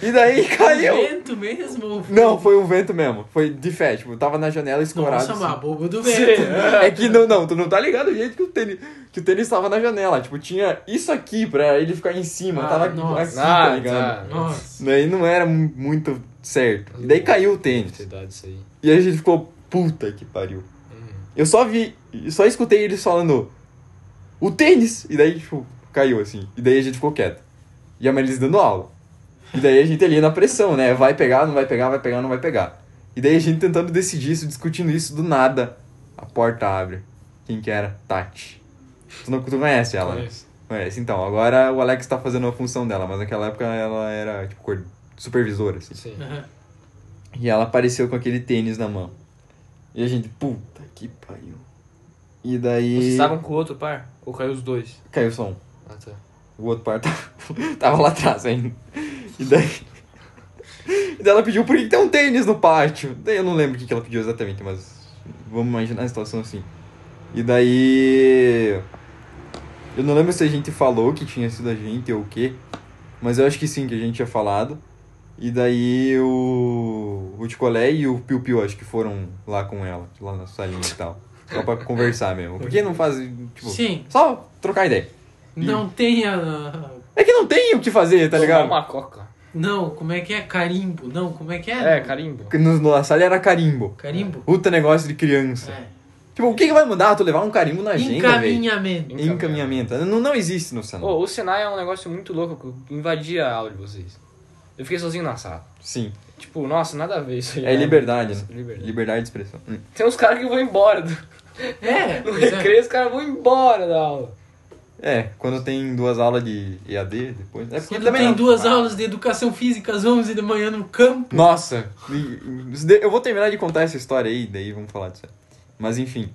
[SPEAKER 1] E daí caiu.
[SPEAKER 2] Vento mesmo?
[SPEAKER 1] Não, foi um vento mesmo. Foi de fé, tipo, tava na janela escorado.
[SPEAKER 2] Nossa,
[SPEAKER 1] assim.
[SPEAKER 2] mas bobo do vento. né?
[SPEAKER 1] É que não, não, tu não tá ligado o jeito que o tênis, que o tênis tava na janela. Tipo, tinha isso aqui pra ele ficar em cima.
[SPEAKER 2] Ah,
[SPEAKER 1] tava
[SPEAKER 2] nossa.
[SPEAKER 1] assim, tá
[SPEAKER 3] Ah,
[SPEAKER 1] ligado?
[SPEAKER 3] tá.
[SPEAKER 2] Nossa.
[SPEAKER 1] Daí não era mu- muito certo. E daí caiu o tênis.
[SPEAKER 3] Idade, isso aí.
[SPEAKER 1] E a gente ficou, puta que pariu.
[SPEAKER 3] Hum.
[SPEAKER 1] Eu só vi, só escutei eles falando, o tênis! E daí, tipo, caiu assim. E daí a gente ficou quieto. E a Marilise dando aula. E daí a gente ali na pressão, né? Vai pegar, não vai pegar, vai pegar, não vai pegar. E daí a gente tentando decidir isso, discutindo isso, do nada, a porta abre. Quem que era? Tati. Tu, não, tu conhece ela, né?
[SPEAKER 3] Conheço.
[SPEAKER 1] Conhece. Então, agora o Alex tá fazendo a função dela, mas naquela época ela era, tipo, coor- supervisora, assim.
[SPEAKER 3] Sim.
[SPEAKER 2] Aham.
[SPEAKER 1] E ela apareceu com aquele tênis na mão. E a gente, puta que pariu. E daí.
[SPEAKER 3] Vocês estavam com o outro par? Ou caiu os dois?
[SPEAKER 1] Caiu o som.
[SPEAKER 3] Ah, tá.
[SPEAKER 1] O outro par tava, tava lá atrás ainda. E daí. E daí ela pediu por que que tem um tênis no pátio. Daí eu não lembro o que que ela pediu exatamente, mas vamos imaginar a situação assim. E daí. Eu não lembro se a gente falou que tinha sido a gente ou o quê, mas eu acho que sim, que a gente tinha falado. E daí o. O Ticolé e o Piu Piu, acho que foram lá com ela, lá na salinha e tal. Só pra conversar mesmo. Porque não fazem. Tipo,
[SPEAKER 2] Sim.
[SPEAKER 1] Só trocar ideia.
[SPEAKER 2] Não tem a.
[SPEAKER 1] É que não tem o que fazer, tá
[SPEAKER 3] Tomar
[SPEAKER 1] ligado?
[SPEAKER 3] uma coca.
[SPEAKER 2] Não, como é que é? Carimbo. Não, como é que é?
[SPEAKER 3] É, carimbo.
[SPEAKER 1] No, na sala era carimbo.
[SPEAKER 2] Carimbo?
[SPEAKER 1] Puta negócio de criança.
[SPEAKER 2] É.
[SPEAKER 1] Tipo, o que, que vai mudar? Tu levar um carimbo na agenda, velho?
[SPEAKER 2] Encaminhamento.
[SPEAKER 1] Encaminhamento. Não, não existe no Senai.
[SPEAKER 3] Ô, o Senai é um negócio muito louco que invadia a aula de vocês. Eu fiquei sozinho na sala.
[SPEAKER 1] Sim.
[SPEAKER 3] Tipo, nossa, nada a ver isso aí.
[SPEAKER 1] É
[SPEAKER 3] né?
[SPEAKER 1] liberdade, né?
[SPEAKER 3] Liberdade.
[SPEAKER 1] Liberdade de expressão. Hum.
[SPEAKER 3] Tem uns caras que vão embora. Do...
[SPEAKER 2] É,
[SPEAKER 3] No
[SPEAKER 2] pois é.
[SPEAKER 3] recreio, os caras vão embora da aula.
[SPEAKER 1] É, quando tem duas aulas de EAD depois. É porque
[SPEAKER 2] Quando
[SPEAKER 1] também
[SPEAKER 2] tem
[SPEAKER 1] não-
[SPEAKER 2] duas aulas de educação física às 11 da manhã no campo.
[SPEAKER 1] Nossa! e- e- Eu vou terminar de contar essa história aí, daí vamos falar disso. aí. Mas enfim.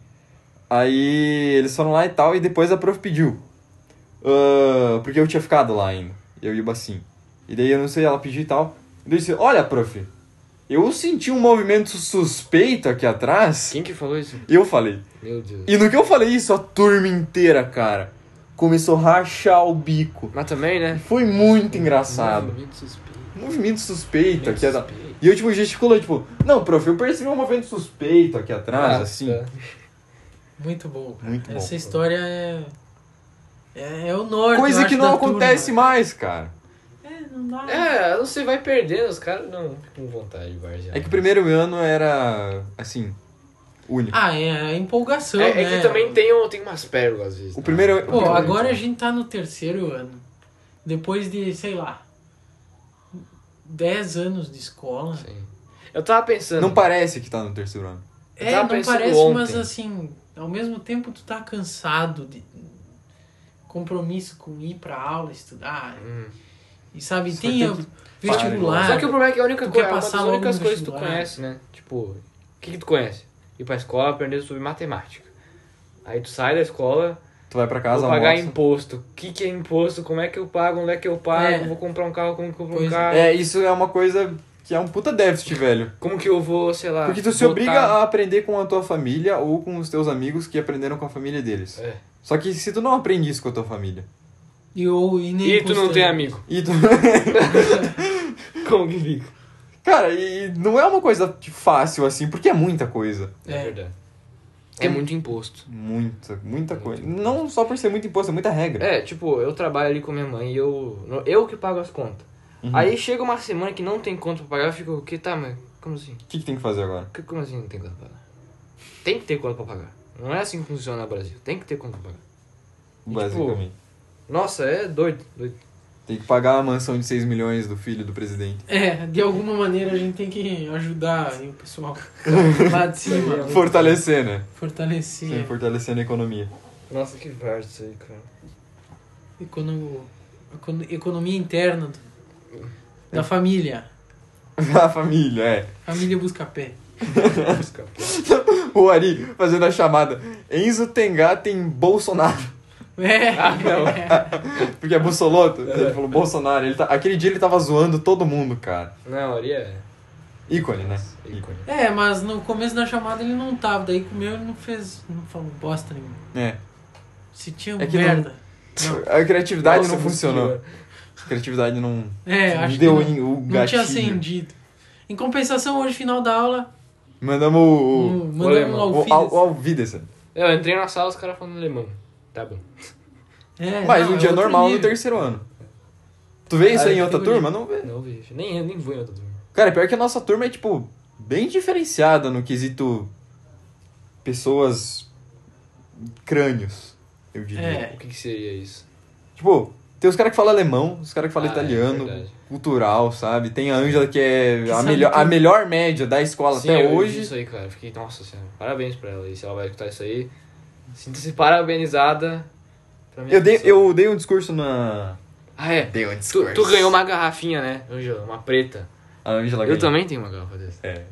[SPEAKER 1] Aí eles foram lá e tal, e depois a prof pediu. Ah, porque eu tinha ficado lá ainda, eu e o Bacim. E daí eu não sei, ela pediu e tal. E daí eu disse, olha, prof, eu senti um movimento suspeito aqui atrás.
[SPEAKER 3] Quem que falou isso?
[SPEAKER 1] E eu falei.
[SPEAKER 3] Meu Deus.
[SPEAKER 1] E no que eu falei isso, a turma inteira, cara, começou a rachar o bico.
[SPEAKER 3] Mas também, né?
[SPEAKER 1] Foi muito engraçado.
[SPEAKER 3] Movimento suspeito.
[SPEAKER 1] Movimento suspeito aqui atrás.
[SPEAKER 3] Suspeito.
[SPEAKER 1] E eu, tipo, gesticulando, tipo, não, prof, eu percebi um movimento suspeito aqui atrás, assim.
[SPEAKER 3] tá.
[SPEAKER 2] Muito bom. cara.
[SPEAKER 1] Muito bom.
[SPEAKER 2] Essa história é... é. é o norte. eu
[SPEAKER 1] Coisa
[SPEAKER 2] acho,
[SPEAKER 1] que não
[SPEAKER 2] da
[SPEAKER 1] acontece
[SPEAKER 2] turma.
[SPEAKER 1] mais, cara.
[SPEAKER 2] É, não dá.
[SPEAKER 3] É, eu não sei, vai perdendo, os caras não ficam com vontade, Barzinho.
[SPEAKER 1] É que o primeiro ano era, assim, único.
[SPEAKER 2] Ah, é, a empolgação.
[SPEAKER 3] É, é
[SPEAKER 2] né?
[SPEAKER 3] que também tem, um- tem umas pérolas às vezes.
[SPEAKER 1] O
[SPEAKER 3] né?
[SPEAKER 1] primeiro- o
[SPEAKER 2] Pô,
[SPEAKER 1] primeiro-
[SPEAKER 2] agora a gente tá no terceiro ano. Depois de, sei lá, 10 anos de escola.
[SPEAKER 3] Sim. Eu tava pensando.
[SPEAKER 1] é- Não parece que tá no terceiro ano.
[SPEAKER 3] Eu
[SPEAKER 2] É,
[SPEAKER 3] tava
[SPEAKER 2] não
[SPEAKER 3] pensando
[SPEAKER 2] parece,
[SPEAKER 3] ontem.
[SPEAKER 2] mas assim, ao mesmo tempo tu tá cansado de compromisso com ir pra aula, estudar.
[SPEAKER 3] Hum.
[SPEAKER 2] E sabe,
[SPEAKER 1] Só
[SPEAKER 2] tem
[SPEAKER 1] tem
[SPEAKER 2] o
[SPEAKER 1] que-
[SPEAKER 2] vestibular.
[SPEAKER 3] Só que o problema é que a única
[SPEAKER 2] Ah, Tu
[SPEAKER 3] coisa,
[SPEAKER 2] quer
[SPEAKER 3] uma das
[SPEAKER 2] passar logo
[SPEAKER 3] únicas
[SPEAKER 2] no
[SPEAKER 3] coisas que tu
[SPEAKER 2] vestibular.
[SPEAKER 3] conhece, né? Tipo, o que, que tu conhece? Ir pra escola aprender sobre matemática. Aí tu sai da escola,
[SPEAKER 1] Tu vai pra casa,
[SPEAKER 3] vou pagar
[SPEAKER 1] almoça.
[SPEAKER 3] imposto. O que, que é imposto? Como é que eu pago? Onde é que eu pago?
[SPEAKER 2] É.
[SPEAKER 3] Vou comprar um carro? Como que eu compro um
[SPEAKER 2] Pois é.
[SPEAKER 3] carro?
[SPEAKER 1] É, isso é uma coisa que é um puta déficit, velho.
[SPEAKER 3] Como que eu vou, sei lá.
[SPEAKER 1] Porque tu se
[SPEAKER 3] Tá, botar-
[SPEAKER 1] obriga a aprender com a tua família ou com os teus amigos que aprenderam com a família deles.
[SPEAKER 3] É.
[SPEAKER 1] Só que se tu não aprende isso com a tua família.
[SPEAKER 2] E, ou, e, nem
[SPEAKER 3] E tu não
[SPEAKER 2] custa-
[SPEAKER 3] tem amigo.
[SPEAKER 1] E tu...
[SPEAKER 3] Como que fica?
[SPEAKER 1] Cara, e não é uma coisa fácil assim, porque é muita coisa.
[SPEAKER 3] É,
[SPEAKER 2] É.
[SPEAKER 3] verdade. É muito imposto.
[SPEAKER 1] Muita, muita coisa. Não só por ser muito imposto, é muita regra.
[SPEAKER 3] É, tipo, eu trabalho ali com minha mãe e eu. no- Eu que pago as contas.
[SPEAKER 1] Uhum.
[SPEAKER 3] Aí chega uma semana que não tem conta pra pagar, eu fico, o que tá, mas como assim?
[SPEAKER 1] O que, que tem que fazer agora?
[SPEAKER 3] Que- Como assim não tem conta pra pagar? Tem que ter conta pra pagar. Não é assim que funciona no Brasil. Tem que ter conta pra pagar. tipo,
[SPEAKER 1] Basicamente.
[SPEAKER 3] Nossa, é doido. doido.
[SPEAKER 1] Tem que pagar a mansão de 6 milhões do filho do presidente.
[SPEAKER 2] É, de alguma maneira a gente tem que ajudar aí o pessoal lá de cima.
[SPEAKER 1] Fortalecer, né? Sim,
[SPEAKER 2] Fortalecer
[SPEAKER 1] fortalecendo a economia.
[SPEAKER 3] Nossa, que verso isso aí, cara.
[SPEAKER 2] econo- econo- economia interna do- da família.
[SPEAKER 1] A família, é.
[SPEAKER 2] Família busca pé.
[SPEAKER 1] O Ari fazendo a chamada. Enzo Tengá tem Bolsonaro.
[SPEAKER 2] É,
[SPEAKER 1] Ah, Porque é Bolsoloto. Ele falou Bolsonaro. Ele tá... Aquele dia ele tava zoando todo mundo, cara.
[SPEAKER 3] Não, ali é.
[SPEAKER 1] Ícone, né?
[SPEAKER 3] ícone.
[SPEAKER 2] É, mas no começo da chamada ele não tava, daí comeu ele não fez, não falou bosta nenhuma.
[SPEAKER 1] É.
[SPEAKER 2] Se tinha
[SPEAKER 1] É que não-
[SPEAKER 2] merda.
[SPEAKER 1] A criatividade
[SPEAKER 3] Nossa,
[SPEAKER 1] não funcionou.
[SPEAKER 3] música.
[SPEAKER 1] A criatividade não,
[SPEAKER 2] É,
[SPEAKER 1] não
[SPEAKER 2] acho
[SPEAKER 1] deu um
[SPEAKER 2] que
[SPEAKER 1] em- o
[SPEAKER 2] não, não tinha assim,
[SPEAKER 1] gatilho.
[SPEAKER 2] acendido. Em compensação, hoje final da aula,
[SPEAKER 1] Mandamos o...
[SPEAKER 2] um- mandamos
[SPEAKER 3] olha,
[SPEAKER 2] um
[SPEAKER 3] mano,
[SPEAKER 1] O, o,
[SPEAKER 2] alfiz.
[SPEAKER 1] o Alvidesen.
[SPEAKER 3] Eu entrei na sala os caras falando alemão. Tá bom.
[SPEAKER 2] É,
[SPEAKER 1] Mas
[SPEAKER 2] não,
[SPEAKER 1] um
[SPEAKER 2] é
[SPEAKER 1] dia
[SPEAKER 2] outro
[SPEAKER 1] normal no
[SPEAKER 2] nível. um
[SPEAKER 1] terceiro ano. Tu vê isso
[SPEAKER 3] Ah,
[SPEAKER 1] aí em outra
[SPEAKER 2] que bonito.
[SPEAKER 1] turma? Não vê.
[SPEAKER 3] Não, bicho. Nem eu, nem vou em outra turma.
[SPEAKER 1] Cara, pior que a nossa turma é, tipo, bem diferenciada no quesito pessoas crânios, eu diria.
[SPEAKER 2] É.
[SPEAKER 3] O que, que seria isso?
[SPEAKER 1] Tipo, tem os caras que falam alemão, os caras que falam
[SPEAKER 3] Ah, é
[SPEAKER 1] italiano,
[SPEAKER 3] verdade.
[SPEAKER 1] cultural, sabe? Tem a Ângela que é
[SPEAKER 2] Que
[SPEAKER 1] a,
[SPEAKER 2] sabe
[SPEAKER 1] melhor, a
[SPEAKER 2] tudo.
[SPEAKER 1] melhor média da escola
[SPEAKER 3] Sim,
[SPEAKER 1] até
[SPEAKER 3] eu vi
[SPEAKER 1] hoje.
[SPEAKER 3] Isso aí, cara. Eu Fiquei, nossa senhora, parabéns pra ela. E se ela vai escutar isso aí, sinta-se parabenizada. pra minha
[SPEAKER 1] Eu dei,
[SPEAKER 3] pessoa.
[SPEAKER 1] eu dei um discurso na...
[SPEAKER 3] Ah, é.
[SPEAKER 1] Dei um
[SPEAKER 3] Tu, tu ganhou uma garrafinha, né, Ângela? Uma preta.
[SPEAKER 1] A Ângela
[SPEAKER 3] Eu
[SPEAKER 1] ganhou.
[SPEAKER 3] também tenho uma garrafa dessa.
[SPEAKER 1] É,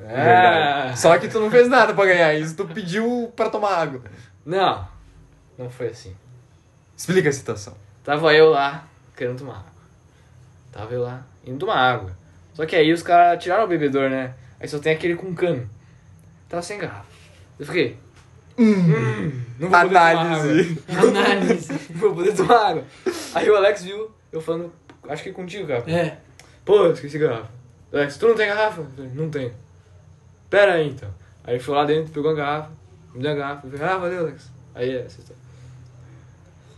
[SPEAKER 3] Ah,
[SPEAKER 2] Ah.
[SPEAKER 1] verdade. Só que tu não fez nada pra ganhar isso, tu pediu pra tomar água.
[SPEAKER 3] Não, não foi assim.
[SPEAKER 1] Explica a situação.
[SPEAKER 3] Tava eu lá, querendo tomar água. Tava eu lá, indo tomar água. Só que aí os caras tiraram o bebedor, né? Aí só tem aquele com cano. Tava sem garrafa. Eu fiquei. Hum, não vou poder tomar água.
[SPEAKER 1] Análise.
[SPEAKER 2] Análise.
[SPEAKER 3] Vou poder tomar água. Aí o Alex viu, eu falando, acho que é contigo, cara.
[SPEAKER 2] É,
[SPEAKER 3] Pô, eu esqueci a garrafa. Alex, tu não tem garrafa? Eu falei, não tenho. Pera aí então. Aí ele foi lá dentro, pegou a garrafa, me deu a garrafa. Eu falei, ah, valeu, Alex. Aí é, essa história.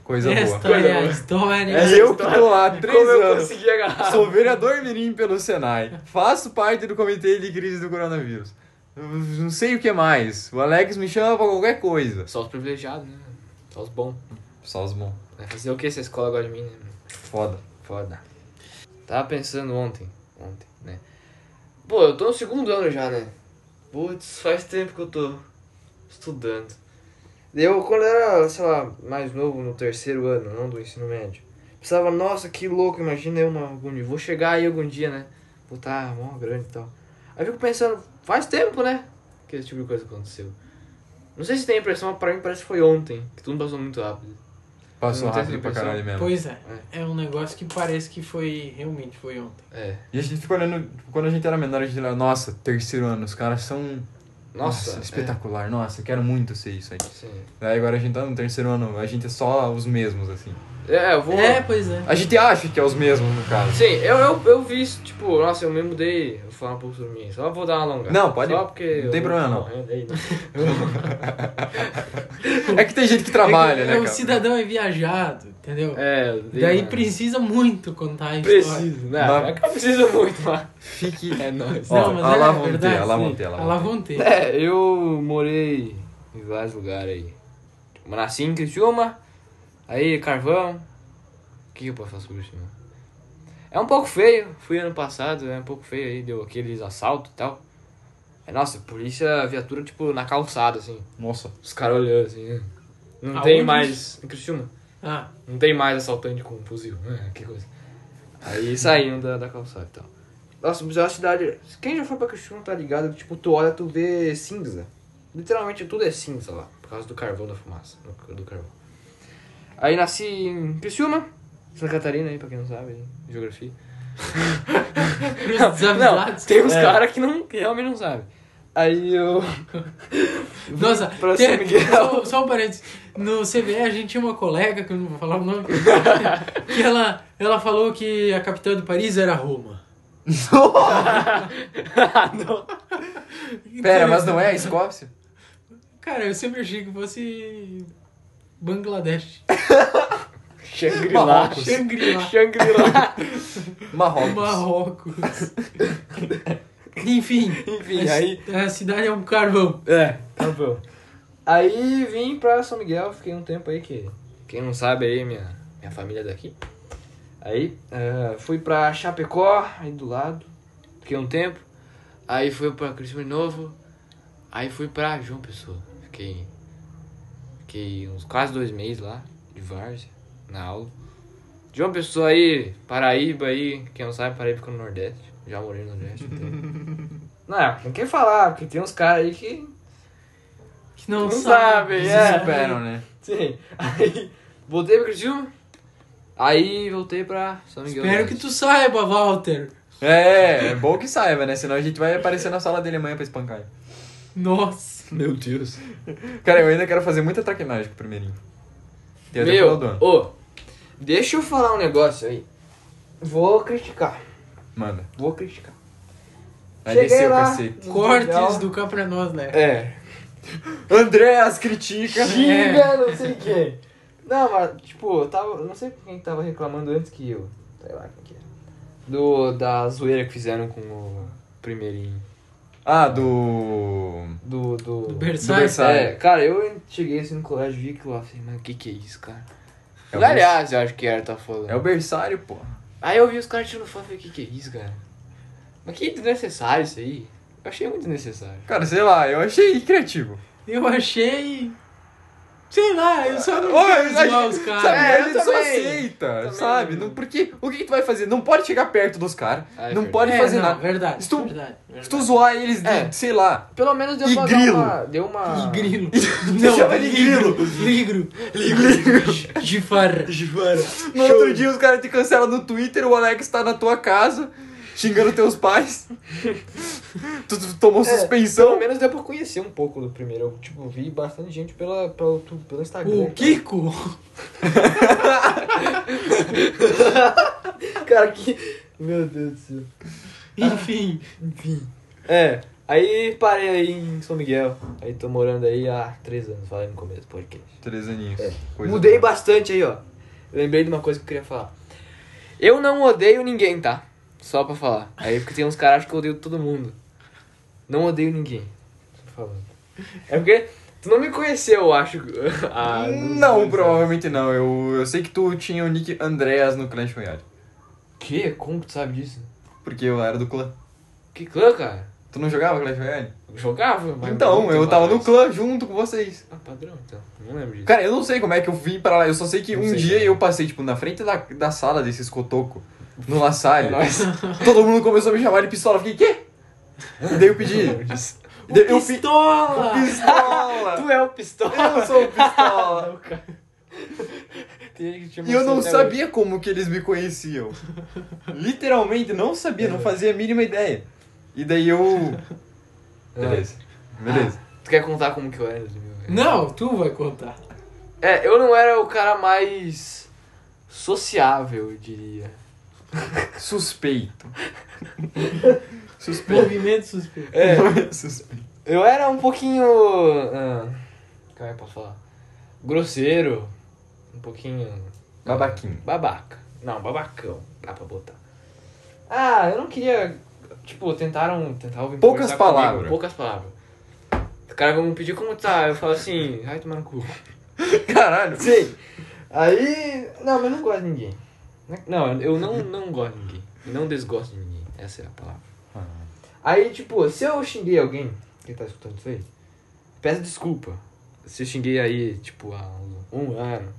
[SPEAKER 1] Coisa boa.
[SPEAKER 2] esta é a
[SPEAKER 3] boa.
[SPEAKER 2] história.
[SPEAKER 1] E eu que tô lá há três
[SPEAKER 3] tá Como eu
[SPEAKER 1] anos.
[SPEAKER 3] consegui a garrafa?
[SPEAKER 1] Sou vereador mirim pelo Senai. Faço parte do comitê de crise do coronavírus. Eu Não sei o que mais. O Alex me chama pra qualquer coisa.
[SPEAKER 3] Só os privilegiados, né? Só os bons.
[SPEAKER 1] Só os bons.
[SPEAKER 3] Vai fazer o que essa escola agora de mim, né?
[SPEAKER 1] Foda.
[SPEAKER 3] Foda. Tava pensando ontem, ontem, né? Pô, eu tô no segundo ano já, né? Putz, faz tempo que eu tô estudando. Eu, quando era, sei lá, mais novo, no terceiro ano, não do ensino médio, pensava, nossa, que louco, imagina eu na- algum dia, vou chegar aí algum dia, né? Vou tá mó grande e tal. Aí eu fico pensando, faz tempo, né? Que esse tipo de coisa aconteceu. Não sei se tem a impressão, mas pra mim parece que foi ontem, que tudo passou muito rápido.
[SPEAKER 1] Passou
[SPEAKER 3] Não tem
[SPEAKER 1] rápido
[SPEAKER 3] essa
[SPEAKER 1] pra
[SPEAKER 3] impressão.
[SPEAKER 1] caralho mesmo.
[SPEAKER 2] Pois é, é um negócio que parece que foi, realmente foi ontem.
[SPEAKER 3] É.
[SPEAKER 1] E a gente ficou olhando, quando a gente era menor, a gente olhava, nossa, terceiro ano, os caras são.
[SPEAKER 3] Nossa,
[SPEAKER 1] espetacular, nossa, eu quero muito ser isso aí.
[SPEAKER 3] é. Sim.
[SPEAKER 1] Aí agora a gente tá no terceiro ano, a gente é só os mesmos, assim.
[SPEAKER 3] É, eu vou.
[SPEAKER 2] É, pois é.
[SPEAKER 1] A gente acha que é os mesmos, no caso.
[SPEAKER 3] Sim, eu, eu, eu vi, isso, tipo, nossa, eu me mudei. Vou falar um pouco sobre mim, só vou dar uma alongada.
[SPEAKER 1] Não, pode-
[SPEAKER 3] Só porque
[SPEAKER 1] não tem
[SPEAKER 3] eu-
[SPEAKER 1] problema, não.
[SPEAKER 3] eu- eu-
[SPEAKER 1] É que tem gente que trabalha, né,
[SPEAKER 2] é, O
[SPEAKER 1] cara? né?
[SPEAKER 2] cidadão é viajado, entendeu?
[SPEAKER 3] É, eu dei
[SPEAKER 2] Daí
[SPEAKER 3] uma-
[SPEAKER 2] precisa muito contar a história.
[SPEAKER 3] Preciso, né?
[SPEAKER 1] Mas-
[SPEAKER 3] É que eu preciso muito, mas.
[SPEAKER 1] Fique. É nóis.
[SPEAKER 2] Não,
[SPEAKER 1] Ó,
[SPEAKER 2] mas
[SPEAKER 1] a
[SPEAKER 2] é
[SPEAKER 1] lá vão ter,
[SPEAKER 2] verdade.
[SPEAKER 1] a lá vão
[SPEAKER 2] sim.
[SPEAKER 1] ter, a lá
[SPEAKER 2] A
[SPEAKER 1] vão
[SPEAKER 2] lá
[SPEAKER 1] ter.
[SPEAKER 2] vão ter.
[SPEAKER 3] É, eu morei em vários lugares aí. Tipo, nasci em Criciúma, aí Carvão. O que eu posso falar sobre isso? né? É um pouco feio, fui ano passado, é um pouco feio aí, deu aqueles assaltos e tal. Aí, nossa, polícia, viatura, tipo, na calçada, assim.
[SPEAKER 1] Nossa.
[SPEAKER 3] Os caras olhando, assim. né? Não
[SPEAKER 2] Aonde
[SPEAKER 3] tem
[SPEAKER 2] isso?
[SPEAKER 3] mais. Em Criciúma,
[SPEAKER 2] Ah,
[SPEAKER 3] não tem mais assaltante com fuzil, né? Que coisa. Aí saíram da, da calçada e tal. Nossa, mas é uma cidade. Quem já foi pra Criciúma tá ligado que, tipo, tu olha, tu vê cinza. Literalmente tudo é cinza lá, por causa do carvão da fumaça. do- Do carvão. Aí nasci em Criciúma, Santa Catarina, aí, pra quem não sabe, né? geografia.
[SPEAKER 2] pros
[SPEAKER 3] Não,
[SPEAKER 2] desavisados.
[SPEAKER 3] tem uns caras que, não- que realmente não sabem. Aí eu.
[SPEAKER 2] Nossa,
[SPEAKER 3] Pra
[SPEAKER 2] tem-
[SPEAKER 3] São Miguel.
[SPEAKER 2] só, só um parênteses. No CBE a gente tinha uma colega, que eu não vou falar o nome, que ela, ela falou que a capital do Paris era Roma.
[SPEAKER 1] Pera, mas não é a Escócia?
[SPEAKER 2] Cara, eu sempre achei que fosse Bangladesh.
[SPEAKER 3] Shangri-La.
[SPEAKER 2] Shangri-La.
[SPEAKER 3] Shangri-La.
[SPEAKER 1] Marrocos.
[SPEAKER 2] Marrocos. Enfim,
[SPEAKER 3] Enfim,
[SPEAKER 2] a,
[SPEAKER 3] aí.
[SPEAKER 2] a cidade é um carvão.
[SPEAKER 3] É, tá bom. Aí vim pra São Miguel, fiquei um tempo aí que. Quem não sabe aí, minha, minha família é daqui. Aí eh, fui pra Chapecó, aí do lado, fiquei um tempo. Aí fui pra Criciúma de novo. Aí fui pra João Pessoa. Fiquei. Fiquei uns quase dois meses lá, de Várzea, na aula. João Pessoa aí, Paraíba aí, quem não sabe, Paraíba fica no Nordeste. Já morei no Nordeste. Então. não, não quer falar, porque tem uns caras aí que
[SPEAKER 2] Que não,
[SPEAKER 3] Não
[SPEAKER 2] sabe.
[SPEAKER 3] sabe, é.
[SPEAKER 1] Esperam, né?
[SPEAKER 3] Sim. Aí voltei pra Criciúma. Aí voltei pra São Miguel.
[SPEAKER 2] Espero que tu saiba, Walter.
[SPEAKER 1] É, é bom que saiba, né? Senão a gente vai aparecer na sala dele amanhã pra espancar ele.
[SPEAKER 2] Nossa.
[SPEAKER 3] Meu Deus.
[SPEAKER 1] Cara, eu ainda quero fazer muita traquinagem com o primeirinho. E até o final do
[SPEAKER 3] Meu,
[SPEAKER 1] ano.
[SPEAKER 3] ô, deixa eu falar um negócio aí. Vou criticar,
[SPEAKER 1] Manda.
[SPEAKER 3] vou criticar.
[SPEAKER 1] Aí
[SPEAKER 3] Cheguei
[SPEAKER 1] desceu o
[SPEAKER 3] lá.
[SPEAKER 1] cacete.
[SPEAKER 2] Cortes
[SPEAKER 3] Legal.
[SPEAKER 2] do Cá Pra Nós, né?
[SPEAKER 3] É.
[SPEAKER 1] Andréas critica.
[SPEAKER 3] Xinga, não sei quem. Não, mas, tipo, eu tava, eu não sei quem tava reclamando antes que eu. Sei lá quem que é. Do, da zoeira que fizeram com o primeirinho.
[SPEAKER 1] Ah, do.
[SPEAKER 3] Do, do...
[SPEAKER 2] Do
[SPEAKER 1] Do
[SPEAKER 2] Versailles.
[SPEAKER 1] Versailles.
[SPEAKER 3] É, cara, eu cheguei assim no colégio e vi aquilo lá, falei, mano, o que que é isso, cara?
[SPEAKER 1] É o
[SPEAKER 3] Aliás, eu acho que era, tá falando.
[SPEAKER 1] É o berçário, pô.
[SPEAKER 3] Aí eu vi os caras tirando foto e falei, o que que é isso, cara? Mas que desnecessário isso aí. Eu achei muito desnecessário.
[SPEAKER 1] Cara, sei lá, eu achei criativo.
[SPEAKER 2] Eu achei. Sei lá, eu só não
[SPEAKER 1] Ô, a
[SPEAKER 2] quero zoar
[SPEAKER 1] gente-
[SPEAKER 2] os
[SPEAKER 1] Sabe,
[SPEAKER 2] caras.
[SPEAKER 3] É,
[SPEAKER 1] a gente
[SPEAKER 3] eu
[SPEAKER 1] só
[SPEAKER 3] também.
[SPEAKER 1] aceita,
[SPEAKER 3] Também.
[SPEAKER 1] sabe? Não, porque o que, que tu vai fazer? Não pode chegar perto dos caras,
[SPEAKER 3] Ah, é
[SPEAKER 1] não
[SPEAKER 3] verdade.
[SPEAKER 1] pode
[SPEAKER 2] É,
[SPEAKER 1] fazer
[SPEAKER 2] não,
[SPEAKER 1] nada.
[SPEAKER 2] Verdade,
[SPEAKER 1] Se tu-
[SPEAKER 2] verdade.
[SPEAKER 1] Se
[SPEAKER 2] verdade.
[SPEAKER 1] tu zoar eles, de,
[SPEAKER 3] É.
[SPEAKER 1] sei lá.
[SPEAKER 3] Pelo menos deu
[SPEAKER 1] E
[SPEAKER 3] pra
[SPEAKER 1] grilo?
[SPEAKER 3] dar uma... Deu uma...
[SPEAKER 2] Grilo.
[SPEAKER 1] Chama de grilo.
[SPEAKER 2] Ligro. Ligro. Gifarra.
[SPEAKER 1] No outro dia os caras te cancelam no Twitter, o Alex tá na tua casa, xingando teus pais. tu, tu tomou
[SPEAKER 3] Pelo
[SPEAKER 1] suspensão.
[SPEAKER 3] menos deu pra conhecer um pouco do primeiro. Eu, tipo, vi bastante gente pela, pela, tu- pelo Instagram.
[SPEAKER 2] O Kiko.
[SPEAKER 3] Cara, que... Meu Deus do céu.
[SPEAKER 2] Enfim.
[SPEAKER 3] É, aí parei aí em São Miguel. Aí tô morando aí há três anos, falei no começo do podcast.
[SPEAKER 1] Três aninhos. Coisa
[SPEAKER 3] Mudei
[SPEAKER 1] boa.
[SPEAKER 3] bastante aí, ó. Lembrei de uma coisa que eu queria falar. Eu não odeio ninguém, tá? Só pra falar. Aí porque tem uns caras que acham que eu odeio todo mundo. Não odeio ninguém. Tô falando. É porque tu não me conheceu, eu acho. Ah,
[SPEAKER 1] Não, provavelmente não. Eu, eu sei que tu tinha o nick Andreas no Clash Royale.
[SPEAKER 3] Que? Como que tu sabe disso?
[SPEAKER 1] Porque eu era do clã.
[SPEAKER 3] Que clã, cara?
[SPEAKER 1] Tu não jogava Clash Royale?
[SPEAKER 3] Eu jogava, mas.
[SPEAKER 1] então,
[SPEAKER 3] muito
[SPEAKER 1] eu tava no
[SPEAKER 3] mais.
[SPEAKER 1] clã junto com vocês.
[SPEAKER 3] Ah, padrão, então. Não lembro disso.
[SPEAKER 1] Cara, eu não sei como é que eu vim pra lá. Eu só sei que
[SPEAKER 3] Não
[SPEAKER 1] um
[SPEAKER 3] sei
[SPEAKER 1] dia
[SPEAKER 3] também.
[SPEAKER 1] eu passei, tipo, na frente da, da sala desses cotoco, no
[SPEAKER 3] É
[SPEAKER 1] La Salle.
[SPEAKER 3] Nossa.
[SPEAKER 1] todo mundo começou a me chamar de pistola. Eu fiquei, quê? E daí eu pedi.
[SPEAKER 2] O
[SPEAKER 1] Eu fi-
[SPEAKER 2] pistola!
[SPEAKER 1] Pistola!
[SPEAKER 3] Tu é o pistola.
[SPEAKER 1] eu sou o pistola!
[SPEAKER 2] Não, cara.
[SPEAKER 3] Tem gente que chama
[SPEAKER 1] E eu
[SPEAKER 3] você
[SPEAKER 1] não
[SPEAKER 3] até
[SPEAKER 1] sabia como que eles me conheciam. Literalmente não sabia, não fazia a mínima ideia. E daí eu. Beleza. Beleza.
[SPEAKER 3] hoje. Ah, Tu quer contar como que eu era em 2000? velho?
[SPEAKER 2] Não, tu vai contar.
[SPEAKER 3] É, eu não era o cara mais sociável, eu diria.
[SPEAKER 1] Suspeito. Suspeito.
[SPEAKER 2] Movimento suspeito.
[SPEAKER 3] É,
[SPEAKER 1] Suspeito.
[SPEAKER 3] eu era um pouquinho. ah, como é que eu posso falar? Grosseiro. Um pouquinho.
[SPEAKER 1] Babaquinho.
[SPEAKER 3] Babaca. Não, babacão. Dá pra botar. Ah, eu não queria. Tipo, tentaram. tentaram vir
[SPEAKER 1] Poucas
[SPEAKER 3] conversar
[SPEAKER 1] palavras.
[SPEAKER 3] comigo, poucas palavras. Os caras vão me pedir como tá. Eu falo assim, vai tomar no cu.
[SPEAKER 1] Caralho.
[SPEAKER 3] Sim. Aí. Não, mas eu não gosto de ninguém. Não, eu não, não gosto de ninguém. E não desgosto de ninguém. Essa é a palavra. Aí, tipo, se eu xinguei alguém, quem tá escutando isso aí, peço desculpa. Se eu xinguei aí, tipo, há um ano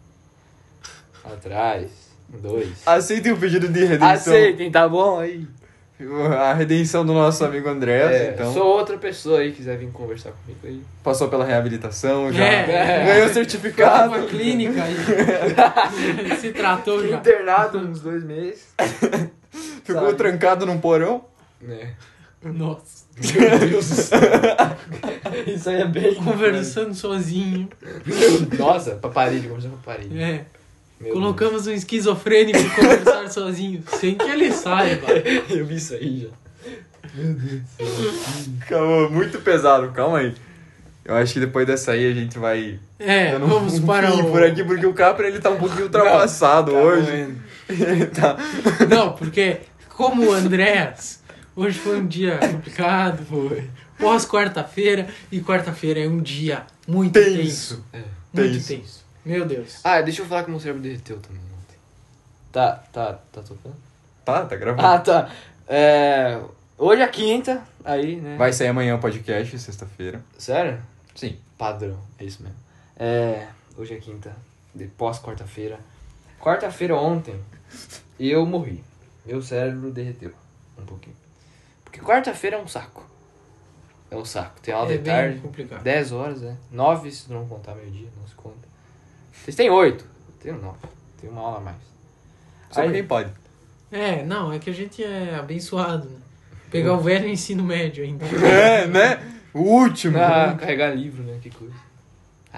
[SPEAKER 3] atrás, dois.
[SPEAKER 1] Aceitem o pedido de redenção.
[SPEAKER 3] Aceitem, tá bom? Aí.
[SPEAKER 1] A redenção do nosso amigo Andrés,
[SPEAKER 3] É,
[SPEAKER 1] então.
[SPEAKER 3] Sou outra pessoa aí, quiser vir conversar comigo aí.
[SPEAKER 1] Passou pela reabilitação Então já.
[SPEAKER 2] É.
[SPEAKER 1] Ganhou o
[SPEAKER 2] Foi
[SPEAKER 1] certificado.
[SPEAKER 2] pra clínica aí. Ele se tratou já.
[SPEAKER 3] Internado uns dois meses.
[SPEAKER 1] Ficou
[SPEAKER 3] Sabe.
[SPEAKER 1] trancado num porão.
[SPEAKER 3] Né?
[SPEAKER 2] Nossa.
[SPEAKER 3] Meu Deus do céu. Isso aí é bem.
[SPEAKER 2] Conversando sozinho.
[SPEAKER 3] Nossa, pra parede, conversando pra parede.
[SPEAKER 2] É.
[SPEAKER 3] Meu
[SPEAKER 2] Colocamos um esquizofrênico conversar sozinho. Sem que ele saiba.
[SPEAKER 3] Deus. Eu vi isso aí já.
[SPEAKER 1] Calma, muito pesado, calma aí. Eu acho que depois dessa aí a gente vai.
[SPEAKER 2] É,
[SPEAKER 1] dando um
[SPEAKER 2] vamos para
[SPEAKER 1] fim
[SPEAKER 2] o...
[SPEAKER 1] por aqui, porque o tá Capra ele tá um pouquinho ultrapassado hoje. Ele tá.
[SPEAKER 2] Não, porque como o Andréas, hoje foi um dia complicado, foi. Pós quarta-feira, e quarta-feira é um dia muito tenso.
[SPEAKER 1] Tenso.
[SPEAKER 2] muito
[SPEAKER 1] tenso.
[SPEAKER 2] tenso. Meu Deus.
[SPEAKER 3] É. Ah, deixa eu falar que o meu cérebro derreteu também ontem. Tá, tá, tá tocando?
[SPEAKER 1] Tá, tá gravando.
[SPEAKER 3] Ah, tá. É. Hoje é quinta, aí, né?
[SPEAKER 1] Vai sair amanhã o podcast, sexta-feira.
[SPEAKER 3] Sério?
[SPEAKER 1] Sim.
[SPEAKER 3] Padrão, é isso mesmo. É, hoje é quinta, de pós quarta-feira. Quarta-feira ontem, eu morri. Meu cérebro derreteu um pouquinho. Porque quarta-feira é um saco. É um saco. Tem aula
[SPEAKER 2] é
[SPEAKER 3] de
[SPEAKER 2] bem
[SPEAKER 3] tarde,
[SPEAKER 2] complicado.
[SPEAKER 3] 10 horas, né? 9 se tu não contar meio-dia, não se conta. Vocês têm 8. Eu tenho 9. Tenho uma aula a mais.
[SPEAKER 1] Só
[SPEAKER 3] Aí-
[SPEAKER 1] quem pode.
[SPEAKER 2] É, não, é que a gente é abençoado, né? Pegar o velho ensino médio ainda.
[SPEAKER 1] É, né? O último.
[SPEAKER 3] Ah, carregar livro, né? Que coisa.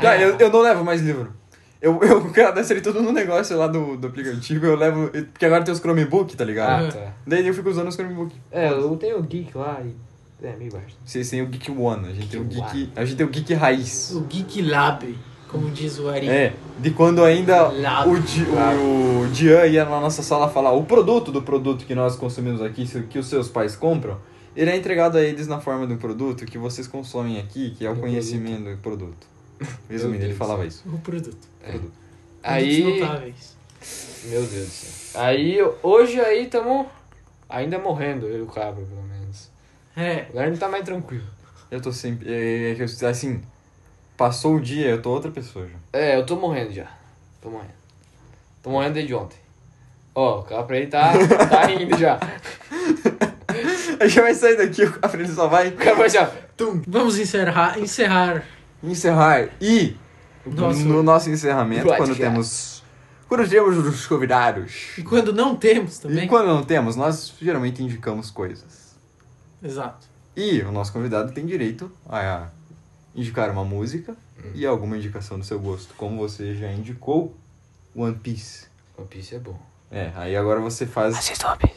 [SPEAKER 1] Cara, eu, eu não levo mais livro. Eu, eu cadastrei tudo no negócio lá do, do aplicativo, eu levo. Porque agora tem os Chromebook, tá ligado?
[SPEAKER 3] Ah, tá.
[SPEAKER 1] Daí eu fico usando os Chromebook.
[SPEAKER 3] É, eu tenho o Geek lá e. É, meio baixo.
[SPEAKER 1] Vocês têm o Geek One, a gente tem o
[SPEAKER 3] Geek
[SPEAKER 1] Geek. A gente tem o Geek Raiz.
[SPEAKER 2] O Geek Lab, como diz o Ari.
[SPEAKER 1] É, de quando ainda
[SPEAKER 2] Lá-
[SPEAKER 1] o, Di, o, o Dian ia na nossa sala falar o produto do produto que nós consumimos aqui, se- que os seus pais compram, ele é entregado a eles na forma de um produto que vocês consomem aqui, que é o
[SPEAKER 3] Do
[SPEAKER 1] conhecimento do produto.
[SPEAKER 3] Meu
[SPEAKER 1] Resumindo, ele
[SPEAKER 3] Deus.
[SPEAKER 1] falava isso.
[SPEAKER 2] O produto.
[SPEAKER 3] Aí.
[SPEAKER 2] Produtos notáveis.
[SPEAKER 3] Meu Deus do céu. Aí, hoje aí tamo ainda morrendo, eu e o cabra, pelo menos.
[SPEAKER 2] É,
[SPEAKER 3] Agora não tá mais tranquilo.
[SPEAKER 1] Eu tô sempre. É, é que eu- assim, passou o dia, eu tô outra pessoa já.
[SPEAKER 3] É, eu tô morrendo já. Tô morrendo. Tô morrendo desde ontem. Ó, o cabra aí tá, tá indo já.
[SPEAKER 1] A gente vai sair daqui, o Capra ele só vai
[SPEAKER 3] O cabra já. Tum!
[SPEAKER 2] vamos encerrar, encerrar
[SPEAKER 1] encerrar. E
[SPEAKER 2] Nosso-
[SPEAKER 1] no nosso encerramento, quando
[SPEAKER 3] Podcast.
[SPEAKER 1] temos. Quando temos os convidados.
[SPEAKER 2] e quando não temos
[SPEAKER 1] E
[SPEAKER 2] também.
[SPEAKER 1] quando não temos, nós geralmente indicamos coisas.
[SPEAKER 2] Exato.
[SPEAKER 1] E o nosso convidado tem direito a indicar uma música
[SPEAKER 2] Hum.
[SPEAKER 1] e alguma indicação do seu gosto. Como você já indicou One Piece.
[SPEAKER 3] O piso é bom.
[SPEAKER 1] É, aí agora você faz
[SPEAKER 3] Assista o piso.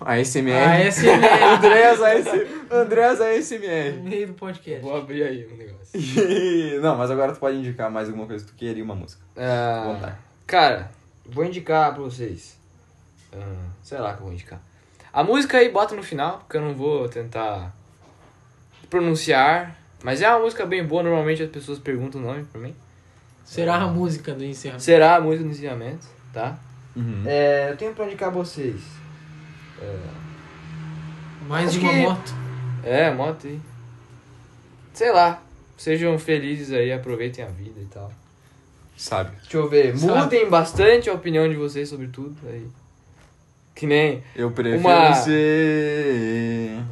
[SPEAKER 1] a
[SPEAKER 2] A
[SPEAKER 1] SMR.
[SPEAKER 2] SMR
[SPEAKER 1] Andrés AS... Andrés ASMR.
[SPEAKER 2] no meio é do
[SPEAKER 3] Eu
[SPEAKER 2] podcast.
[SPEAKER 3] vou abrir aí um negócio.
[SPEAKER 1] E- não, mas agora tu pode indicar mais alguma coisa que tu queria e uma música.
[SPEAKER 3] Ah,
[SPEAKER 1] Vontade.
[SPEAKER 3] cara, vou indicar pra vocês. Ah, sei lá que eu vou indicar. A música aí bota no final, porque eu não vou tentar pronunciar. Mas é uma música bem boa, normalmente as pessoas perguntam o nome pra mim.
[SPEAKER 2] Será a música do encerramento.
[SPEAKER 3] Será a música do ensinamento, tá?
[SPEAKER 1] Uhum.
[SPEAKER 3] É, eu tenho pra indicar vocês.
[SPEAKER 2] Mais
[SPEAKER 3] Acho
[SPEAKER 2] uma
[SPEAKER 3] que-
[SPEAKER 2] moto.
[SPEAKER 3] É, moto aí. Sei lá. Sejam felizes aí, aproveitem a vida e tal.
[SPEAKER 1] Sabe?
[SPEAKER 3] Deixa eu ver.
[SPEAKER 2] Sabe.
[SPEAKER 3] Mudem bastante a opinião de vocês sobre tudo aí. Que nem.
[SPEAKER 1] Eu prefiro
[SPEAKER 3] Uma-
[SPEAKER 1] ser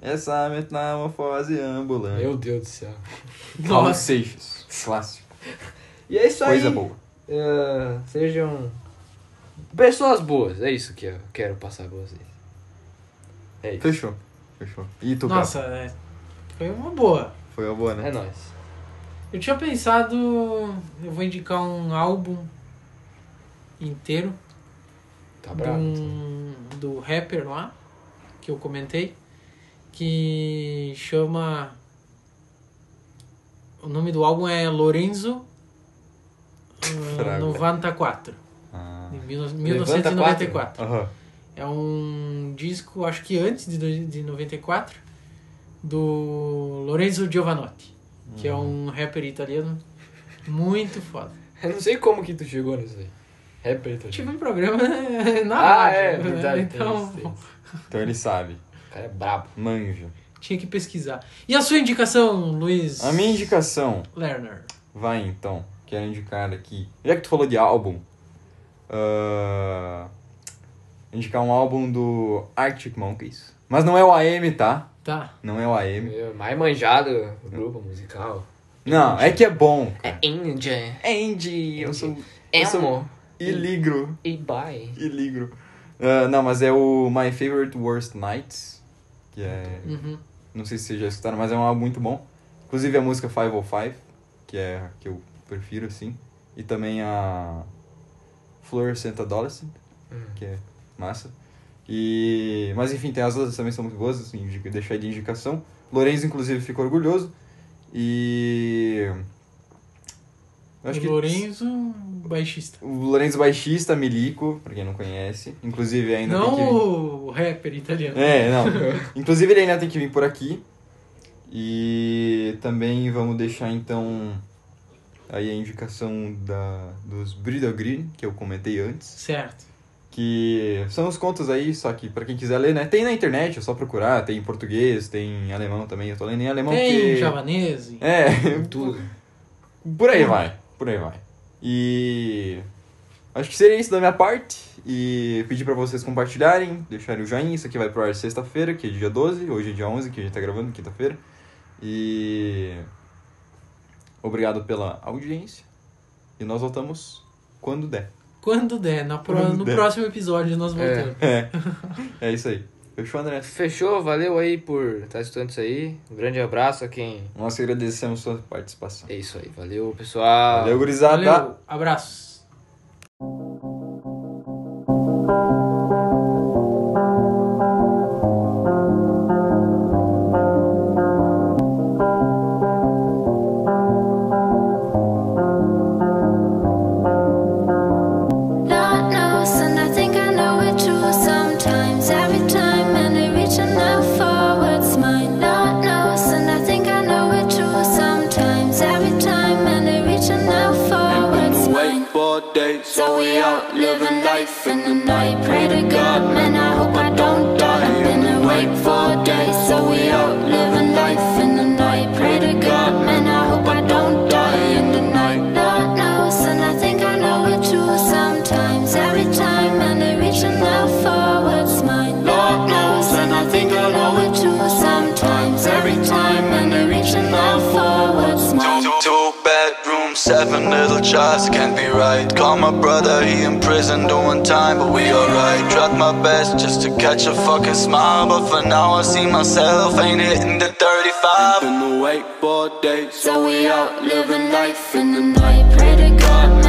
[SPEAKER 1] Essa metamorfose ambulante.
[SPEAKER 3] Meu Deus do céu.
[SPEAKER 1] Paulo
[SPEAKER 2] Nossa. Tá
[SPEAKER 1] Seixas. Clássico.
[SPEAKER 3] E é isso aí.
[SPEAKER 1] Coisa boa.
[SPEAKER 3] Ah, sejam pessoas boas. É isso que eu quero passar pra vocês. É isso.
[SPEAKER 1] Fechou. Fechou. E tu,
[SPEAKER 2] Nossa, é, foi uma boa.
[SPEAKER 1] Gato? Foi a boa,
[SPEAKER 3] É
[SPEAKER 1] né?
[SPEAKER 3] nóis.
[SPEAKER 2] Eu tinha pensado. Eu vou indicar um álbum inteiro
[SPEAKER 3] Tá
[SPEAKER 2] de
[SPEAKER 3] bravo.
[SPEAKER 2] um- do rapper lá, que eu comentei, que chama. O nome do álbum é Lorenzo ah,
[SPEAKER 1] Fraga.
[SPEAKER 2] 94,
[SPEAKER 1] Ah.
[SPEAKER 2] de mil-
[SPEAKER 3] Levanta
[SPEAKER 2] 1994.
[SPEAKER 1] Aham.
[SPEAKER 2] É um disco, acho que antes de, dois- de 94, do Lorenzo Giovanotti, que é
[SPEAKER 1] Uhum.
[SPEAKER 2] um rapper italiano muito foda.
[SPEAKER 3] Eu não sei como que tu chegou nisso aí. Rapper, tu
[SPEAKER 2] Eu tive um programa na
[SPEAKER 3] Ah,
[SPEAKER 2] rádio,
[SPEAKER 3] é,
[SPEAKER 2] né?
[SPEAKER 3] verdade.
[SPEAKER 2] então
[SPEAKER 3] tem isso, tem isso.
[SPEAKER 1] Então ele sabe.
[SPEAKER 3] O cara é brabo.
[SPEAKER 1] Manja.
[SPEAKER 2] tinha que pesquisar. E a sua indicação, Luiz
[SPEAKER 1] A minha indicação
[SPEAKER 2] Lerner?
[SPEAKER 1] vai então. Quero indicar aqui. Já que tu falou de álbum, ah, indicar um álbum do Arctic Monkeys. Mas não é o AM, tá?
[SPEAKER 2] Tá.
[SPEAKER 1] Não é o AM.
[SPEAKER 3] Meu, Mais manjado o grupo musical.
[SPEAKER 1] Não, é que é bom.
[SPEAKER 3] É Índia.
[SPEAKER 1] Andy, eu sou. Eu sou
[SPEAKER 3] Emo.
[SPEAKER 1] iligro.
[SPEAKER 3] E bye.
[SPEAKER 1] Iligro. Ah, não, mas é o My Favorite Worst Nights. Que é.
[SPEAKER 2] Uhum.
[SPEAKER 1] Não sei se vocês já escutaram, mas é um álbum muito bom. Inclusive a música 505, que é a que eu prefiro, assim. E também a Fluorescent Adolescent,
[SPEAKER 2] Hum.
[SPEAKER 1] que é massa. E... Mas enfim, tem as outras também são muito boas, assim, indica- deixar aí de indicação. Lorenzo, inclusive, ficou orgulhoso. E... eu
[SPEAKER 2] O Lorenzo, baixista.
[SPEAKER 1] O Lorenzo Baixista, Milico, pra quem não conhece. Inclusive, ainda
[SPEAKER 2] Não
[SPEAKER 1] tem que...
[SPEAKER 2] o rapper italiano.
[SPEAKER 1] É, não. Inclusive ele ainda tem que vir por aqui. E também vamos deixar então aí a indicação da, dos Bridal Green, que eu comentei antes.
[SPEAKER 2] Certo.
[SPEAKER 1] Que são os contos aí, só que pra quem quiser ler, né? Tem na internet, é só procurar, tem em português, tem em alemão também, eu tô lendo em alemão
[SPEAKER 2] Tem um
[SPEAKER 1] porque.
[SPEAKER 2] javanês. e-
[SPEAKER 1] É,
[SPEAKER 3] Tudo.
[SPEAKER 1] por aí vai, por aí vai. E acho que seria isso da minha parte. E pedir pra vocês compartilharem, deixarem o joinha. Isso aqui vai pro ar sexta-feira, que é dia 12. Hoje é dia 11, que a gente tá gravando, quinta-feira. E obrigado pela audiência. E nós voltamos quando der.
[SPEAKER 2] Quando der, na pro-
[SPEAKER 1] Quando
[SPEAKER 2] no
[SPEAKER 1] der.
[SPEAKER 2] próximo episódio nós
[SPEAKER 3] É.
[SPEAKER 2] voltamos.
[SPEAKER 1] É, é isso aí. Fechou, André?
[SPEAKER 3] Fechou, valeu aí por estar escutando isso aí. Um grande abraço a quem.
[SPEAKER 1] Nós que agradecemos sua participação.
[SPEAKER 3] É isso aí, valeu pessoal.
[SPEAKER 1] Valeu, gurizada.
[SPEAKER 2] Valeu, abraços.
[SPEAKER 6] Not knows, and I think I know it too sometimes. Every time, and I reach enough for what's mine. Not knows, and I think I know it too sometimes. Every time, and I reach enough for what's mine.
[SPEAKER 7] Wait for days,
[SPEAKER 6] So we out living life in the night. Pray to God, man, I hope I don't die. I've been awake for days. So we out living life in the night. Pray to God, man, I hope I don't die in the night. Lord knows, and I think I know it too sometimes. Every time, and I reach enough for what's mine. Lord knows, and I think I know it too sometimes. Every time, and I reach enough for what's mine.
[SPEAKER 7] Two, two bedrooms, seven little jars, can't be right. Call my brother, he in prison doing time, but we alright. Tried my best just to catch a fucking smile, but for now I see myself ain't hitting the 35. Been awake for days,
[SPEAKER 6] So we out living life in the night. Pray to God,